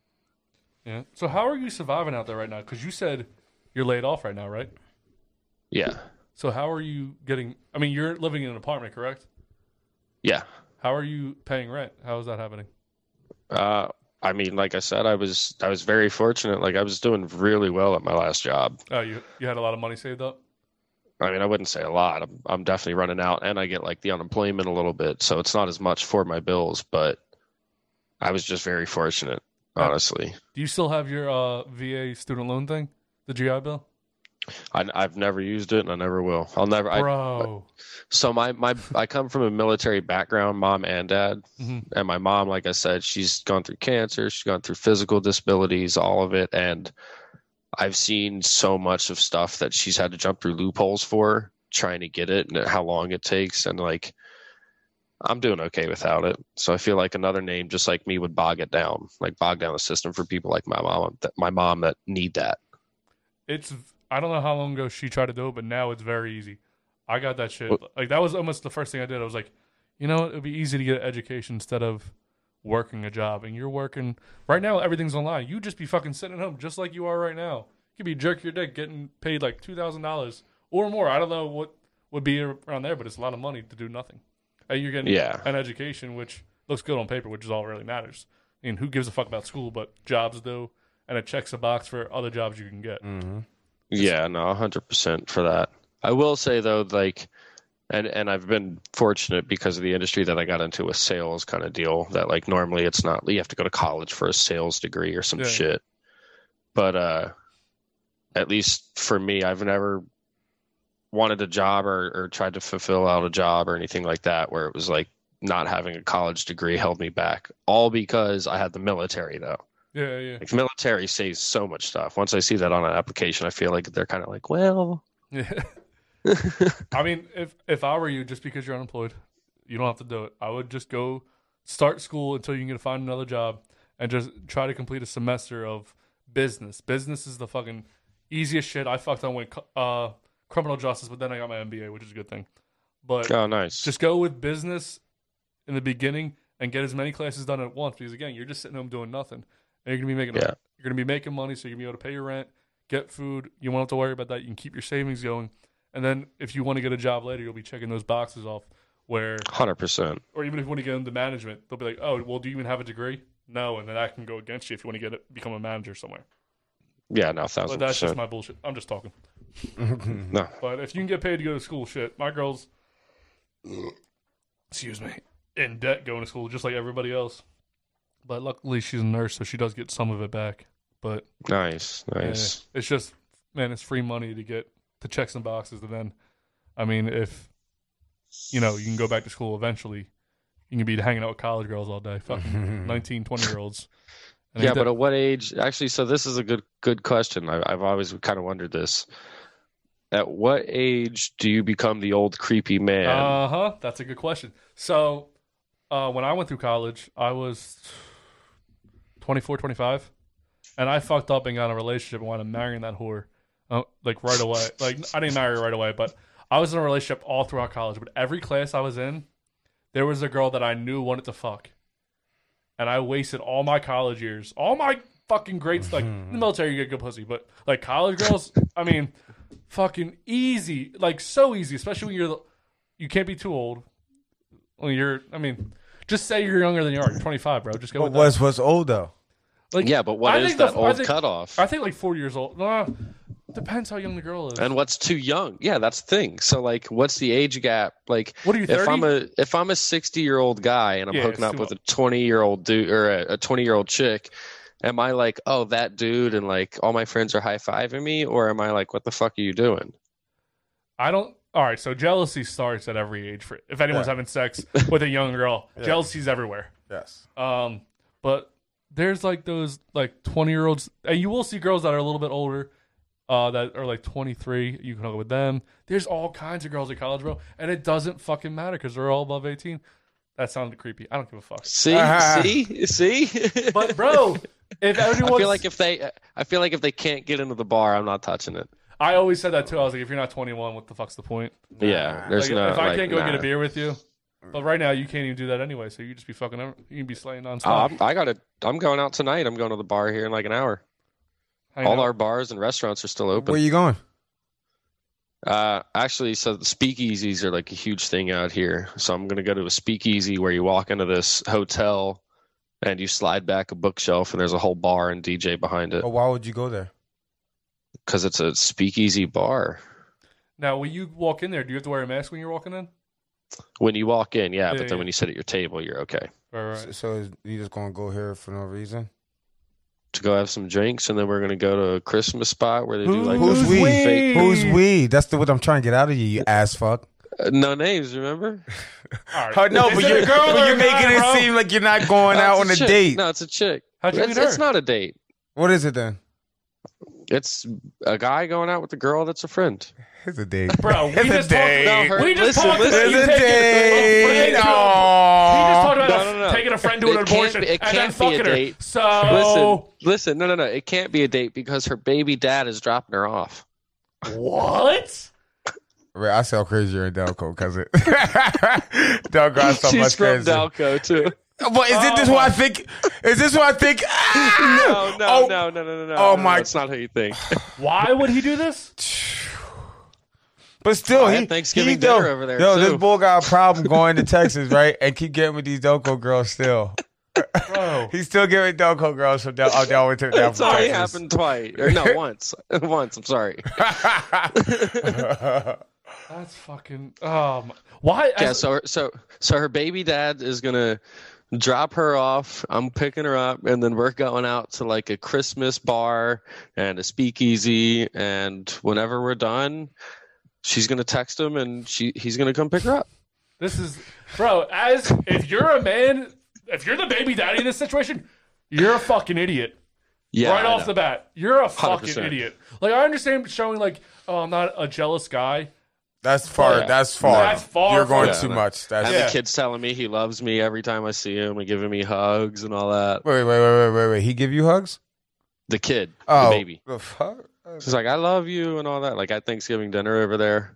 Speaker 5: Yeah. So how are you surviving out there right now? Because you said you're laid off right now, right?
Speaker 6: Yeah.
Speaker 5: So how are you getting? I mean, you're living in an apartment, correct?
Speaker 6: Yeah.
Speaker 5: How are you paying rent? How is that happening?
Speaker 6: Uh I mean, like I said, I was I was very fortunate. Like I was doing really well at my last job.
Speaker 5: Oh, you you had a lot of money saved up.
Speaker 6: I mean, I wouldn't say a lot. I'm I'm definitely running out, and I get like the unemployment a little bit, so it's not as much for my bills. But I was just very fortunate, honestly.
Speaker 5: Do you still have your uh, VA student loan thing, the GI Bill?
Speaker 6: I, I've never used it, and I never will. I'll never. I-
Speaker 5: Bro.
Speaker 6: so my my I come from a military background, mom and dad,
Speaker 5: Mhm.
Speaker 6: and my mom, like I said, she's gone through cancer, she's gone through physical disabilities, all of it, and I've seen so much of stuff that she's had to jump through loopholes for trying to get it, and how long it takes, and like. I'm doing okay without it, so I feel like another name just like me would bog it down, like bog down the system for people like my mom, that my mom that need that.
Speaker 5: It's I don't know how long ago she tried to do it, but now it's very easy. I got that shit. Like that was almost the first thing I did. I was like, you know, it would be easy to get an education instead of working a job. And you're working right now. Everything's online. You just be fucking sitting at home, just like you are right now. You could be jerk your dick, getting paid like two thousand dollars or more. I don't know what would be around there, but it's a lot of money to do nothing. Uh, You're getting
Speaker 6: Yeah.
Speaker 5: an education, which looks good on paper, which is all that really matters. I mean, who gives a fuck about school? But jobs do, and it checks a box for other jobs you can get.
Speaker 7: Mm-hmm.
Speaker 6: Yeah, no, hundred percent for that. I will say though, like, and and I've been fortunate because of the industry that I got into with sales kind of deal. That like normally it's not you have to go to college for a sales degree or some
Speaker 5: Yeah.
Speaker 6: shit. But uh, at least for me, I've never wanted a job or, or tried to fulfill out a job or anything like that where it was like not having a college degree held me back. All because I had the military though.
Speaker 5: Yeah, yeah.
Speaker 6: Like military saves so much stuff. Once I see that on an application, I feel like they're kind of like, well,
Speaker 5: Yeah. I mean, if if I were you, just because you're unemployed, you don't have to do it. I would just go start school until you can find another job and just try to complete a semester of business. Business is the fucking easiest shit. I fucked on with cu- uh, criminal justice, but then I got my MBA, which is a good thing. But
Speaker 6: Oh, nice.
Speaker 5: Just go with business in the beginning and get as many classes done at once because again, you're just sitting home doing nothing. And you're gonna be making
Speaker 6: Yeah.
Speaker 5: you're gonna be making money, so you're gonna be able to pay your rent, get food. You won't have to worry about that. You can keep your savings going, and then if you want to get a job later, you'll be checking those boxes off. Where
Speaker 6: hundred percent.
Speaker 5: or even if you want to get into management, they'll be like, "Oh, well, do you even have a degree? No," and then I can go against you if you want to get it, become a manager somewhere.
Speaker 6: Yeah, no, thousand
Speaker 5: But that's just
Speaker 6: percent.
Speaker 5: my bullshit. I'm just talking.
Speaker 6: No.
Speaker 5: But if you can get paid to go to school, shit, my girls, excuse me, in debt going to school just like everybody else. But luckily, she's a nurse, so she does get some of it back. But
Speaker 6: Nice,
Speaker 5: yeah,
Speaker 6: nice.
Speaker 5: it's just man, it's free money to get to checks and boxes. And then, I mean, if you know, you can go back to school eventually. You can be hanging out with college girls all day, fucking 19, 20 year olds. And
Speaker 6: yeah,
Speaker 5: ain't
Speaker 6: but
Speaker 5: that-
Speaker 6: at what age? Actually, so this is a good good question. I, I've always kind of wondered this. At what age do you become the old creepy man?
Speaker 5: Uh huh. That's a good question. So, uh, when I went through college, I was 24, 25, and I fucked up and got in a relationship and wound up marrying that whore, uh, like right away. Like I didn't marry her right away, but I was in a relationship all throughout college. But every class I was in, there was a girl that I knew wanted to fuck, and I wasted all my college years, all my fucking greats. Like in the military, you get good pussy, but like college girls, I mean, fucking easy, like so easy, especially when you're the, you can't be too old. When you're, I mean, just say you're younger than you are. You're 25, bro. Just go.
Speaker 7: But
Speaker 5: with that.
Speaker 7: what's what's old though?
Speaker 5: Like,
Speaker 6: Yeah, but what
Speaker 5: I
Speaker 6: is
Speaker 5: think the-
Speaker 6: that
Speaker 5: I
Speaker 6: old
Speaker 5: think-
Speaker 6: cutoff?
Speaker 5: I think like four years old. Nah, depends how young the girl is.
Speaker 6: and what's too young? Yeah, that's the thing. So like, what's the age gap? Like,
Speaker 5: What are you,
Speaker 6: if I'm a if I'm a sixty year old guy and I'm
Speaker 5: Yeah,
Speaker 6: hooking
Speaker 5: it's
Speaker 6: up
Speaker 5: too
Speaker 6: with a twenty year old dude or a twenty year old chick, am I like, oh, that dude, and like all my friends are high fiving me, or am I like, what the fuck are you doing?
Speaker 5: I don't. All right, so jealousy starts at every age. For if anyone's
Speaker 6: Yeah.
Speaker 5: having sex with a young girl,
Speaker 7: Yeah.
Speaker 5: jealousy's everywhere.
Speaker 7: Yes.
Speaker 5: Um, but there's like those like 20 year olds, and you will see girls that are a little bit older, uh, that are like 23. You can hook up with them. There's all kinds of girls at college, bro, and it doesn't fucking matter because they're all above 18. That sounded creepy. I don't give a fuck.
Speaker 6: See, see, see.
Speaker 5: But bro, if
Speaker 6: I
Speaker 5: everyone's-
Speaker 6: feel like if they, I feel like if they can't get into the bar, I'm not touching it.
Speaker 5: I always said that too. I was like, if you're not 21, what the fuck's the point?
Speaker 6: Yeah, there's
Speaker 5: Like,
Speaker 6: no,
Speaker 5: If I
Speaker 6: like,
Speaker 5: can't go get
Speaker 6: nah.
Speaker 5: a beer with you, but right now you can't even do that anyway. So you just be fucking. every- You can be slaying
Speaker 6: Oh,
Speaker 5: nonstop.
Speaker 6: I'm, I gotta. I'm going out tonight. I'm going to the bar here in like an hour.
Speaker 5: I
Speaker 6: All
Speaker 5: know.
Speaker 6: our bars and restaurants are still open.
Speaker 7: Where you going?
Speaker 6: Uh, actually, so the speakeasies are like a huge thing out here. So I'm gonna go to a speakeasy where you walk into this hotel and you slide back a bookshelf and there's a whole bar and DJ behind it
Speaker 7: But why would you go there?
Speaker 6: because it's a speakeasy bar.
Speaker 5: now, when you walk in there, do you have to wear a mask when you're walking in?
Speaker 6: When you walk in, yeah,
Speaker 5: Yeah,
Speaker 6: but then
Speaker 5: yeah.
Speaker 6: when you sit at your table, you're okay
Speaker 5: Right, right.
Speaker 7: So, so is- you just gonna go here for no reason?
Speaker 6: to go have some drinks and then we're gonna go to a Christmas spot where they do like
Speaker 7: Who's
Speaker 6: a
Speaker 7: we?
Speaker 6: fake-
Speaker 7: Who's we? That's the what I'm trying to get out of you, you ass fuck.
Speaker 6: Uh, no names, remember?
Speaker 7: Uh, no, but you're, but you're making it seem like you're not going
Speaker 6: No,
Speaker 7: out on
Speaker 6: it's
Speaker 7: a,
Speaker 6: chick.
Speaker 7: date.
Speaker 6: No, it's a chick.
Speaker 7: How'd you
Speaker 6: it's,
Speaker 7: meet her?
Speaker 6: it's not a date.
Speaker 7: What is it then?
Speaker 6: It's a guy going out with a girl that's a friend.
Speaker 7: It's a date,
Speaker 5: bro.
Speaker 6: it's a date.
Speaker 5: we just talked about you
Speaker 6: It's a
Speaker 5: taking a friend
Speaker 6: date.
Speaker 5: to-
Speaker 6: Aw.
Speaker 5: We just talked about
Speaker 6: No,
Speaker 5: us
Speaker 6: no, no.
Speaker 5: taking a friend to an
Speaker 6: It can't
Speaker 5: abortion
Speaker 6: be- it
Speaker 5: and then
Speaker 6: can't be a
Speaker 5: fucking her.
Speaker 6: date.
Speaker 5: So-
Speaker 6: listen, listen, no, no, no. It can't be a date because her baby dad is dropping her off.
Speaker 5: What?
Speaker 7: Right, I sell crazier in Delco because it. Delco, I sell
Speaker 6: She's
Speaker 7: much
Speaker 6: from
Speaker 7: crazy.
Speaker 6: Dalco too.
Speaker 7: But is it this who I think? Is this who I think?
Speaker 6: No, no,
Speaker 7: Oh.
Speaker 6: no, no, no, no.
Speaker 7: Oh,
Speaker 6: no, no,
Speaker 7: my-
Speaker 6: That's not who you think.
Speaker 5: Why would he do this?
Speaker 7: But still,
Speaker 6: I
Speaker 7: he
Speaker 6: Oh, had Thanksgiving
Speaker 7: he dope.
Speaker 6: dinner over there,
Speaker 7: Yo, this
Speaker 6: too.
Speaker 7: bull got a problem going to Texas, right? And keep getting with these Delco girls still.
Speaker 5: Bro,
Speaker 7: He's still getting Delco girls from Del- oh, down with down
Speaker 6: It's
Speaker 7: from
Speaker 6: already
Speaker 7: Texas.
Speaker 6: happened twice, or no, once. once. I'm sorry.
Speaker 5: that's fucking. Um, why?
Speaker 6: Yeah. So, her- so, so her baby dad is gonna drop her off. I'm picking her up, and then we're going out to like a Christmas bar and a speakeasy. And whenever we're done, she's gonna text him, and she he's gonna come pick her up.
Speaker 5: This is, bro. As if you're a man, if you're the baby daddy in this situation, you're a fucking idiot.
Speaker 6: Yeah,
Speaker 5: right
Speaker 6: I
Speaker 5: off
Speaker 6: know.
Speaker 5: the bat, you're a fucking
Speaker 6: 100%.
Speaker 5: idiot. Like I understand showing like, oh, I'm not a jealous guy.
Speaker 7: That's far.
Speaker 5: Yeah.
Speaker 7: That's far.
Speaker 5: That's far
Speaker 7: You're going
Speaker 5: far.
Speaker 7: too much. That's
Speaker 6: and the kid's telling me he loves me every time I see him and giving me hugs and all that.
Speaker 14: Wait, wait, wait, wait, wait, wait. He give you hugs?
Speaker 6: The kid,
Speaker 14: Oh,
Speaker 6: the baby.
Speaker 14: The fuck?
Speaker 6: She's like, I love you and all that. Like at Thanksgiving dinner over there.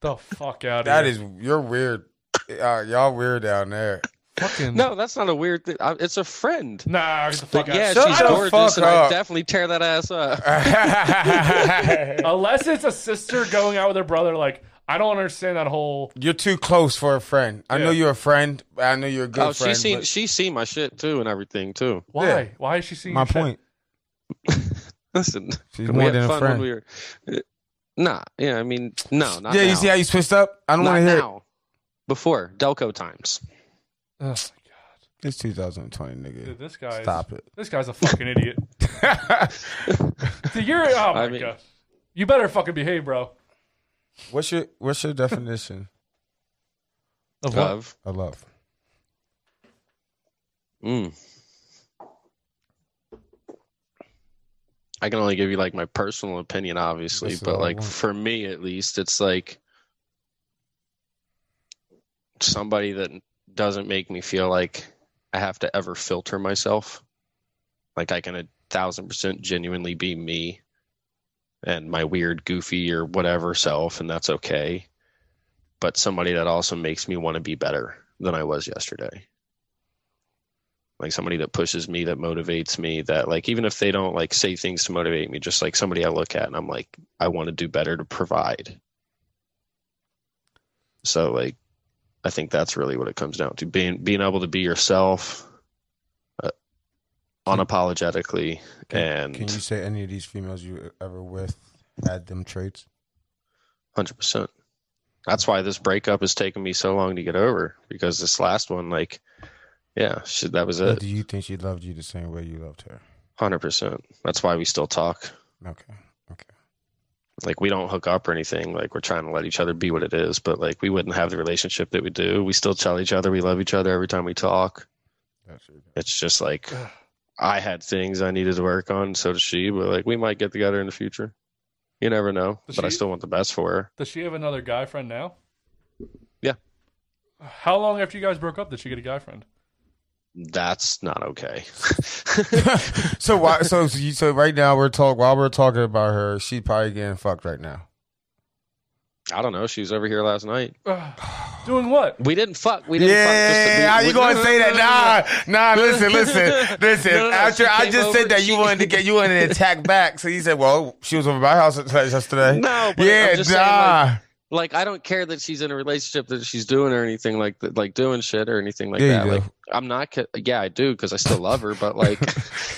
Speaker 5: The fuck out.
Speaker 7: That
Speaker 5: here.
Speaker 7: is you're weird. Uh, y'all weird down there.
Speaker 5: Fucking
Speaker 6: no, that's not a weird thing. I, it's a friend.
Speaker 5: Nah, get the fuck
Speaker 6: But
Speaker 5: out.
Speaker 6: yeah,
Speaker 5: Shut
Speaker 6: she's
Speaker 5: the
Speaker 6: gorgeous,
Speaker 5: fuck
Speaker 6: and
Speaker 7: uh,
Speaker 5: up.
Speaker 6: I definitely tear that ass up.
Speaker 5: Unless it's a sister going out with her brother, like I don't understand that whole.
Speaker 7: You're too close for a friend. I know you're a friend. I know you're a good
Speaker 6: oh,
Speaker 7: friend.
Speaker 6: she seen
Speaker 7: but-
Speaker 6: she seen my shit too and everything too.
Speaker 5: Why? Why is she seeing
Speaker 7: My
Speaker 5: your shit?
Speaker 7: point.
Speaker 6: Listen,
Speaker 7: She's
Speaker 6: we
Speaker 7: more
Speaker 6: had
Speaker 7: than a
Speaker 6: fun
Speaker 7: friend.
Speaker 6: When we were, uh, nah, yeah, I mean, no, not
Speaker 7: yeah,
Speaker 6: now.
Speaker 7: you see how you switched up? I don't
Speaker 6: Not
Speaker 7: want to hear.
Speaker 6: now. Before Delco times.
Speaker 5: Ugh.
Speaker 7: It. It's 2020, nigga.
Speaker 5: Dude, this guy.
Speaker 7: Stop it.
Speaker 5: This guy's a fucking idiot. Dude, you're. Oh my god. You better fucking behave, bro.
Speaker 7: What's your What's your definition
Speaker 5: Of
Speaker 6: what? Love.
Speaker 7: Of love.
Speaker 6: Mm. I can only give you like my personal opinion, obviously,
Speaker 7: This is
Speaker 6: but
Speaker 7: all I
Speaker 6: like
Speaker 7: want.
Speaker 6: for me at least, it's like somebody that doesn't make me feel like I have to ever filter myself. Like I can a thousand percent genuinely be me and my weird, goofy, or whatever self, and that's okay. But somebody that also makes me want to be better than I was yesterday like somebody that pushes me that motivates me that like even if they don't like say things to motivate me just like somebody i look at and i'm like i want to do better to provide so like i think that's really what it comes down to being being able to be yourself uh, unapologetically and
Speaker 7: Can you say any of these females you were ever with had them traits?
Speaker 6: Hundred percent. That's why this breakup has taken me so long to get over because this last one, like, yeah, shit, that was
Speaker 7: Or
Speaker 6: it.
Speaker 7: do you think she loved you the same way you loved her?
Speaker 6: Hundred percent. That's why we still talk.
Speaker 7: Okay. Okay.
Speaker 6: Like we don't hook up or anything. Like we're trying to let each other be what it is, but like we wouldn't have the relationship that we do. We still tell each other we love each other every time we talk. It's just like I had things I needed to work on, so does she. But like we might get together in the future. You never know.
Speaker 5: Does
Speaker 6: but I
Speaker 5: she-
Speaker 6: still want the best for her.
Speaker 5: Does she have another guy friend now?
Speaker 6: Yeah.
Speaker 5: How long after you guys broke up did she get a guy friend?
Speaker 6: That's not okay.
Speaker 7: So why? So so, you, so right now we're talk while we're talking about her, she's probably getting fucked right now.
Speaker 6: I don't know. She was over here last night.
Speaker 5: Doing what?
Speaker 6: We didn't fuck. We didn't fuck. Just to be-
Speaker 7: Yeah, how you
Speaker 6: we-
Speaker 7: gonna say that? Nah, nah. Listen, listen, listen.
Speaker 6: No, no, no,
Speaker 7: After
Speaker 6: she
Speaker 7: I
Speaker 6: came
Speaker 7: just
Speaker 6: over,
Speaker 7: said that
Speaker 6: she-
Speaker 7: you wanted to get you wanted to attack back, so you said, "Well, she was over my house yesterday."
Speaker 6: No, but
Speaker 7: yeah,
Speaker 6: I'm just saying,
Speaker 7: nah.
Speaker 6: like, like, I don't care that she's in a relationship that she's doing or anything like that, like doing shit or anything like
Speaker 7: Yeah, you
Speaker 6: that.
Speaker 7: do.
Speaker 6: Like I'm not. ca- Yeah, I do because I still love her, but like,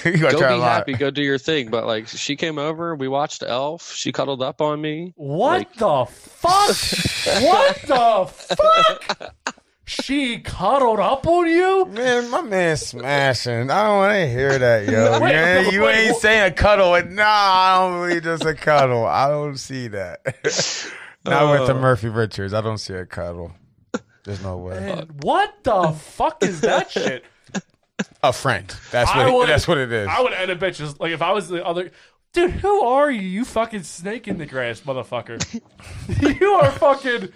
Speaker 7: You gotta
Speaker 6: go
Speaker 7: try a
Speaker 6: be
Speaker 7: lot.
Speaker 6: happy, go do your thing. But like, she came over, we watched Elf. She cuddled up on me.
Speaker 5: What the fuck? what the fuck? She cuddled up on you,
Speaker 7: man. My man smashing. I don't want to hear that, yo.
Speaker 5: Wait,
Speaker 7: Yeah, you
Speaker 5: wait,
Speaker 7: ain't
Speaker 5: wh-
Speaker 7: saying a cuddle. And, nah, I don't really just a cuddle. I don't see that. Not with the
Speaker 6: Uh.
Speaker 5: Oh.
Speaker 7: Murphy Richards. I don't see a cuddle. There's no way.
Speaker 5: And what the fuck is that shit?
Speaker 7: A friend. That's what.
Speaker 5: I
Speaker 7: it-
Speaker 5: would-
Speaker 7: that's what it is.
Speaker 5: I would end a bitches like if I was the other dude. Who are you? You fucking snake in the grass, motherfucker. you are fucking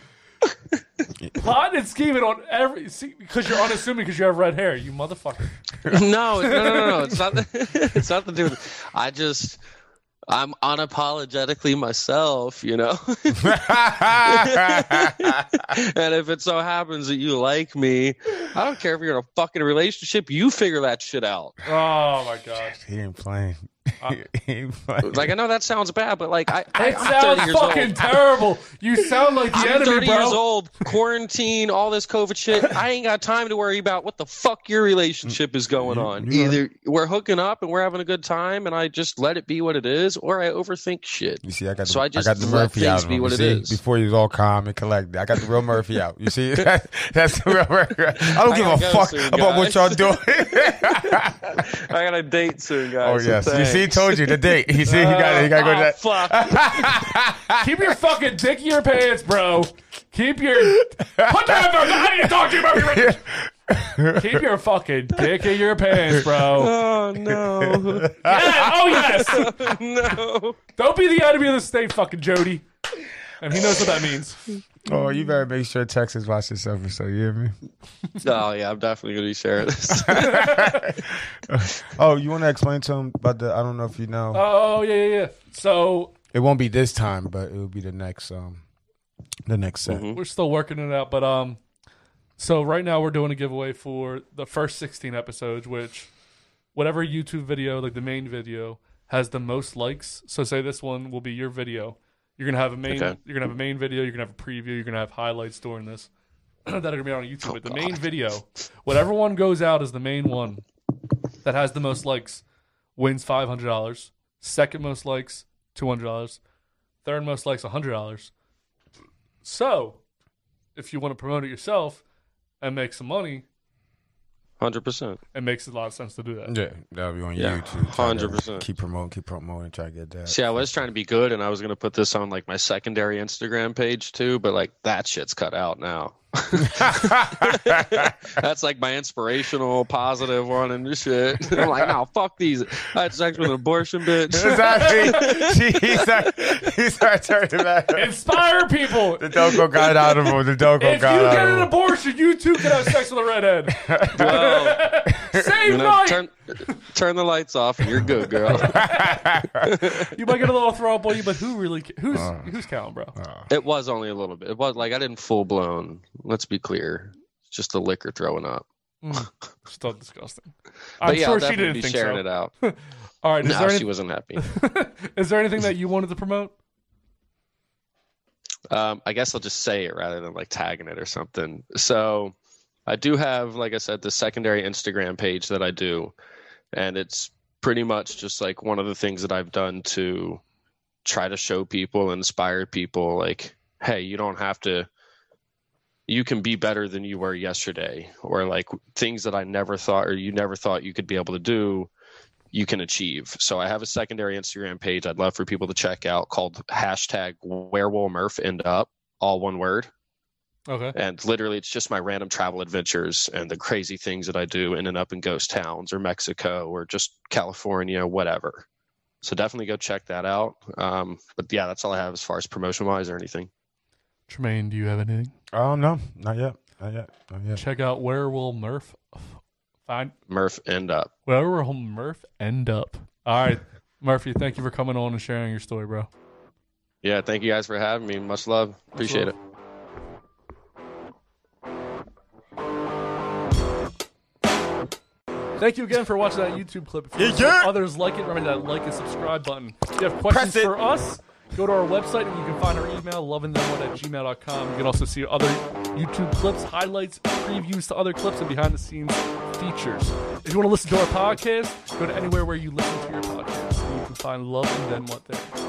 Speaker 5: plotting and scheming on every because you're unassuming because you have red hair. You motherfucker.
Speaker 6: no, no, no, no, no. It's not. It's not to do. With, I just. I'm unapologetically myself, you know. and if it so happens that you like me, I don't care if you're in a fucking relationship. You figure that shit out.
Speaker 5: Oh my god.
Speaker 7: He ain't playing. he ain't playing.
Speaker 6: Uh, Like I know that sounds bad, but like I, I
Speaker 5: That
Speaker 6: I'm 30
Speaker 5: sounds
Speaker 6: years old.
Speaker 5: fucking terrible. You sound like the
Speaker 6: I'm
Speaker 5: enemy,
Speaker 6: 30
Speaker 5: bro.
Speaker 6: years old, quarantine, all this COVID shit. I ain't got time to worry about what the fuck your relationship is going on. Either we're hooking up and we're having a good time, and I just let it be what it is, or I overthink shit.
Speaker 7: You see, I got
Speaker 6: so
Speaker 7: the,
Speaker 6: I just
Speaker 7: got the
Speaker 6: let
Speaker 7: Murphy out.
Speaker 6: things
Speaker 7: of
Speaker 6: be
Speaker 7: him.
Speaker 6: what
Speaker 7: You
Speaker 6: it
Speaker 7: see?
Speaker 6: is.
Speaker 7: Before he was all calm and collected, I got the real Murphy out. You see, that's the real Murphy. I don't
Speaker 6: I
Speaker 7: give a
Speaker 6: gotta go
Speaker 7: fuck
Speaker 6: soon,
Speaker 7: about what
Speaker 6: guys.
Speaker 7: y'all doing.
Speaker 6: I got a date soon,
Speaker 7: Oh
Speaker 6: guys. Oh,
Speaker 7: yes, you see, he told you the date. You see, he got it. He got to go to that.
Speaker 5: Keep your fucking
Speaker 6: Ah,
Speaker 5: dick in your pants, bro. Keep your. Put that in there. I need to talk to you, Murphy Richards. Keep your fucking dick in your pants, bro.
Speaker 6: Oh no.
Speaker 5: Yeah, oh yes.
Speaker 6: no.
Speaker 5: Don't be the enemy of the state, fucking Jody. And he knows what that means.
Speaker 14: Oh, you better make sure Texas watch this episode. You hear me?
Speaker 6: oh yeah, I'm definitely gonna be sharing this.
Speaker 14: Oh, you want to explain to him about the? I don't know if you know.
Speaker 6: Uh,
Speaker 5: Oh yeah, yeah, yeah. So
Speaker 14: It won't be this time, but it will be the next. Um, the next set.
Speaker 6: Mm-hmm.
Speaker 5: We're still working it out, but um, so right now we're doing a giveaway for the first 16 episodes, which whatever YouTube video, like the main video, has the most likes. So say this one will be your video. You're gonna have a main.
Speaker 6: Okay.
Speaker 5: You're gonna have a main video. You're gonna have a preview. You're gonna have highlights during this. that are gonna be on YouTube. but the main video, whatever one goes out is the main one that has the most likes wins five hundred dollars. Second most likes, two hundred dollars. Third most likes, hundred dollars. So, if you want to promote it yourself and make some money,
Speaker 6: Hundred percent.
Speaker 5: it makes a lot of sense to do that.
Speaker 14: Yeah, that'll be on
Speaker 6: Yeah,
Speaker 14: YouTube. Try to
Speaker 6: 100%.
Speaker 14: Keep promoting, keep promoting, try to get that.
Speaker 6: See, I was trying to be good, and I was gonna put this on like my secondary Instagram page too, but like that shit's cut out now. That's like my inspirational, positive one and shit. I'm like, no, fuck these. I had sex with an abortion bitch.
Speaker 14: exactly. He's like, he's like turning back.
Speaker 5: Inspire people.
Speaker 6: Oh,
Speaker 14: The Doko got out of him. The Doko
Speaker 5: If you
Speaker 14: got
Speaker 5: get an
Speaker 14: out of him.
Speaker 5: abortion, you too can have sex with a redhead. Save
Speaker 6: You know,
Speaker 5: night.
Speaker 6: turn, turn the lights off, and you're good, girl.
Speaker 5: you might get a little throw up on you, but who really? ca- Who's
Speaker 6: Uh.
Speaker 5: who's counting, bro?
Speaker 6: It was only a little bit. It was like I didn't full blown. Let's be clear, It's just the liquor throwing up.
Speaker 5: Mm, still disgusting.
Speaker 6: But
Speaker 5: I'm
Speaker 6: yeah, I'll
Speaker 5: sure she
Speaker 6: definitely
Speaker 5: didn't
Speaker 6: be
Speaker 5: think
Speaker 6: sharing
Speaker 5: so.
Speaker 6: it out.
Speaker 5: All right, is
Speaker 6: no,
Speaker 5: there
Speaker 6: she
Speaker 5: any-
Speaker 6: wasn't happy.
Speaker 5: Is there anything that you wanted to promote?
Speaker 6: Um, I guess I'll just say it rather than like tagging it or something. So I do have, like I said, the secondary Instagram page that I do, and it's pretty much just like one of the things that I've done to try to show people, inspire people, like, hey, you don't have to, you can be better than you were yesterday, or like things that I never thought or you never thought you could be able to do. You can achieve. So I have a secondary Instagram page I'd love for people to check out called hashtag Where Will Murph End Up, all one word.
Speaker 5: Okay.
Speaker 6: And literally, it's just my random travel adventures and the crazy things that I do in and up in ghost towns or Mexico or just California, whatever. So definitely go check that out. Um, but yeah, that's all I have as far as promotion wise or anything.
Speaker 5: Tremaine, do you have anything?
Speaker 14: Oh no, not yet, not yet, not yet.
Speaker 5: Check out where will Murph find
Speaker 6: Murph End Up.
Speaker 5: where will Murph end up? All right, Murphy, thank you for coming on and sharing your story, bro.
Speaker 6: Yeah, thank you guys for having me. Much love. Appreciate it.
Speaker 5: Thank you again for watching that YouTube clip. If you
Speaker 14: Yeah,
Speaker 5: want to
Speaker 14: yeah.
Speaker 5: see others like it, remember that like and subscribe button. If you have questions
Speaker 14: Press it.
Speaker 5: for us, go to our website and you can find our email, loveandthenwood at gmail.com. You can also see other YouTube clips, highlights, previews to other clips, and behind the scenes features. If you want to listen to our podcast, go to anywhere where you listen to your podcast. You can find Love and Then What there.